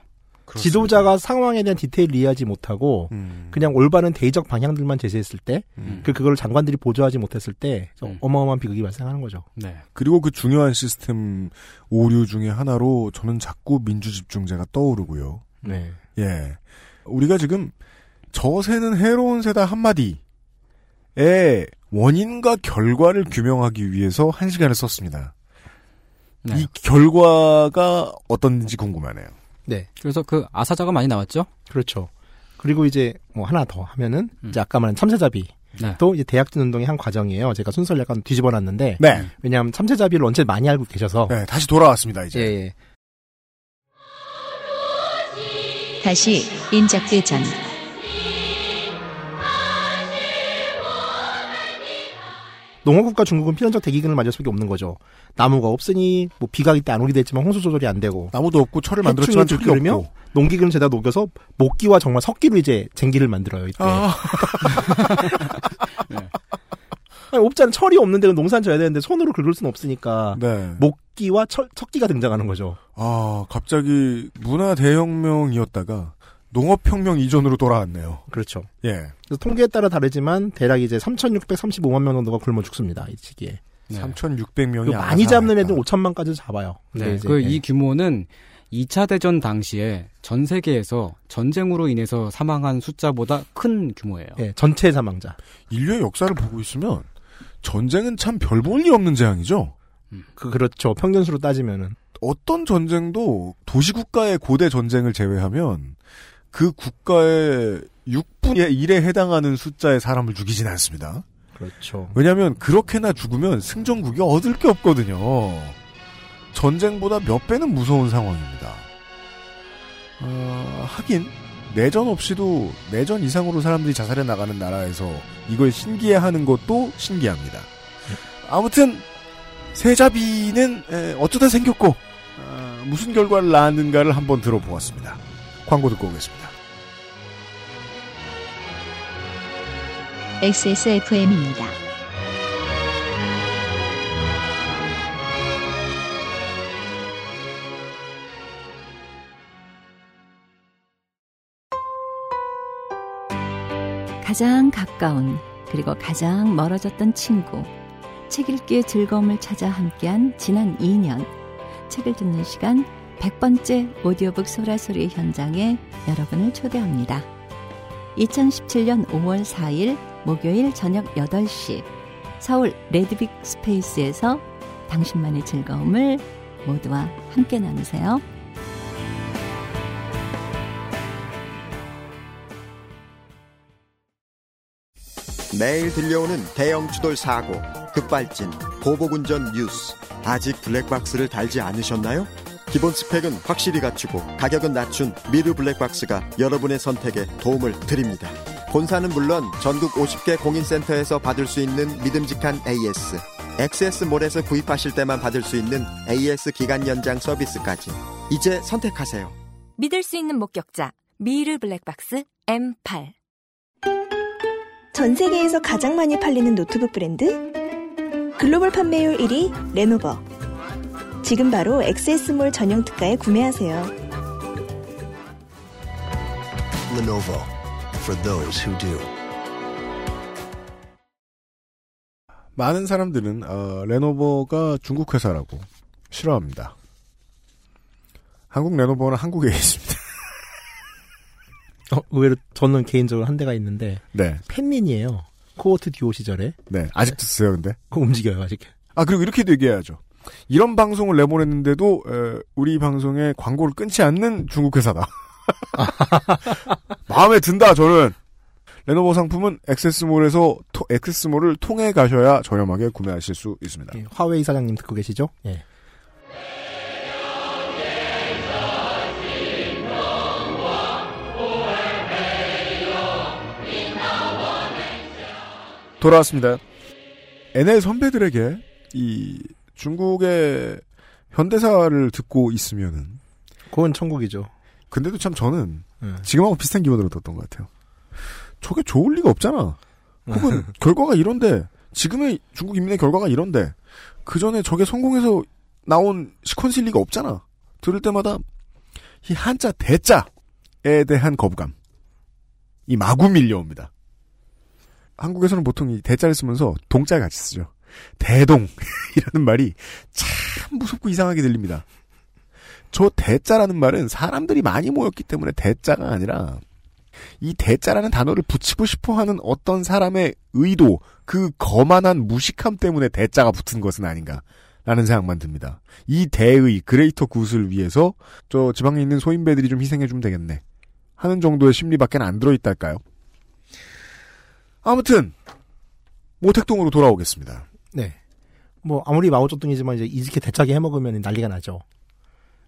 [SPEAKER 5] 지도자가 상황에 대한 디테일을 이해하지
[SPEAKER 2] 음.
[SPEAKER 5] 못하고 그냥 올바른 대의적 방향들만 제시했을 때,
[SPEAKER 4] 음.
[SPEAKER 5] 그 그걸 장관들이 보조하지 못했을 때 어마어마한 비극이 발생하는 거죠.
[SPEAKER 4] 네.
[SPEAKER 2] 그리고 그 중요한 시스템 오류 중에 하나로 저는 자꾸 민주집중제가 떠오르고요.
[SPEAKER 5] 네.
[SPEAKER 2] 예. 우리가 지금 저세는 해로운 세다 한마디의 원인과 결과를 규명하기 위해서 한 시간을 썼습니다. 이 결과가 어떤지 궁금하네요.
[SPEAKER 5] 네.
[SPEAKER 4] 그래서 그 아사자가 많이 나왔죠.
[SPEAKER 5] 그렇죠. 그리고 이제 뭐 하나 더 하면은
[SPEAKER 4] 음.
[SPEAKER 5] 이제 아까 말한 참새잡이.
[SPEAKER 4] 네.
[SPEAKER 5] 또 이제 대학진 운동의 한 과정이에요. 제가 순서를 약간 뒤집어놨는데
[SPEAKER 2] 네.
[SPEAKER 5] 왜냐하면 참새잡이를 언제 많이 알고 계셔서
[SPEAKER 2] 네, 다시 돌아왔습니다 이제.
[SPEAKER 5] 예,
[SPEAKER 1] 다시 인작대전.
[SPEAKER 5] 예. 농어국과 중국은 필연적 대기근을 맞을 수밖에 없는 거죠. 나무가 없으니 뭐 비가 이때 안 오기도 했지만 홍수 조절이 안 되고
[SPEAKER 2] 나무도 없고 철을 만들었지만
[SPEAKER 5] 해충이
[SPEAKER 2] 들기
[SPEAKER 5] 들끓으며
[SPEAKER 2] 없고.
[SPEAKER 5] 농기근을 제다 녹여서 목기와 정말 석기로 이제 쟁기를 만들어요 이때.
[SPEAKER 2] 아.
[SPEAKER 5] 아니, 없잖아 철이 없는 데는 농산 져야 되는데 손으로 긁을 수는 없으니까
[SPEAKER 2] 네.
[SPEAKER 5] 목기와 철, 석기가 등장하는 거죠.
[SPEAKER 2] 아, 갑자기 문화 대혁명이었다가 농업혁명 이전으로 돌아왔네요.
[SPEAKER 5] 그렇죠.
[SPEAKER 2] 예.
[SPEAKER 5] 그래서 통계에 따라 다르지만 대략 이제 3,635만 명 정도가 굶어 죽습니다 이 시기에.
[SPEAKER 2] 3,600명이
[SPEAKER 5] 네. 많이 잡는 애들 5천만까지 잡아요. 근데
[SPEAKER 4] 네,
[SPEAKER 5] 이제,
[SPEAKER 4] 그
[SPEAKER 5] 예.
[SPEAKER 4] 이 규모는 2차 대전 당시에 전 세계에서 전쟁으로 인해서 사망한 숫자보다 큰 규모예요.
[SPEAKER 5] 예, 전체 사망자.
[SPEAKER 2] 인류의 역사를 보고 있으면 전쟁은 참 별 볼 일 없는 재앙이죠.
[SPEAKER 5] 그 그렇죠. 평균수로 따지면은
[SPEAKER 2] 어떤 전쟁도 도시 국가의 고대 전쟁을 제외하면 그 국가의 6분의 1에 해당하는 숫자의 사람을 죽이진 않습니다.
[SPEAKER 5] 그렇죠.
[SPEAKER 2] 음. 왜냐하면 그렇게나 죽으면 승전국이 얻을 게 없거든요. 전쟁보다 몇 배는 무서운 상황입니다. 어, 하긴 내전 없이도 내전 이상으로 사람들이 자살해 나가는 나라에서 이걸 신기해하는 것도 신기합니다. 아무튼 세자비는 에, 어쩌다 생겼고 아, 무슨 결과를 낳았는가를 한번 들어보았습니다. 광고 듣고 오겠습니다.
[SPEAKER 1] XSFM입니다.
[SPEAKER 9] 가장 가까운 그리고 가장 멀어졌던 친구 책 읽기의 즐거움을 찾아 함께한 지난 2년 책을 듣는 시간 100번째 오디오북 소라소리 현장에 여러분을 초대합니다. 2017년 5월 4일 목요일 저녁 8시 서울 레드빅 스페이스에서 당신만의 즐거움을 모두와 함께 나누세요.
[SPEAKER 8] 매일 들려오는 대형 추돌 사고, 급발진, 보복운전 뉴스. 아직 블랙박스를 달지 않으셨나요? 기본 스펙은 확실히 갖추고 가격은 낮춘 미르 블랙박스가 여러분의 선택에 도움을 드립니다. 본사는 물론 전국 50개 공인센터에서 받을 수 있는 믿음직한 AS, XS몰에서 구입하실 때만 받을 수 있는 AS 기간 연장 서비스까지. 이제 선택하세요.
[SPEAKER 15] 믿을 수 있는 목격자 미르 블랙박스 M8
[SPEAKER 6] 전 세계에서 가장 많이 팔리는 노트북 브랜드 글로벌 판매율 1위 레노버 지금 바로 XS몰 전용 특가에 구매하세요.
[SPEAKER 7] Lenovo for those who do.
[SPEAKER 2] 많은 사람들은 어, 레노버가 중국 회사라고 싫어합니다. 한국 레노버는 한국에 있습니다.
[SPEAKER 5] 어, 의외로 저는 개인적으로 한 대가 있는데
[SPEAKER 2] 네.
[SPEAKER 5] 팬민이에요. 코어트 듀오 시절에.
[SPEAKER 2] 네. 아직도 쓰세요, 근데?
[SPEAKER 5] 그거 움직여요, 아직.
[SPEAKER 2] 아, 그리고 이렇게도 얘기해야죠. 이런 방송을 내보냈는데도 에, 우리 방송에 광고를 끊지 않는 중국 회사다. 마음에 든다, 저는. 레노버 상품은 액세스몰에서 토- 액세스몰을 통해 가셔야 저렴하게 구매하실 수 있습니다.
[SPEAKER 5] 화웨이 사장님 듣고 계시죠? 예.
[SPEAKER 2] 돌아왔습니다. NL 선배들에게 이 중국의 현대사를 듣고 있으면은
[SPEAKER 5] 그건 천국이죠.
[SPEAKER 2] 근데도 참 저는 지금하고 비슷한 기분으로 들었던 것 같아요. 저게 좋을 리가 없잖아. 혹은 결과가 이런데 지금의 중국 인민의 결과가 이런데 그 전에 저게 성공해서 나온 시퀀스일 리가 없잖아. 들을 때마다 이 한자 대자에 대한 거부감 이 마구 밀려옵니다. 한국에서는 보통 이 대자를 쓰면서 동자 같이 쓰죠. 대동이라는 말이 참 무섭고 이상하게 들립니다. 저 대자라는 말은 사람들이 많이 모였기 때문에 대자가 아니라 이 대자라는 단어를 붙이고 싶어 하는 어떤 사람의 의도, 그 거만한 무식함 때문에 대자가 붙은 것은 아닌가라는 생각만 듭니다. 이 대의 그레이터 굿을 위해서 저 지방에 있는 소인배들이 좀 희생해주면 되겠네. 하는 정도의 심리밖에 안 들어있달까요? 아무튼 모택동으로 돌아오겠습니다.
[SPEAKER 5] 네. 뭐 아무리 마오쩌둥이지만 이제 이렇게 대차게 해먹으면 난리가 나죠.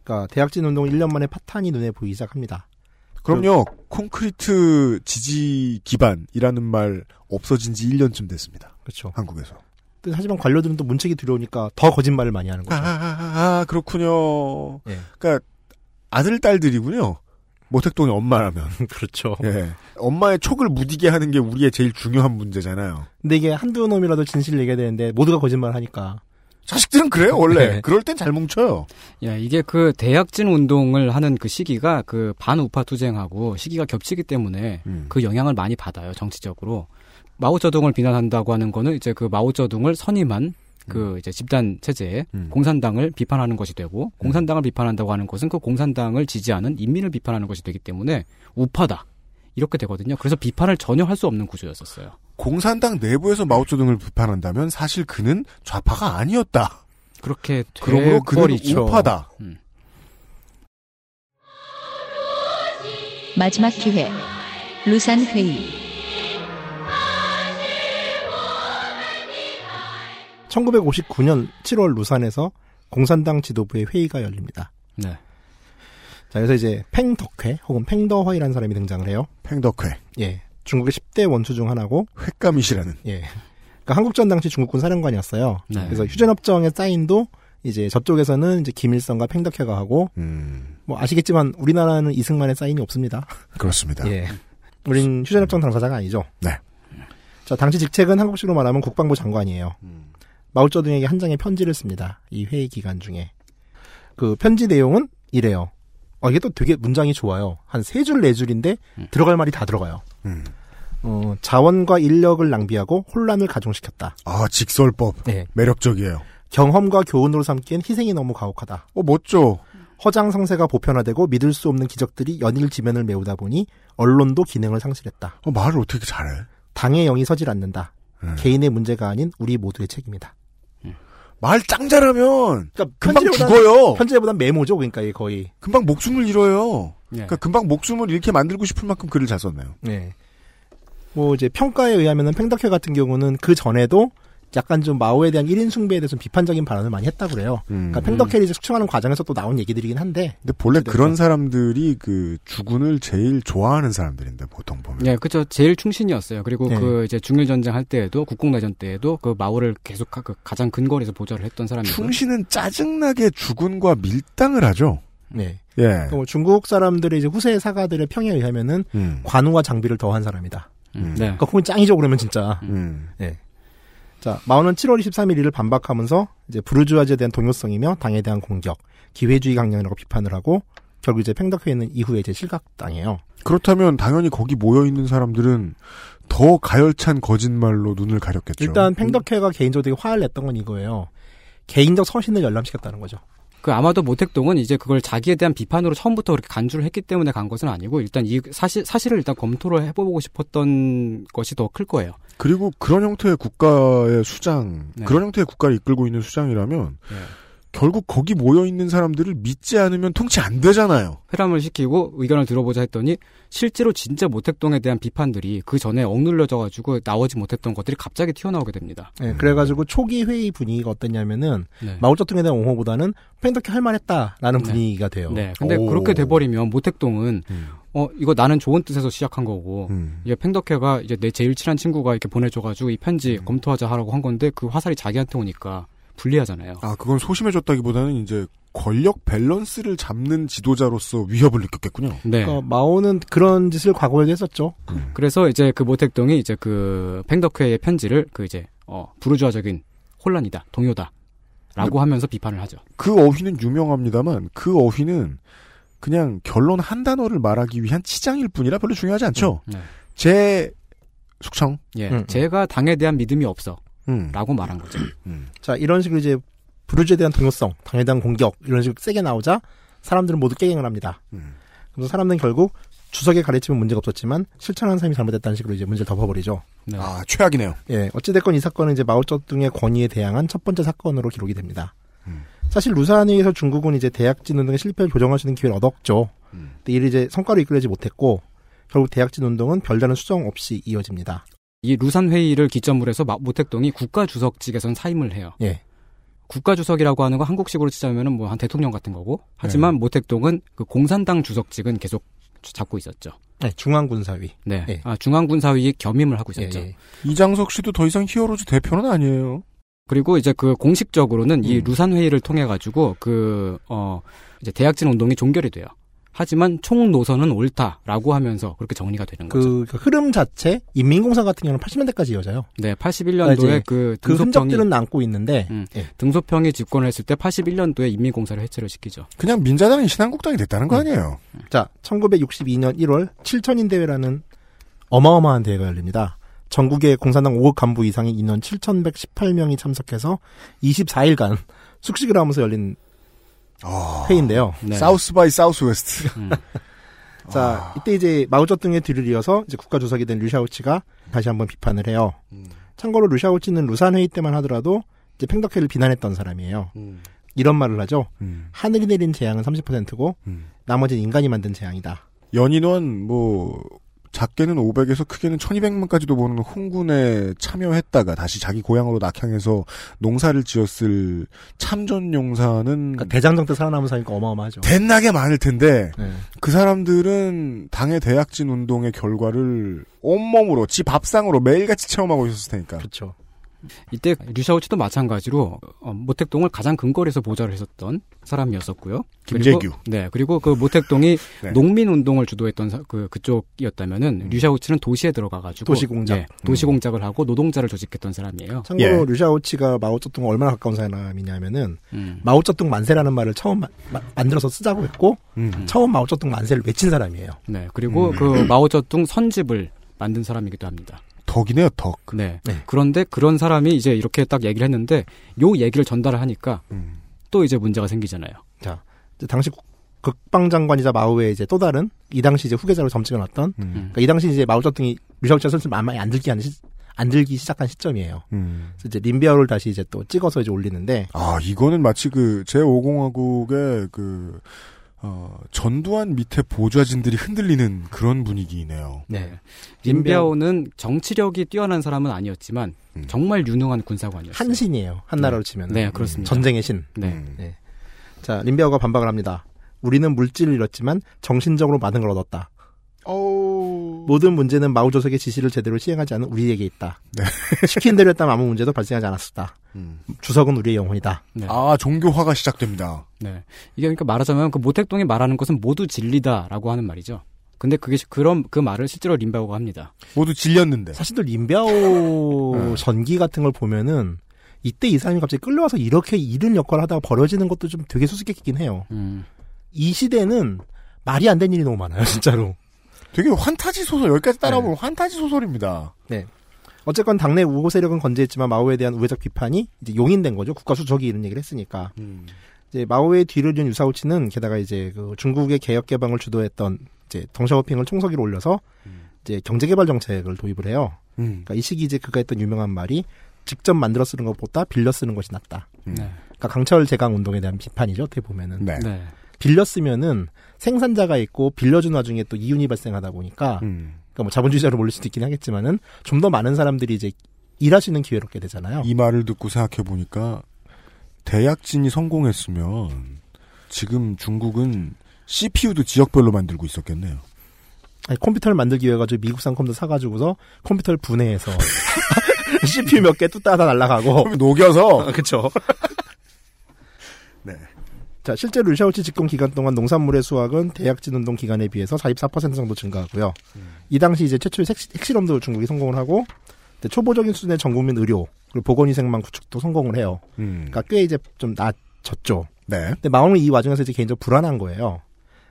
[SPEAKER 5] 그러니까 대학진 운동 1년 만에 파탄이 눈에 보이기 시작합니다.
[SPEAKER 2] 그럼요. 콘크리트 지지 기반이라는 말 없어진 지 1년쯤 됐습니다.
[SPEAKER 5] 그렇죠.
[SPEAKER 2] 한국에서.
[SPEAKER 5] 하지만 관료들은 또 문책이 두려우니까 더 거짓말을 많이 하는
[SPEAKER 2] 아,
[SPEAKER 5] 거죠.
[SPEAKER 2] 아, 아, 그렇군요.
[SPEAKER 5] 예.
[SPEAKER 2] 그러니까 아들 딸들이군요. 모택동의 엄마라면
[SPEAKER 5] 그렇죠.
[SPEAKER 2] 예. 엄마의 촉을 무디게 하는 게 우리의 제일 중요한 문제잖아요.
[SPEAKER 5] 근데 이게 한두 놈이라도 진실을 얘기해야 되는데 모두가 거짓말을 하니까
[SPEAKER 2] 자식들은 그래요 원래.
[SPEAKER 5] 네.
[SPEAKER 2] 그럴 땐 잘 뭉쳐요.
[SPEAKER 4] 야, 이게 그 대약진 운동을 하는 그 시기가 그 반우파 투쟁하고 시기가 겹치기 때문에
[SPEAKER 2] 음.
[SPEAKER 4] 그 영향을 많이 받아요, 정치적으로. 마오쩌둥을 비난한다고 하는 거는 이제 그 마오쩌둥을 선임한 그 이제 집단 체제에 공산당을 비판하는 것이 되고 공산당을 비판한다고 하는 것은 그 공산당을 지지하는 인민을 비판하는 것이 되기 때문에 우파다. 이렇게 되거든요. 그래서 비판을 전혀 할 수 없는 구조였었어요.
[SPEAKER 2] 공산당 내부에서 마오쩌둥을 비판한다면 사실 그는 좌파가 아니었다.
[SPEAKER 4] 그렇게
[SPEAKER 2] 그러므로 그는
[SPEAKER 4] 돼버리죠.
[SPEAKER 2] 우파다.
[SPEAKER 1] 마지막 기회. 루산 회의.
[SPEAKER 5] 1959년 7월 루산에서 공산당 지도부의 회의가 열립니다.
[SPEAKER 4] 네.
[SPEAKER 5] 자, 그래서 이제 팽덕회 혹은 팽더허이라는 사람이 등장을 해요.
[SPEAKER 2] 팽덕회.
[SPEAKER 5] 예. 중국의 10대 원수 중 하나고
[SPEAKER 2] 횟감이시라는.
[SPEAKER 5] 예. 그러니까 한국전 당시 중국군 사령관이었어요.
[SPEAKER 2] 네.
[SPEAKER 5] 그래서 휴전협정의 사인도 이제 저쪽에서는 이제 김일성과 팽덕회가 하고 뭐 아시겠지만 우리나라는 이승만의 사인이 없습니다.
[SPEAKER 2] 음, 그렇습니다.
[SPEAKER 5] 예. 우린 휴전협정 당사자가 아니죠.
[SPEAKER 2] 네.
[SPEAKER 5] 자, 당시 직책은 한국식으로 말하면 국방부 장관이에요.
[SPEAKER 2] 음.
[SPEAKER 5] 마오쩌둥에게 한 장의 편지를 씁니다. 이 회의 기간 중에. 그 편지 내용은 이래요. 어, 이게 또 되게 문장이 좋아요. 한 세 줄, 네 줄인데
[SPEAKER 2] 음.
[SPEAKER 5] 들어갈 말이 다 들어가요. 어, 자원과 인력을 낭비하고 혼란을 가중시켰다.
[SPEAKER 2] 아 직설법.
[SPEAKER 5] 네.
[SPEAKER 2] 매력적이에요.
[SPEAKER 5] 경험과 교훈으로 삼기엔 희생이 너무 가혹하다.
[SPEAKER 2] 어, 멋져.
[SPEAKER 5] 허장 성세가 보편화되고 믿을 수 없는 기적들이 연일 지면을 메우다 보니 언론도 기능을 상실했다.
[SPEAKER 2] 어, 말을 어떻게 잘해?
[SPEAKER 5] 당의 영이 서질 않는다. 개인의 문제가 아닌 우리 모두의 책임이다.
[SPEAKER 2] 말 짱 잘하면
[SPEAKER 5] 그러니까
[SPEAKER 2] 금방
[SPEAKER 5] 편지보단-
[SPEAKER 2] 죽어요.
[SPEAKER 5] 편지보단 메모죠. 그러니까 이게 거의.
[SPEAKER 2] 금방 목숨을 잃어요.
[SPEAKER 5] 예.
[SPEAKER 2] 그러니까 금방 목숨을 잃게 만들고 싶을 만큼 글을 잘 썼네요.
[SPEAKER 5] 네. 뭐 이제 평가에 의하면은 팽덕회 같은 경우는 그 전에도 약간 좀 마오에 대한 1인 숭배에 대해서 좀 비판적인 발언을 많이 했다 그래요. 그러니까 팽덕회를 이제 숙청하는 과정에서 또 나온 얘기들이긴 한데.
[SPEAKER 2] 근데 본래
[SPEAKER 5] 어찌됐건.
[SPEAKER 2] 그런 사람들이 그 주군을 제일 좋아하는 사람들인데 보통 보면
[SPEAKER 4] 네, 그죠. 제일 충신이었어요. 그리고
[SPEAKER 2] 네.
[SPEAKER 4] 그 이제 중일 전쟁 할 때에도 국공 내전 때에도 그 마오를 계속 가- 그 가장 근거리에서 보좌를 했던 사람이고.
[SPEAKER 2] 충신은 짜증나게 주군과 밀당을 하죠.
[SPEAKER 5] 네.
[SPEAKER 2] 예.
[SPEAKER 5] 뭐 중국 사람들의 이제 후세 사가들의 평에 의하면은
[SPEAKER 2] 음.
[SPEAKER 5] 관우와 장비를 더한 사람이다.
[SPEAKER 4] 음.
[SPEAKER 5] 그러 그건 짱이죠 그러면 진짜.
[SPEAKER 2] 음.
[SPEAKER 5] 예. 자 마오는 7월 23일 이를 반박하면서 이제 부르주아제에 대한 동요성이며 당에 대한 공격, 기회주의 강령이라고 비판을 하고 결국 이제 팽덕회는 이후에 이제 실각당해요.
[SPEAKER 2] 그렇다면 당연히 거기 모여 있는 사람들은 더 가열찬 거짓말로 눈을 가렸겠죠.
[SPEAKER 4] 음.
[SPEAKER 5] 일단 팽덕회가 개인적으로 되게 화를 냈던 건 이거예요. 개인적 서신을 열람시켰다는 거죠.
[SPEAKER 4] 그 아마도 모택동은 이제 그걸 자기에 대한 비판으로 처음부터 그렇게 간주를 했기 때문에 간 것은 아니고 일단 이 사실 사실을 일단 검토를 해보고 싶었던 것이 더 클 거예요.
[SPEAKER 2] 그리고 그런 형태의 국가의 수장,
[SPEAKER 4] 네.
[SPEAKER 2] 그런 형태의 국가를 이끌고 있는 수장이라면 결국 거기 모여 있는 사람들을 믿지 않으면 통치 안 되잖아요.
[SPEAKER 4] 회람을 시키고 의견을 들어보자 했더니 실제로 진짜 모택동에 대한 비판들이 그 전에 억눌려져 가지고 나오지 못했던 것들이 갑자기 튀어나오게 됩니다.
[SPEAKER 5] 예, 그래가지고 초기 회의 분위기가 어땠냐면은
[SPEAKER 4] 음. 네.
[SPEAKER 5] 마오쩌둥에 대한 옹호보다는 팽덕회 할만했다라는
[SPEAKER 4] 네.
[SPEAKER 5] 분위기가 돼요. 음.
[SPEAKER 4] 네. 근데 그렇게 돼버리면 모택동은 어 이거 나는 좋은 뜻에서 시작한 거고
[SPEAKER 2] 음.
[SPEAKER 4] 이제 팽덕회가 이제 내 제일 친한 친구가 이렇게 보내줘가지고 이 편지
[SPEAKER 5] 음.
[SPEAKER 4] 검토하자 하라고 한 건데 그 화살이 자기한테 오니까 불리하잖아요.
[SPEAKER 2] 아, 그건 소심해졌다기보다는 이제 권력 밸런스를 잡는 지도자로서 위협을 느꼈겠군요.
[SPEAKER 4] 네.
[SPEAKER 5] 그러니까 마오는 그런 짓을 과거에도 했었죠.
[SPEAKER 4] 그래서 이제 그 모택동이 이제 그 팽덕회의 편지를 그 이제 어 부르주아적인 혼란이다,
[SPEAKER 2] 음.
[SPEAKER 4] 동요다라고 하면서 비판을 하죠.
[SPEAKER 2] 그 어휘는 유명합니다만 그 어휘는 그냥 결론 한 단어를 말하기 위한 치장일 뿐이라 별로 중요하지 않죠.
[SPEAKER 4] 네.
[SPEAKER 2] 제 숙청.
[SPEAKER 4] 예,
[SPEAKER 2] 음.
[SPEAKER 4] 제가 당에 대한 믿음이 없어라고
[SPEAKER 2] 음.
[SPEAKER 4] 말한 거죠.
[SPEAKER 5] 자 이런 식으로 이제 부르주에 대한 동요성, 당에 대한 공격 이런 식으로 세게 나오자 사람들은 모두 깨갱을 합니다.
[SPEAKER 4] 음.
[SPEAKER 5] 그래서 사람들은 결국 주석에 가르치면 문제가 없었지만 실천한 사람이 잘못했다는 식으로 이제 문제를 덮어버리죠.
[SPEAKER 2] 아, 최악이네요.
[SPEAKER 5] 예, 어찌됐건 이 사건은 이제 마오쩌둥의 권위에 대항한 첫 번째 사건으로 기록이 됩니다.
[SPEAKER 4] 음.
[SPEAKER 5] 사실 루사니에서 중국은 이제 대약진 운동의 실패를 교정할 수 있는 기회를 얻었죠.
[SPEAKER 4] 음.
[SPEAKER 5] 근데 이를 이제 성과로 이끌지 못했고 결국 대약진 운동은 별다른 수정 없이 이어집니다.
[SPEAKER 4] 이 루산 회의를 기점으로 해서 마- 모택동이 국가 주석직에선 사임을 해요.
[SPEAKER 5] 예.
[SPEAKER 4] 국가 주석이라고 하는 거 한국식으로 치자면은 뭐 한 대통령 같은 거고. 하지만
[SPEAKER 2] 네.
[SPEAKER 4] 모택동은 그 공산당 주석직은 계속 주- 잡고 있었죠.
[SPEAKER 5] 네, 중앙군사위. 예,
[SPEAKER 4] 네.
[SPEAKER 2] 예.
[SPEAKER 4] 아, 중앙군사위에 겸임을 하고 있었죠.
[SPEAKER 2] 이장석 씨도 더 이상 히어로즈 대표는 아니에요.
[SPEAKER 4] 그리고 이제 그 공식적으로는
[SPEAKER 5] 음.
[SPEAKER 4] 이 루산 회의를 통해 가지고 그어 이제 대학진 운동이 종결이 돼요. 하지만 총 노선은 옳다라고 하면서 그렇게 정리가 되는 거죠.
[SPEAKER 5] 그, 그 흐름 자체 인민공사 같은 경우는 80년대까지 이어져요.
[SPEAKER 4] 네, 81년도에 그
[SPEAKER 5] 그
[SPEAKER 4] 등소평이
[SPEAKER 5] 흔적들은 남고 있는데
[SPEAKER 4] 등소평이 집권을 했을 때 81년도에 인민공사를 해체를 시키죠.
[SPEAKER 2] 그냥 민자당이 신한국당이 됐다는 거 아니에요?
[SPEAKER 5] 자, 1962년 1월 7천인 대회라는 어마어마한 대회가 열립니다. 전국의 공산당 5억 간부 이상의 인원 7,118명이 참석해서 24일간 숙식을 하면서 열린 회의인데요.
[SPEAKER 2] 네. 사우스 바이 사우스 웨스트.
[SPEAKER 5] 자, 이때 이제 마오쩌둥의 뒤를 이어서 이제 국가주석이 된 류샤오치가 다시 한번 비판을 해요. 참고로 류샤오치는 루산회의 때만 하더라도 이제 팽덕회를 비난했던 사람이에요.
[SPEAKER 4] 음.
[SPEAKER 5] 이런 말을 하죠.
[SPEAKER 2] 음,
[SPEAKER 5] 하늘이 내린 재앙은 30%고 나머지는 인간이 만든 재앙이다.
[SPEAKER 2] 연인원 뭐 작게는 500에서 크게는 1200만까지도 보는 홍군에 참여했다가 다시 자기 고향으로 낙향해서 농사를 지었을 참전 용사는
[SPEAKER 5] 그러니까 대장정 때 살아남은 사니까
[SPEAKER 2] 음.
[SPEAKER 5] 어마어마하죠.
[SPEAKER 2] 대나게 많을 텐데
[SPEAKER 5] 네.
[SPEAKER 2] 그 사람들은 당의 대약진 운동의 결과를 온몸으로 지 밥상으로 매일같이 체험하고 있었을 테니까.
[SPEAKER 5] 그렇죠.
[SPEAKER 4] 이때 류샤오치도 마찬가지로 어, 모택동을 가장 근거리에서 보좌를 했었던 사람이었었고요.
[SPEAKER 2] 김재규.
[SPEAKER 4] 그리고, 네, 그리고 그 모택동이
[SPEAKER 2] 네.
[SPEAKER 4] 농민 운동을 주도했던 사- 그 그쪽이었다면은 류샤오치는 도시에 들어가가지고
[SPEAKER 5] 도시공작.
[SPEAKER 4] 네, 도시공작을 하고 노동자를 조직했던 사람이에요.
[SPEAKER 5] 참고로 류샤오치가 마오쩌둥 얼마나 가까운 사람이냐면은 마오쩌둥 만세라는 말을 처음 마- 마- 만들어서 쓰자고 했고 처음 마오쩌둥 만세를 외친 사람이에요.
[SPEAKER 4] 네, 그리고
[SPEAKER 5] 음.
[SPEAKER 4] 그 마오쩌둥 선집을 만든 사람이기도 합니다.
[SPEAKER 2] 덕이네요, 덕.
[SPEAKER 4] 네. 그런데 그런 사람이 이제 이렇게 딱 얘기를 했는데 요 얘기를 전달을 하니까 또 이제 문제가 생기잖아요.
[SPEAKER 5] 자, 이제 당시 국- 극방 장관이자 마오의 이제 또 다른 이 당시 이제 후계자로 점찍어 놨던
[SPEAKER 2] 음,
[SPEAKER 5] 그러니까 이 당시 이제 마오쩌둥이 류샤오치가 슬슬 많이 안 들기 하는 시, 안 들기 시작한 시점이에요.
[SPEAKER 2] 음.
[SPEAKER 5] 그래서 이제 린비아오를 다시 이제 또 찍어서 이제 올리는데
[SPEAKER 2] 아, 이거는 마치 그 제5공화국의 그, 어, 전두환 밑에 보좌진들이 흔들리는 그런 분위기이네요.
[SPEAKER 4] 네. 린비아오는 정치력이 뛰어난 사람은 아니었지만 정말 유능한 군사관이었어요.
[SPEAKER 5] 음. 한 신이에요. 한 나라로 치면.
[SPEAKER 4] 네, 그렇습니다.
[SPEAKER 5] 전쟁의 신.
[SPEAKER 4] 네.
[SPEAKER 2] 음.
[SPEAKER 5] 네. 자, 린비아오가 반박을 합니다. 우리는 물질을 잃었지만 정신적으로 많은 걸 얻었다. 모든 문제는 마오조석의 지시를 제대로 시행하지 않은 우리에게 있다. 시킨 대로 했다면 아무 문제도 발생하지 않았었다. 주석은 우리의 영혼이다.
[SPEAKER 2] 아, 종교화가 시작됩니다.
[SPEAKER 4] 네. 이게 그러니까 말하자면 그 모택동이 말하는 것은 모두 진리다라고 하는 말이죠. 근데 그게 시- 그런 그 말을 실제로 린비아오가 합니다.
[SPEAKER 2] 모두 질렸는데.
[SPEAKER 5] 사실 또 린비아오 전기 같은 걸 보면은 이때 이 사람이 갑자기 끌려와서 이렇게 이른 역할을 하다가 버려지는 것도 좀 되게 수수께끼긴 해요. 이 시대는 말이 안 되는 일이 너무 많아요, 진짜로.
[SPEAKER 2] 되게 환타지 소설 여기까지 따라오면 환타지 소설입니다.
[SPEAKER 5] 네. 어쨌건 당내 우호 세력은 건재했지만 마오에 대한 우회적 비판이 이제 용인된 거죠. 국가수적이 이런 얘기를 했으니까. 이제 마오의 뒤를 이은 유사오치는 게다가 이제 그 중국의 개혁 개방을 주도했던 이제 덩샤오핑을 총서기로 올려서 이제 경제개발 정책을 도입을 해요.
[SPEAKER 2] 음.
[SPEAKER 5] 그러니까 이 시기 이제 그가 했던 유명한 말이 직접 만들어 쓰는 것보다 빌려 쓰는 것이 낫다.
[SPEAKER 4] 네.
[SPEAKER 5] 그러니까 강철 제강 운동에 대한 비판이죠. 어떻게 보면은.
[SPEAKER 2] 네.
[SPEAKER 4] 네.
[SPEAKER 5] 빌려 쓰면은 생산자가 있고 빌려준 와중에 또 이윤이 발생하다 보니까
[SPEAKER 2] 음.
[SPEAKER 5] 그러니까 뭐 자본주의자로 몰릴 수도 있긴 하겠지만은 좀 더 많은 사람들이 이제 일할 수 있는 기회를 얻게 되잖아요.
[SPEAKER 2] 이 말을 듣고 생각해 보니까 대약진이 성공했으면 지금 중국은 CPU도 지역별로 만들고 있었겠네요.
[SPEAKER 5] 아니, 컴퓨터를 만들기 위해 가지고 미국산 컴퓨터 사가지고서 컴퓨터를 분해해서 CPU 몇 개 뚜따다 날라가고
[SPEAKER 2] 녹여서
[SPEAKER 5] 아, 그쵸.
[SPEAKER 2] 네.
[SPEAKER 5] 자 실제 루샤오치 집권 기간 동안 농산물의 수확은 대약진 운동 기간에 비해서 44% 정도 증가하고요. 이 당시 이제 최초의 색시- 핵실험도 중국이 성공을 하고 근데 초보적인 수준의 전국민 의료 그리고 보건위생망 구축도 성공을 해요. 그러니까 꽤 이제 좀 낮졌죠.
[SPEAKER 2] 음. 네.
[SPEAKER 5] 근데 마오는 이 와중에서 이제 개인적으로 불안한 거예요.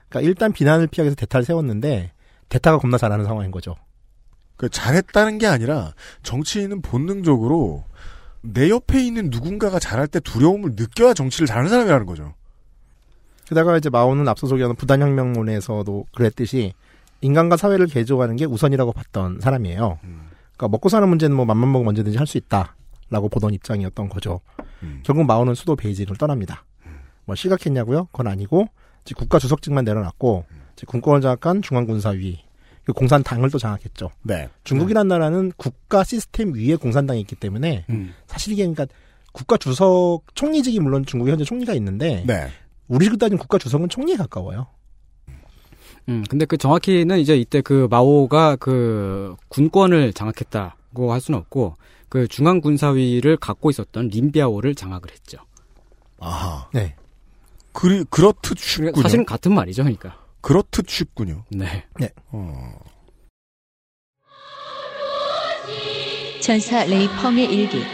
[SPEAKER 5] 그러니까 일단 비난을 피하기 위해서 대타를 세웠는데 대타가 겁나 잘하는 상황인 거죠.
[SPEAKER 2] 그 잘했다는 게 아니라 정치인은 본능적으로 내 옆에 있는 누군가가 잘할 때 두려움을 느껴야 정치를 잘하는 사람이라는 거죠.
[SPEAKER 5] 게다가 이제 마오는 앞서 소개하는 부단혁명론에서도 그랬듯이 인간과 사회를 개조하는 게 우선이라고 봤던 사람이에요. 그러니까 먹고 사는 문제는 뭐 맘만 먹으면 언제든지 할 수 있다라고 보던 입장이었던 거죠. 결국 마오는 수도 베이징을 떠납니다. 뭐 실각했냐고요? 그건 아니고 이제 국가 주석직만 내려놨고 이제 군권을 장악한 중앙군사위 그리고 공산당을 또 장악했죠.
[SPEAKER 2] 네.
[SPEAKER 5] 중국이란 나라는 국가 시스템 위에 공산당이 있기 때문에 사실 이게 그러니까 국가 주석 총리직이 물론 중국에 현재 총리가 있는데
[SPEAKER 2] 네.
[SPEAKER 5] 우리로 따지면 국가 주석은 총리에 가까워요.
[SPEAKER 4] 음, 근데 그 정확히는 이제 이때 그 마오가 그 군권을 장악했다. 고 할 수는 없고 그 중앙 군사위를 갖고 있었던 림비아오를 장악을 했죠.
[SPEAKER 2] 아하.
[SPEAKER 5] 네.
[SPEAKER 2] 그, 그렇듯 쉽군요.
[SPEAKER 4] 사실은 같은 말이죠, 그러니까.
[SPEAKER 2] 그렇듯 쉽군요.
[SPEAKER 4] 네.
[SPEAKER 5] 네.
[SPEAKER 2] 어.
[SPEAKER 1] 전사 레이펑의 일기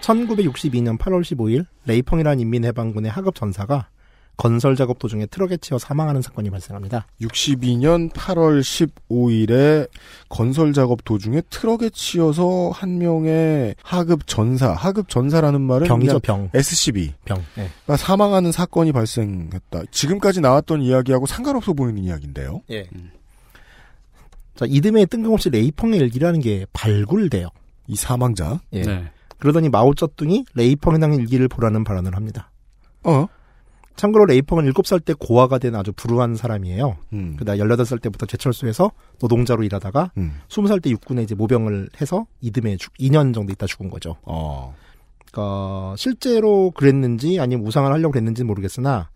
[SPEAKER 5] (1962년 8월 15일) 레이펑이라는 인민해방군의 하급 전사가 건설 작업 도중에 트럭에 치여 사망하는 사건이 발생합니다
[SPEAKER 2] 62년 8월 15일에 건설 작업 도중에 트럭에 치여서 한 명의 하급 전사, 하급 전사라는 말은
[SPEAKER 5] 병이죠,
[SPEAKER 2] 그냥
[SPEAKER 5] 병.
[SPEAKER 2] SCB.
[SPEAKER 5] 병 네.
[SPEAKER 2] 가 사망하는 사건이 발생했다. 지금까지 나왔던 이야기하고 상관없어 보이는 이야기인데요.
[SPEAKER 5] 예. 자, 이듬해 뜬금없이 레이펑의 일기라는 게 발굴돼요.
[SPEAKER 2] 이 사망자.
[SPEAKER 5] 예.
[SPEAKER 4] 네.
[SPEAKER 5] 그러더니 마오쩌둥이 레이펑 해당 일기를 보라는 발언을 합니다.
[SPEAKER 2] 어?
[SPEAKER 5] 참고로 레이펑은 7살 때 고아가 된 아주 불우한 사람이에요.
[SPEAKER 4] 음.
[SPEAKER 5] 그다 18살 때부터 제철소에서 노동자로 일하다가
[SPEAKER 2] 음.
[SPEAKER 5] 20살 때 육군에 이제 모병을 해서 이듬해 죽, 2년 정도 있다 죽은 거죠.
[SPEAKER 2] 어.
[SPEAKER 5] 그러니까 실제로 그랬는지 아니면 우상을 하려고 그랬는지 모르겠으나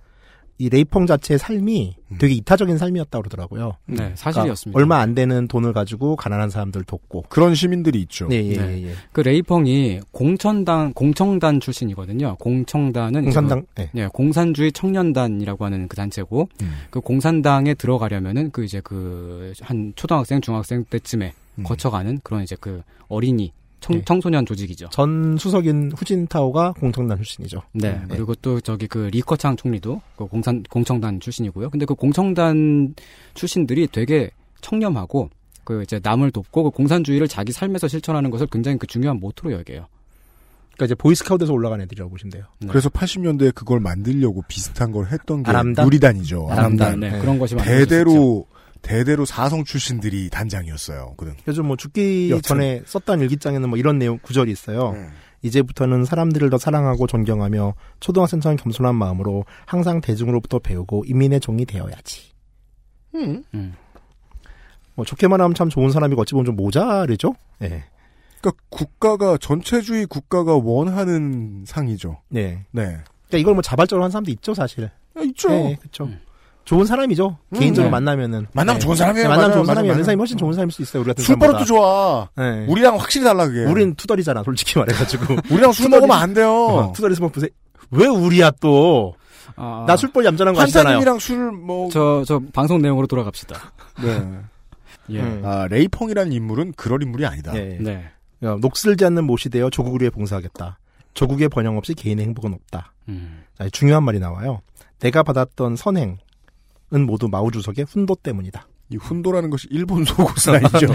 [SPEAKER 5] 이 레이펑 자체의 삶이 되게 이타적인 삶이었다 그러더라고요.
[SPEAKER 4] 네,
[SPEAKER 5] 그러니까
[SPEAKER 4] 음. 사실이었습니다.
[SPEAKER 5] 얼마 안 되는 돈을 가지고 가난한 사람들 돕고
[SPEAKER 2] 그런 시민들이 있죠.
[SPEAKER 5] 네, 예,
[SPEAKER 4] 네.
[SPEAKER 5] 예, 예.
[SPEAKER 4] 그 레이펑이 공천당 공청단 출신이거든요. 공청단은 이제
[SPEAKER 5] 공산당,
[SPEAKER 4] 그-
[SPEAKER 5] 네.
[SPEAKER 4] 예, 공산주의 청년단이라고 하는 그 단체고
[SPEAKER 5] 음.
[SPEAKER 4] 그 공산당에 들어가려면은 그 이제 그 한 초등학생 중학생 때쯤에 거쳐가는 그런 이제 그 어린이 청,
[SPEAKER 5] 음. 네.
[SPEAKER 4] 청소년 조직이죠.
[SPEAKER 5] 전 수석인 후진타오가 공청단 출신이죠.
[SPEAKER 4] 네. 그리고 또 저기 그 리커창 총리도 그 공산 공청단 출신이고요. 근데 그 공청단 출신들이 되게 청렴하고 그 이제 남을 돕고 그 공산주의를 자기 삶에서 실천하는 것을 굉장히 그 중요한 모토로 여겨요.
[SPEAKER 5] 그러니까 이제 보이스카우트에서 올라간 애들이라고 보시면 돼요.
[SPEAKER 2] 그래서 80년대에 그걸 만들려고 비슷한 걸 했던 게
[SPEAKER 5] 아람단?
[SPEAKER 2] 누리단이죠.
[SPEAKER 5] 아람단,
[SPEAKER 2] 아람단.
[SPEAKER 5] 네, 그런 것이
[SPEAKER 4] 그렇죠.
[SPEAKER 2] 대대로 대대로 사성 출신들이 단장이었어요. 그는
[SPEAKER 5] 요즘 뭐 죽기
[SPEAKER 2] 여튼. 네.
[SPEAKER 5] 전에 썼던 일기장에는 뭐 이런 내용 구절이 있어요.
[SPEAKER 2] 그러니까
[SPEAKER 5] 이제부터는 사람들을 더 사랑하고 존경하며 초등학생처럼 겸손한 마음으로 항상 대중으로부터 배우고 인민의 종이 되어야지. 음. 뭐 좋게만 하면 참 좋은 사람이고 어찌 보면 좀 모자르죠. 네.
[SPEAKER 2] 그러니까 국가가 전체주의 국가가 원하는 상이죠.
[SPEAKER 5] 네.
[SPEAKER 2] 네.
[SPEAKER 5] 그러니까 이걸 뭐 자발적으로 한 사람도 있죠, 사실.
[SPEAKER 2] 있죠.
[SPEAKER 5] 네, 그렇죠. 좋은 사람이죠.
[SPEAKER 2] 음,
[SPEAKER 5] 개인적으로
[SPEAKER 2] 네.
[SPEAKER 5] 만나면은
[SPEAKER 2] 만나면 좋은 사람이에요.
[SPEAKER 5] 네, 만나면
[SPEAKER 2] 맞아요,
[SPEAKER 5] 좋은
[SPEAKER 2] 맞아요,
[SPEAKER 5] 사람이에요.
[SPEAKER 2] 맞아요.
[SPEAKER 5] 이 사람이 훨씬 좋은 사람일 수 있어요. 우리 같은
[SPEAKER 2] 술버릇도
[SPEAKER 5] 사람보다.
[SPEAKER 2] 좋아.
[SPEAKER 5] 네.
[SPEAKER 2] 우리랑 예. 확실히 달라 그게.
[SPEAKER 5] 우린 투덜이 잖아 솔직히 말해가지고
[SPEAKER 2] 우리랑 술 먹으면 안 돼요.
[SPEAKER 5] 투덜이 스모프세왜 우리야 또? 아. 나 술벌 얌전한 거 아시잖아요.
[SPEAKER 2] 한사님이랑 술뭐 먹.
[SPEAKER 4] 아, 저, 저 방송 내용으로 돌아갑시다.
[SPEAKER 2] 네.
[SPEAKER 4] 예.
[SPEAKER 2] 아 레이펑이라는 인물은 그럴 인물이 아니다.
[SPEAKER 5] 예.
[SPEAKER 4] 네.
[SPEAKER 5] 야, 녹슬지 않는 못이 되어 조국을 위해 봉사하겠다. 조국의 번영 없이 개인의 행복은 없다.
[SPEAKER 4] 음.
[SPEAKER 5] 자, 중요한 말이 나와요. 내가 받았던 선행은 모두 마오 주석의 훈도 때문이다.
[SPEAKER 2] 이 훈도라는 것이 일본 속옷이죠.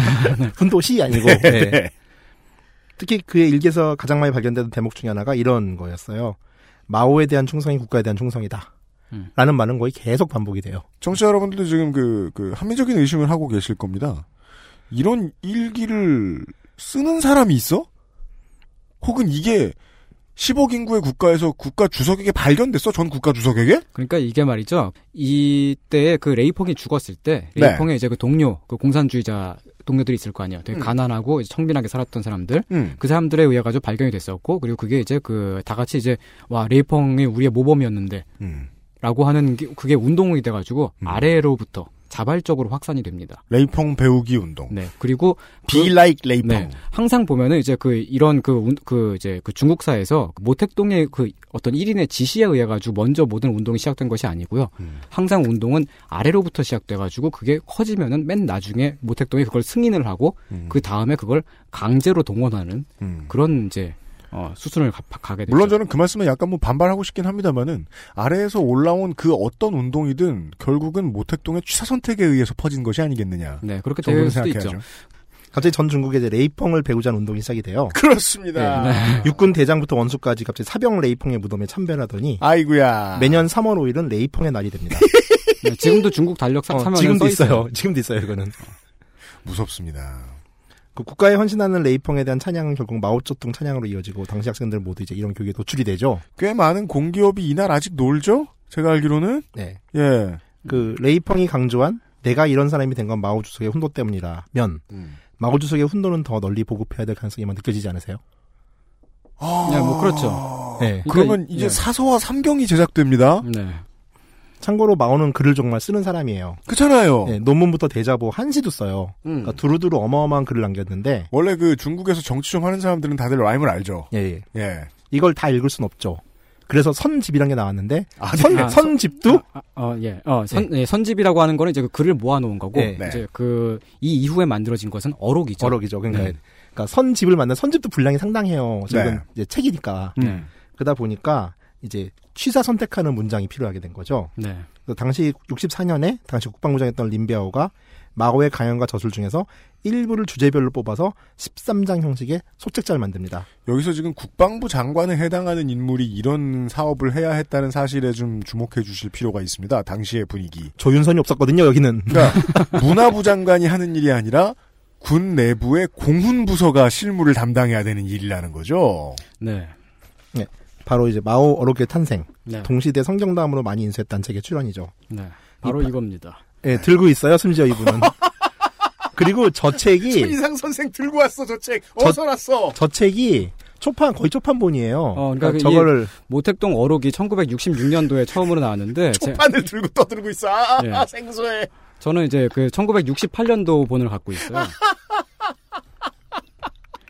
[SPEAKER 5] 훈도시 아니고.
[SPEAKER 2] 네,
[SPEAKER 5] 네.
[SPEAKER 2] 네.
[SPEAKER 5] 특히 그의 일기에서 가장 많이 발견되는 대목 중에 하나가 이런 거였어요. 마오에 대한 충성이 국가에 대한 충성이다.
[SPEAKER 4] 음.
[SPEAKER 5] 라는 말은 거의 계속 반복이 돼요.
[SPEAKER 2] 정치자 여러분들도 지금 그, 그 합리적인 의심을 하고 계실 겁니다. 이런 일기를 쓰는 사람이 있어? 혹은 이게 10억 인구의 국가에서 국가 주석에게 발견됐어? 전 국가 주석에게?
[SPEAKER 4] 그러니까 이게 말이죠. 이때 그 레이펑이 죽었을 때
[SPEAKER 2] 네.
[SPEAKER 4] 레이펑의 이제 그 동료, 그 공산주의자 동료들이 있을 거 아니에요.
[SPEAKER 2] 음.
[SPEAKER 4] 되게 가난하고 이제 청빈하게 살았던 사람들.
[SPEAKER 2] 음.
[SPEAKER 4] 그 사람들에 의해 가지고 발견이 됐었고 그리고 그게 이제 그 다 같이 이제 와 레이펑이 우리의 모범이었는데
[SPEAKER 2] 음.
[SPEAKER 4] 라고 하는 게 그게 운동이 돼 가지고 아래로부터 자발적으로 확산이 됩니다.
[SPEAKER 2] 레이펑 배우기 운동.
[SPEAKER 4] 네. 그리고
[SPEAKER 2] Be
[SPEAKER 4] 그-
[SPEAKER 2] like 레이펑.
[SPEAKER 4] 네. 항상 보면은 이제 그 이런 그, 운- 그 이제 그 중국사에서 그 모택동의 그 어떤 1인의 지시에 의해 가지고 먼저 모든 운동이 시작된 것이 아니고요.
[SPEAKER 2] 음.
[SPEAKER 4] 항상 운동은 아래로부터 시작돼 가지고 그게 커지면은 맨 나중에 모택동이 그걸 승인을 하고 그 다음에 그걸 강제로 동원하는
[SPEAKER 2] 음.
[SPEAKER 4] 그런 이제 어, 수순을 가, 가게 되죠.
[SPEAKER 2] 물론 저는 그 말씀에 약간 뭐 반발하고 싶긴 합니다만은 아래에서 올라온 그 어떤 운동이든 결국은 모택동의 취사 선택에 의해서 퍼진 것이 아니겠느냐.
[SPEAKER 4] 네, 그렇게
[SPEAKER 2] 정도는
[SPEAKER 4] 될 수도 있죠.
[SPEAKER 2] 생각해야죠.
[SPEAKER 5] 갑자기 전 중국에 이제 레이펑을 배우자는 운동이 시작이 돼요.
[SPEAKER 2] 그렇습니다.
[SPEAKER 5] 육군 대장부터 원수까지 갑자기 사병 레이펑의 무덤에 참배하더니
[SPEAKER 2] 아이구야.
[SPEAKER 5] 매년 3월 5일은 레이펑의 날이 됩니다.
[SPEAKER 4] 네, 지금도 중국 달력 사-
[SPEAKER 5] 어,
[SPEAKER 4] 사면에
[SPEAKER 5] 지금도
[SPEAKER 4] 써
[SPEAKER 5] 있어요.
[SPEAKER 4] 있어요.
[SPEAKER 5] 지금도 있어요. 이거는
[SPEAKER 2] 무섭습니다.
[SPEAKER 5] 그 국가에 헌신하는 레이펑에 대한 찬양은 결국 마오쩌둥 찬양으로 이어지고 당시 학생들 모두 이제 이런 교육에 노출이 되죠.
[SPEAKER 2] 꽤 많은 공기업이 이날 아직 놀죠? 제가 알기로는?
[SPEAKER 5] 네.
[SPEAKER 2] 예.
[SPEAKER 5] 그 레이펑이 강조한 내가 이런 사람이 된 건 마오 주석의 훈도 때문이라면 마오 주석의 훈도는 더 널리 보급해야 될 가능성이 만 느껴지지 않으세요?
[SPEAKER 4] 네, 뭐 그렇죠.
[SPEAKER 5] 네.
[SPEAKER 2] 어. 예. 그러면 이제 사서와 삼경이 제작됩니다.
[SPEAKER 4] 네.
[SPEAKER 5] 참고로 마오는 글을 정말 쓰는 사람이에요.
[SPEAKER 2] 그렇잖아요.
[SPEAKER 5] 네, 논문부터 대자보 한시도 써요.
[SPEAKER 2] 어. 음.
[SPEAKER 5] 그러니까 두루두루 어마어마한 글을 남겼는데
[SPEAKER 2] 원래 그 중국에서 정치 좀 하는 사람들은 다들 라임을 알죠.
[SPEAKER 5] 예, 예.
[SPEAKER 2] 예.
[SPEAKER 5] 이걸 다 읽을 순 없죠. 그래서 선집이라는 게 나왔는데
[SPEAKER 2] 아,
[SPEAKER 5] 선,
[SPEAKER 4] 네.
[SPEAKER 5] 선집도
[SPEAKER 4] 어, 예. 어, 선, 예, 선집이라고 하는 거는 이제 그 글을 모아놓은 거고,
[SPEAKER 5] 네.
[SPEAKER 4] 이제 그, 이 이후에 만들어진 것은 어록이죠.
[SPEAKER 5] 어록이죠. 그러니까,
[SPEAKER 4] 네.
[SPEAKER 5] 그러니까 선집을 만든 선집도 분량이 상당해요. 지금
[SPEAKER 4] 네.
[SPEAKER 5] 이제 책이니까
[SPEAKER 4] 네.
[SPEAKER 5] 그러다 보니까 이제 취사 선택하는 문장이 필요하게 된 거죠.
[SPEAKER 4] 네.
[SPEAKER 5] 그래서 당시 64년에 당시 국방부장이었던 린베아오가 마오의 강연과 저술 중에서 일부를 주제별로 뽑아서 13장 형식의 소책자를 만듭니다.
[SPEAKER 2] 여기서 지금 국방부 장관에 해당하는 인물이 이런 사업을 해야 했다는 사실에 좀 주목해 주실 필요가 있습니다. 당시의 분위기.
[SPEAKER 5] 조윤선이 없었거든요, 여기는.
[SPEAKER 2] 그러니까 문화부 장관이 하는 일이 아니라 군 내부의 공훈 부서가 실무를 담당해야 되는 일이라는 거죠.
[SPEAKER 4] 네.
[SPEAKER 5] 네. 바로 이제 마오 어록의 탄생.
[SPEAKER 4] 네.
[SPEAKER 5] 동시대 성경 다음으로 많이 인수했던 책의 출연이죠.
[SPEAKER 4] 네. 바로
[SPEAKER 5] 이-
[SPEAKER 4] 이겁니다.
[SPEAKER 5] 예, 들고 있어요, 심지어 이분은. 그리고 저 책이
[SPEAKER 2] 손이상 선생 들고 왔어 저 책.
[SPEAKER 5] 예. 저-
[SPEAKER 2] 어서 났어.
[SPEAKER 5] 저 책이 초판 거의 초판본이에요.
[SPEAKER 4] 어, 그러니까 그
[SPEAKER 5] 저거를
[SPEAKER 4] 이 모택동 어록이 1966년도에 처음으로 나왔는데, 제-
[SPEAKER 2] 초판을 들고 떠들고 있어. 아,
[SPEAKER 4] 예.
[SPEAKER 2] 아, 생소해.
[SPEAKER 4] 저는 이제 그 1968년도 본을 갖고 있어요.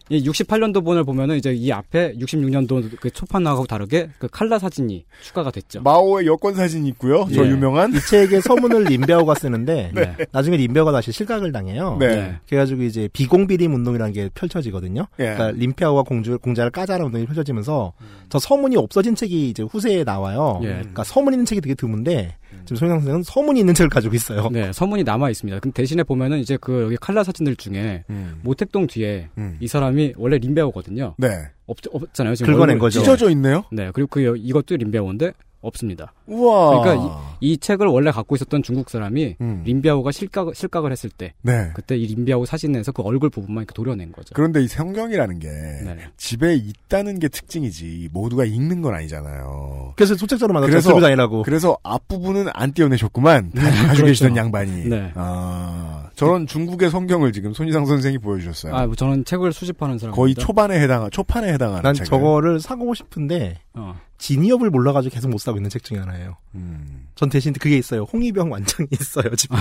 [SPEAKER 4] 이 68년도 본을 보면은 이제 이 앞에 66년도 그 초판하고 다르게 그 칼라 사진이 추가가 됐죠.
[SPEAKER 2] 마오의 여권 사진이 있고요. 저
[SPEAKER 5] 예.
[SPEAKER 2] 유명한
[SPEAKER 5] 이 책의 서문을 린베어가 쓰는데
[SPEAKER 2] 네.
[SPEAKER 5] 나중에 린베어가 다시 실각을 당해요.
[SPEAKER 2] 네.
[SPEAKER 5] 그래가지고 이제 비공비림 운동이라는 게 펼쳐지거든요.
[SPEAKER 2] 예.
[SPEAKER 5] 그러니까 린페아오와 공주 공자를 까자는 운동이 펼쳐지면서 저 서문이 없어진 책이 이제 후세에 나와요.
[SPEAKER 4] 예.
[SPEAKER 5] 그러니까 서문 있는 책이 되게 드문데
[SPEAKER 2] 음.
[SPEAKER 5] 지금 송영 선생은 서문이 있는 책을 가지고 있어요.
[SPEAKER 4] 네, 서문이 남아 있습니다. 근데 대신에 보면은 이제 그 여기 칼라 사진들 중에 모택동 뒤에
[SPEAKER 2] 음.
[SPEAKER 4] 이 사람이 원래 린베어거든요.
[SPEAKER 2] 네.
[SPEAKER 4] 없, 없잖아요. 지금
[SPEAKER 5] 긁어낸
[SPEAKER 4] 얼굴-
[SPEAKER 5] 거죠.
[SPEAKER 2] 찢어져 있네요.
[SPEAKER 4] 네, 그리고 그 여- 이것도 린베어인데 없습니다.
[SPEAKER 2] 우와.
[SPEAKER 4] 그러니까 이, 이 책을 원래 갖고 있었던 중국 사람이
[SPEAKER 2] 아. 음.
[SPEAKER 4] 린베어가 실각, 실각을 했을 때
[SPEAKER 2] 네.
[SPEAKER 4] 그때 이 린베어 사진에서 그 얼굴 부분만 이렇게 도려낸 거죠.
[SPEAKER 2] 그런데 이 성경이라는 게
[SPEAKER 4] 네.
[SPEAKER 2] 집에 있다는 게 특징이지 모두가 읽는 건 아니잖아요.
[SPEAKER 5] 그래서 소책자로 만났죠.
[SPEAKER 2] 그래서-
[SPEAKER 5] 들고 어, 다니라고.
[SPEAKER 2] 그래서 앞부분은 안 띄어내셨구만. 다 가지고 계시던 양반이.
[SPEAKER 4] 네.
[SPEAKER 2] 아, 저런 중국의 성경을 지금 손희상 선생이 보여주셨어요.
[SPEAKER 4] 아, 뭐 저는 책을 수집하는 사람.
[SPEAKER 2] 거의 초반에 해당한 초판에 해당하는
[SPEAKER 5] 난
[SPEAKER 2] 아, 책을.
[SPEAKER 5] 저거를 사고 싶은데
[SPEAKER 4] 어.
[SPEAKER 5] 진이업을 몰라가지고 계속 못 사고 있는 책 중에 하나예요.
[SPEAKER 2] 음.
[SPEAKER 5] 전 대신 그게 있어요. 홍위병 완장이 있어요 집에.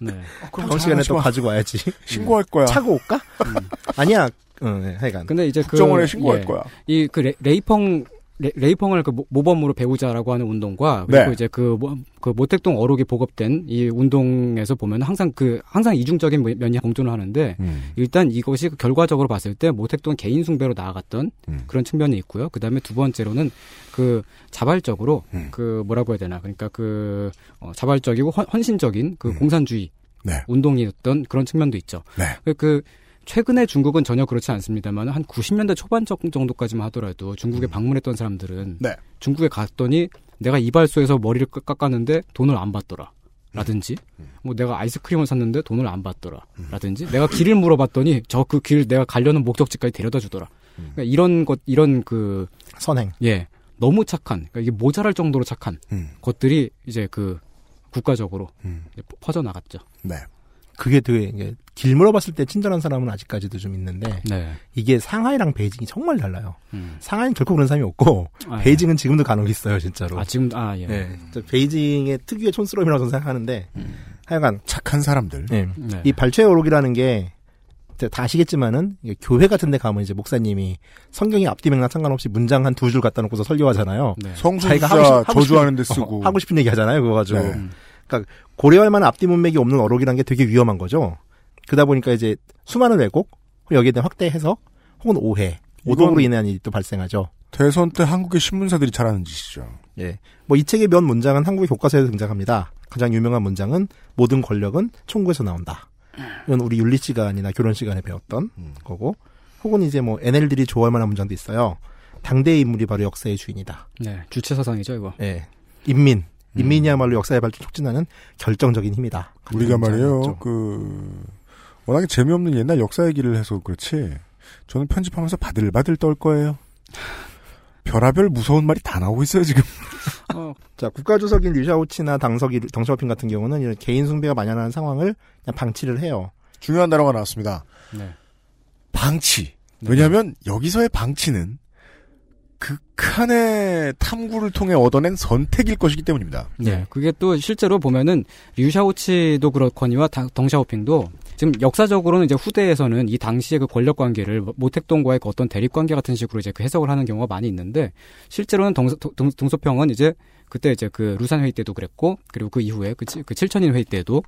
[SPEAKER 4] 네.
[SPEAKER 5] 다음 시간에 또 가지고 와야지.
[SPEAKER 2] 신고할 거야.
[SPEAKER 5] 차고 올까? 아니야. 응, 네, 하여간.
[SPEAKER 4] 근데 이제
[SPEAKER 2] 국정원에
[SPEAKER 4] 그,
[SPEAKER 2] 신고할
[SPEAKER 4] 예.
[SPEAKER 2] 거야.
[SPEAKER 4] 이그 레이펑 레, 이펑을그 모- 모범으로 배우자라고 하는 운동과 그리고
[SPEAKER 2] 네.
[SPEAKER 4] 이제 그, 모, 그 모택동 어록이 보급된 이 운동에서 보면 항상 그 항상 이중적인 면- 면이 공존을 하는데
[SPEAKER 2] 음.
[SPEAKER 4] 일단 이것이 그 결과적으로 봤을 때 모택동 개인 숭배로 나아갔던
[SPEAKER 2] 음.
[SPEAKER 4] 그런 측면이 있고요. 그 다음에 두 번째로는 그 자발적으로
[SPEAKER 2] 음.
[SPEAKER 4] 그 뭐라고 해야 되나 그러니까 그 어, 자발적이고 헌, 신적인그 공산주의
[SPEAKER 2] 음. 네.
[SPEAKER 4] 운동이었던 그런 측면도 있죠.
[SPEAKER 2] 네.
[SPEAKER 4] 그- 그 최근에 중국은 전혀 그렇지 않습니다만 한 90년대 초반 적- 정도까지만 하더라도 중국에 방문했던 사람들은
[SPEAKER 2] 음. 네.
[SPEAKER 4] 중국에 갔더니 내가 이발소에서 머리를 깎- 깎았는데 돈을 안 받더라. 라든지 뭐 내가 아이스크림을 샀는데 돈을 안 받더라. 라든지 내가 길을 물어봤더니 저 그 길 내가 가려는 목적지까지 데려다 주더라. 그러니까 이런 것 이런 그
[SPEAKER 5] 선행.
[SPEAKER 4] 예. 너무 착한. 그러니까 이게 모자랄 정도로 착한
[SPEAKER 2] 음.
[SPEAKER 4] 것들이 이제 그 국가적으로
[SPEAKER 2] 음.
[SPEAKER 4] 이제 퍼- 퍼져나갔죠.
[SPEAKER 2] 네.
[SPEAKER 5] 그게 되게 이게 길 물어봤을 때 친절한 사람은 아직까지도 좀 있는데
[SPEAKER 4] 네.
[SPEAKER 5] 이게 상하이랑 베이징이 정말 달라요.
[SPEAKER 4] 음.
[SPEAKER 5] 상하이는 결코 그런 사람이 없고
[SPEAKER 4] 아, 예.
[SPEAKER 5] 베이징은 지금도 간혹 있어요, 진짜로.
[SPEAKER 4] 아 지금 아 예.
[SPEAKER 5] 예, 진짜 베이징의 특유의 촌스러움이라고 저는 생각하는데 하여간
[SPEAKER 2] 착한 사람들.
[SPEAKER 5] 예,
[SPEAKER 4] 음. 네.
[SPEAKER 5] 이 발췌 오록이라는 게 이제 다 아시겠지만은 이게 교회 같은 데 가면 이제 목사님이 성경이 앞뒤 맥락 상관없이 문장 한 두 줄 갖다 놓고서 설교하잖아요.
[SPEAKER 4] 네.
[SPEAKER 2] 예. 성수자 저주하는 데 쓰고.
[SPEAKER 5] 어, 하고 싶은 얘기 하잖아요. 그거 가지고.
[SPEAKER 2] 네.
[SPEAKER 5] 그러니까 고려할 만한 앞뒤 문맥이 없는 어록이라는 게 되게 위험한 거죠. 그러다 보니까 이제 수많은 왜곡, 그리고 여기에 대한 확대 해석, 혹은 오해, 오독으로
[SPEAKER 2] 이건-
[SPEAKER 5] 인한 일이 또 발생하죠.
[SPEAKER 2] 대선 때 한국의 신문사들이 잘하는 짓이죠.
[SPEAKER 5] 예. 뭐 이 책의 몇 문장은 한국의 교과서에서 등장합니다. 가장 유명한 문장은 모든 권력은 총구에서 나온다. 이건 우리 윤리 시간이나 교련 시간에 배웠던
[SPEAKER 2] 음.
[SPEAKER 5] 거고, 혹은 이제 뭐 NL들이 좋아할 만한 문장도 있어요. 당대의 인물이 바로 역사의 주인이다.
[SPEAKER 4] 네, 주체 사상이죠, 이거.
[SPEAKER 5] 예. 인민. 인민이야말로 역사의 발전 촉진하는 결정적인 힘이다.
[SPEAKER 2] 우리가 말이에요.
[SPEAKER 5] 그렇죠.
[SPEAKER 2] 그 워낙에 재미없는 옛날 역사 얘기를 해서 그렇지. 저는 편집하면서 바들바들 떨 거예요. 별하별 무서운 말이 다 나오고 있어요 지금.
[SPEAKER 5] 자, 국가주석인 리샤오치나 당석이, 덩샤오핑 같은 경우는 이런 개인 숭배가 만연하는 상황을 그냥 방치를 해요.
[SPEAKER 2] 중요한 단어가 나왔습니다.
[SPEAKER 4] 네.
[SPEAKER 2] 방치. 왜냐하면 여기서의 방치는 극한의 탐구를 통해 얻어낸 선택일 것이기 때문입니다.
[SPEAKER 4] 네. 그게 또 실제로 보면은 류샤오치도 그렇거니와 당- 덩샤오핑도 지금 역사적으로는 이제 후대에서는 이 당시의 그 권력 관계를 모택동과의 그 어떤 대립 관계 같은 식으로 이제 그 해석을 하는 경우가 많이 있는데 실제로는 덩, 동, 동서평은 이제 그때 이제 그 루산 회의 때도 그랬고 그리고 그 이후에 그, 칠- 그 7천인 회의 때도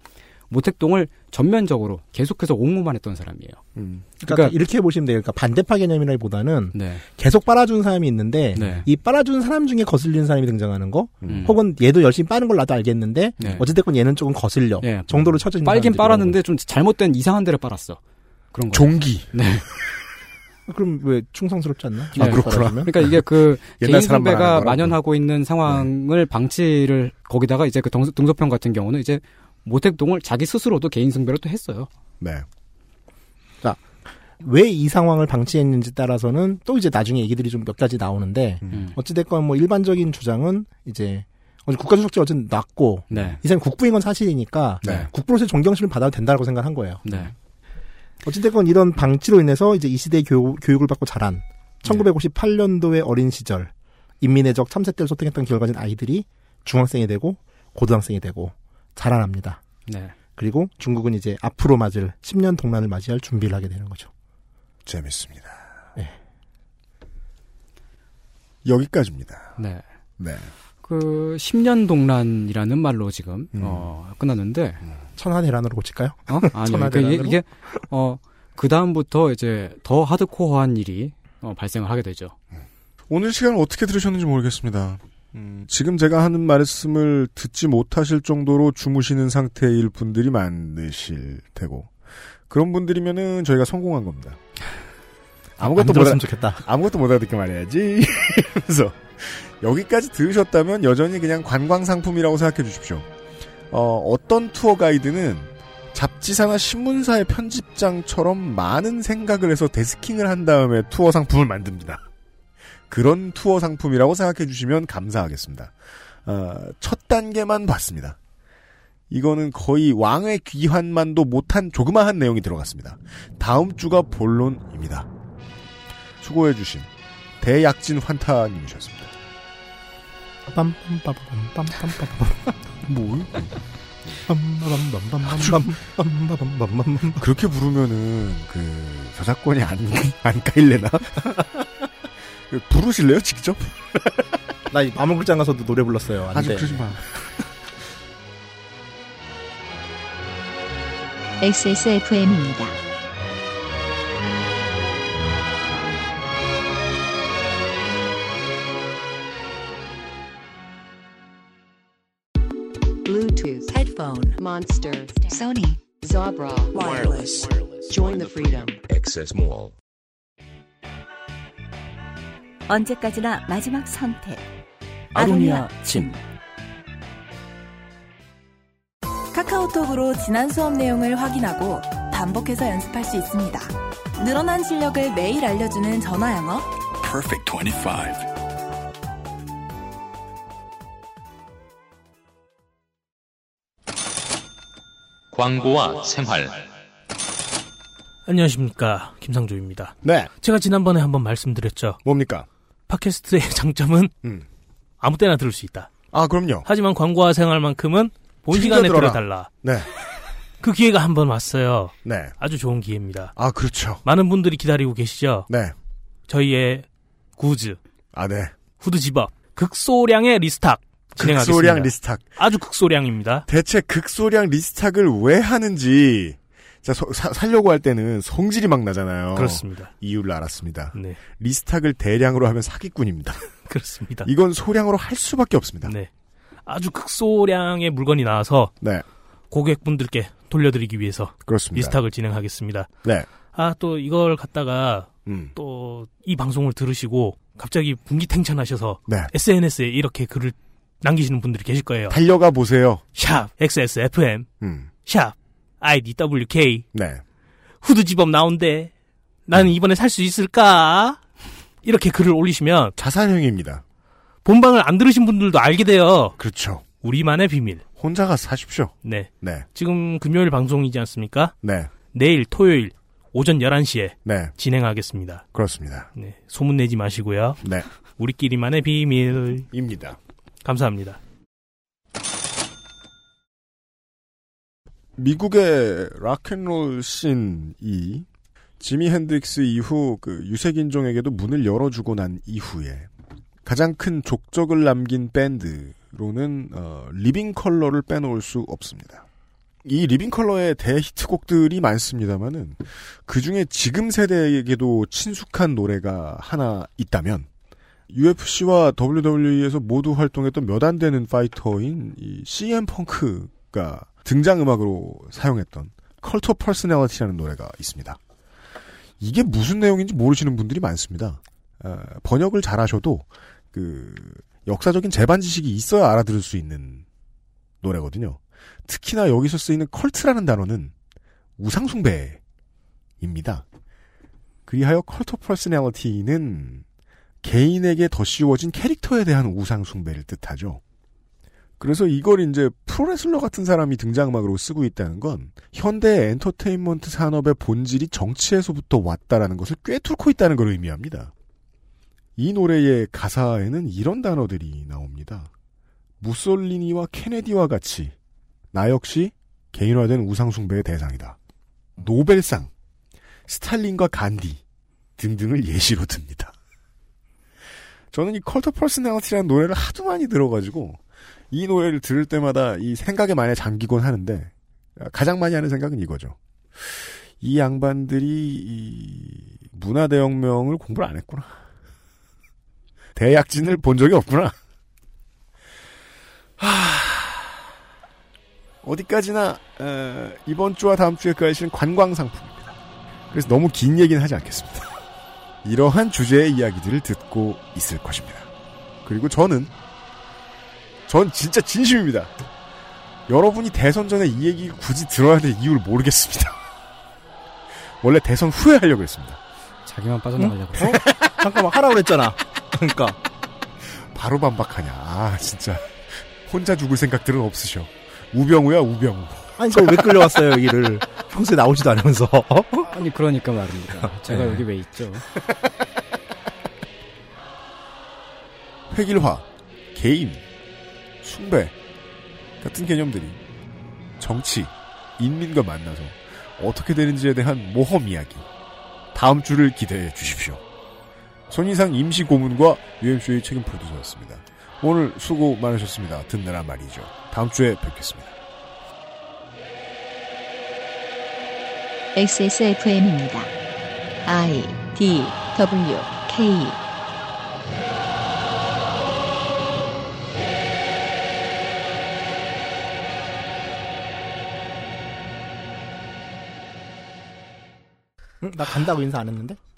[SPEAKER 4] 모택동을 전면적으로 계속해서 옹호만 했던 사람이에요.
[SPEAKER 5] 그러니까, 이렇게 보시면 돼요. 그러니까 반대파 개념이라기보다는
[SPEAKER 4] 네.
[SPEAKER 5] 계속 빨아준 사람이 있는데 이 빨아준 사람 중에 거슬리는 사람이 등장하는 거, 혹은 얘도 열심히 빠는 걸 나도 알겠는데
[SPEAKER 4] 네.
[SPEAKER 5] 어찌됐건 얘는 조금 거슬려
[SPEAKER 4] 네.
[SPEAKER 5] 정도로 쳐진
[SPEAKER 4] 빨긴 빨았는데 좀 잘못된 이상한 데를 빨았어. 그런 거.
[SPEAKER 2] 종기.
[SPEAKER 4] 네.
[SPEAKER 5] 그럼 왜 충성스럽지 않나?
[SPEAKER 4] 네. 그러니까 이게 그 개인 선배가 만연하고 있는 상황을
[SPEAKER 5] 네.
[SPEAKER 4] 방치를 거기다가 이제 그 동, 동서평 같은 경우는 이제 모택동을 자기 스스로도 개인 승배로 또 했어요.
[SPEAKER 2] 네.
[SPEAKER 5] 자, 음. 왜 이 상황을 방치했는지 따라서는 또 이제 나중에 얘기들이 좀 몇 가지 나오는데 어찌됐건 뭐 일반적인 주장은 이제 어제 국가주석제 어쨌든 났고
[SPEAKER 4] 네.
[SPEAKER 5] 이 사람이 국부인 건 사실이니까
[SPEAKER 4] 네.
[SPEAKER 5] 국부로서의 존경심을 받아도 된다고 생각한 거예요.
[SPEAKER 4] 네.
[SPEAKER 5] 어찌됐건 이런 방치로 인해서 이제 이 시대 교, 교육을 받고 자란 1958년도의 어린 시절 인민의적 참세 때를 소통했던 기억을 가진 아이들이 중학생이 되고 고등학생이 되고 자라납니다.
[SPEAKER 4] 네.
[SPEAKER 5] 그리고 중국은 이제 앞으로 맞을 10년 동란을 맞이할 준비를 하게 되는 거죠.
[SPEAKER 2] 재밌습니다. 네. 여기까지입니다.
[SPEAKER 4] 네.
[SPEAKER 2] 네.
[SPEAKER 4] 그 10년 동란이라는 말로 지금
[SPEAKER 5] 음.
[SPEAKER 4] 어, 끝났는데
[SPEAKER 5] 천하대란으로 고칠까요?
[SPEAKER 4] 어? 아니 그러니까 이게,
[SPEAKER 5] 천하대란으로?
[SPEAKER 4] 이게 어그 다음부터 이제 더 하드코어한 일이 어, 발생을 하게 되죠.
[SPEAKER 2] 오늘 시간을 어떻게 들으셨는지 모르겠습니다. 음, 지금 제가 하는 말씀을 듣지 못하실 정도로 주무시는 상태일 분들이 많으실 테고 그런 분들이면은 저희가 성공한 겁니다.
[SPEAKER 5] 안 들었으면
[SPEAKER 2] 알아-
[SPEAKER 5] 좋겠다.
[SPEAKER 2] 아무것도 못 알아듣게 말해야지. 그래서 여기까지 들으셨다면 여전히 그냥 관광 상품이라고 생각해 주십시오. 어, 떤 투어 가이드는 잡지사나 신문사의 편집장처럼 많은 생각을 해서 데스킹을 한 다음에 투어 상품을 만듭니다. 그런 투어 상품이라고 생각해 주시면 감사하겠습니다. 아, 첫 단계만 봤습니다. 이거는 거의 왕의 귀환만도 못한 조그마한 내용이 들어갔습니다. 다음 주가 본론입니다. 수고해 주신 대약진 환타님이셨습니다. 뭘? 그렇게 부르면은 그 저작권이 안, 안 까일래나? 부르실래요 직접?
[SPEAKER 5] 나이 마물극장 가서도 노래 불렀어요. 안
[SPEAKER 2] 아직
[SPEAKER 5] 돼.
[SPEAKER 2] 그러지 마.
[SPEAKER 1] XSFM입니다.
[SPEAKER 11] Bluetooth headphone Monster Sony Zabra Wireless. Join the freedom.
[SPEAKER 16] Access Mall.
[SPEAKER 9] 언제까지나 마지막 선택.
[SPEAKER 12] 아로니아 침.
[SPEAKER 17] 카카오톡으로 지난 수업 내용을 확인하고 반복해서 연습할 수 있습니다. 늘어난 실력을 매일 알려주는 전화 영어.
[SPEAKER 13] Perfect 25.
[SPEAKER 3] 광고와 생활.
[SPEAKER 10] 안녕하십니까 김상조입니다.
[SPEAKER 2] 네.
[SPEAKER 10] 제가 지난번에 한번 말씀드렸죠.
[SPEAKER 2] 뭡니까?
[SPEAKER 10] 팟캐스트의 장점은
[SPEAKER 2] 음.
[SPEAKER 10] 아무 때나 들을 수 있다.
[SPEAKER 2] 아 그럼요.
[SPEAKER 10] 하지만 광고와 생활만큼은 본
[SPEAKER 2] 챙겨
[SPEAKER 10] 시간에
[SPEAKER 2] 들어라.
[SPEAKER 10] 들어달라.
[SPEAKER 2] 네.
[SPEAKER 10] 그 기회가 한번 왔어요.
[SPEAKER 2] 네.
[SPEAKER 10] 아주 좋은 기회입니다.
[SPEAKER 2] 아 그렇죠.
[SPEAKER 10] 많은 분들이 기다리고 계시죠.
[SPEAKER 2] 네.
[SPEAKER 10] 저희의 구즈.
[SPEAKER 2] 아 네.
[SPEAKER 10] 후드 집업 극소량의 리스탁 진행하겠습니다.
[SPEAKER 2] 극소량 리스탁.
[SPEAKER 10] 아주 극소량입니다.
[SPEAKER 2] 대체 극소량 리스탁을 왜 하는지 자, 서- 사, 살려고 할 때는 성질이 막 나잖아요.
[SPEAKER 10] 그렇습니다.
[SPEAKER 2] 이유를 알았습니다.
[SPEAKER 10] 네.
[SPEAKER 2] 리스탁을 대량으로 하면 사기꾼입니다.
[SPEAKER 10] 그렇습니다.
[SPEAKER 2] 이건 소량으로 할 수밖에 없습니다.
[SPEAKER 10] 네. 아주 극소량의 물건이 나와서
[SPEAKER 2] 네.
[SPEAKER 10] 고객분들께 돌려드리기 위해서
[SPEAKER 2] 그렇습니다.
[SPEAKER 10] 리스탁을 진행하겠습니다.
[SPEAKER 2] 네.
[SPEAKER 10] 아 또 이걸 갖다가
[SPEAKER 2] 음.
[SPEAKER 10] 또 이 방송을 들으시고 갑자기 분기탱천하셔서
[SPEAKER 2] 네.
[SPEAKER 10] SNS에 이렇게 글을 남기시는 분들이 계실 거예요.
[SPEAKER 2] 달려가 보세요.
[SPEAKER 10] 샵 XSFM
[SPEAKER 2] 음.
[SPEAKER 10] 샵 IDWK
[SPEAKER 2] 네.
[SPEAKER 10] 후드집업 나온대. 나는 이번에 살 수 있을까? 이렇게 글을 올리시면
[SPEAKER 2] 자산형입니다.
[SPEAKER 10] 본방을 안 들으신 분들도 알게 돼요.
[SPEAKER 2] 그렇죠.
[SPEAKER 10] 우리만의 비밀.
[SPEAKER 2] 혼자가 사십시오.
[SPEAKER 10] 네.
[SPEAKER 2] 네.
[SPEAKER 10] 지금 금요일 방송이지 않습니까?
[SPEAKER 2] 네.
[SPEAKER 10] 내일 토요일 오전 11시에
[SPEAKER 2] 네.
[SPEAKER 10] 진행하겠습니다.
[SPEAKER 2] 그렇습니다.
[SPEAKER 10] 네, 소문 내지 마시고요.
[SPEAKER 2] 네.
[SPEAKER 10] 우리끼리만의 비밀입니다. 감사합니다.
[SPEAKER 2] 미국의 락앤롤 씬이 지미 핸드릭스 이후 그 유색인종에게도 문을 열어주고 난 이후에 가장 큰 족적을 남긴 밴드로는 어, 리빙 컬러를 빼놓을 수 없습니다. 이 리빙 컬러의 대히트곡들이 많습니다만은 그 중에 지금 세대에게도 친숙한 노래가 하나 있다면 UFC와 WWE에서 모두 활동했던 몇 안 되는 파이터인 이 CM 펑크가 등장 음악으로 사용했던 컬터 퍼스널리티라는 노래가 있습니다. 이게 무슨 내용인지 모르시는 분들이 많습니다. 어, 번역을 잘하셔도 그 역사적인 재반 지식이 있어야 알아들을 수 있는 노래거든요. 특히나 여기서 쓰이는 컬트라는 단어는 우상숭배입니다. 그리하여 컬터 퍼스널리티는 개인에게 더 씌워진 캐릭터에 대한 우상숭배를 뜻하죠. 그래서 이걸 이제 프로레슬러 같은 사람이 등장음악으로 쓰고 있다는 건 현대 엔터테인먼트 산업의 본질이 정치에서부터 왔다라는 것을 꿰뚫고 있다는 걸 의미합니다. 이 노래의 가사에는 이런 단어들이 나옵니다. 무솔리니와 케네디와 같이 나 역시 개인화된 우상숭배의 대상이다. 노벨상, 스탈린과 간디 등등을 예시로 듭니다. 저는 이 컬터 퍼스널리티라는 노래를 하도 많이 들어가지고 이 노래를 들을 때마다 이 생각에 많이 잠기곤 하는데 가장 많이 하는 생각은 이거죠. 이 양반들이 이 문화 대혁명을 공부를 안 했구나. 대약진을 본 적이 없구나. 하... 어디까지나 어, 이번 주와 다음 주에 그하시는 관광 상품입니다. 그래서 너무 긴 얘기는 하지 않겠습니다. 이러한 주제의 이야기들을 듣고 있을 것입니다. 그리고 저는 전 진짜 진심입니다. 여러분이 대선 전에 이 얘기 굳이 들어야 될 이유를 모르겠습니다. 원래 대선 후에 하려고 했습니다.
[SPEAKER 4] 자기만 빠져나가려고.
[SPEAKER 5] 어? 잠깐만 하라 그랬잖아.
[SPEAKER 10] 그러니까
[SPEAKER 2] 바로 반박하냐. 아 진짜 혼자 죽을 생각들은 없으셔. 우병우야 우병우.
[SPEAKER 5] 아니 저왜 끌려왔어요 여기를 평소에 나오지도 않으면서.
[SPEAKER 4] 아니 그러니까 말입니다. 제가
[SPEAKER 5] 네.
[SPEAKER 4] 여기 왜 있죠?
[SPEAKER 2] 획일화, 개인, 숭배 같은 개념들이 정치, 인민과 만나서 어떻게 되는지에 대한 모험 이야기. 다음 주를 기대해 주십시오. 손희상 임시 고문과 UMC의 책임 프로듀서였습니다. 오늘 수고 많으셨습니다. 듣느라 말이죠. 다음 주에 뵙겠습니다.
[SPEAKER 1] XSFM입니다. I D W K
[SPEAKER 5] 응? 나 간다고 인사 안 했는데?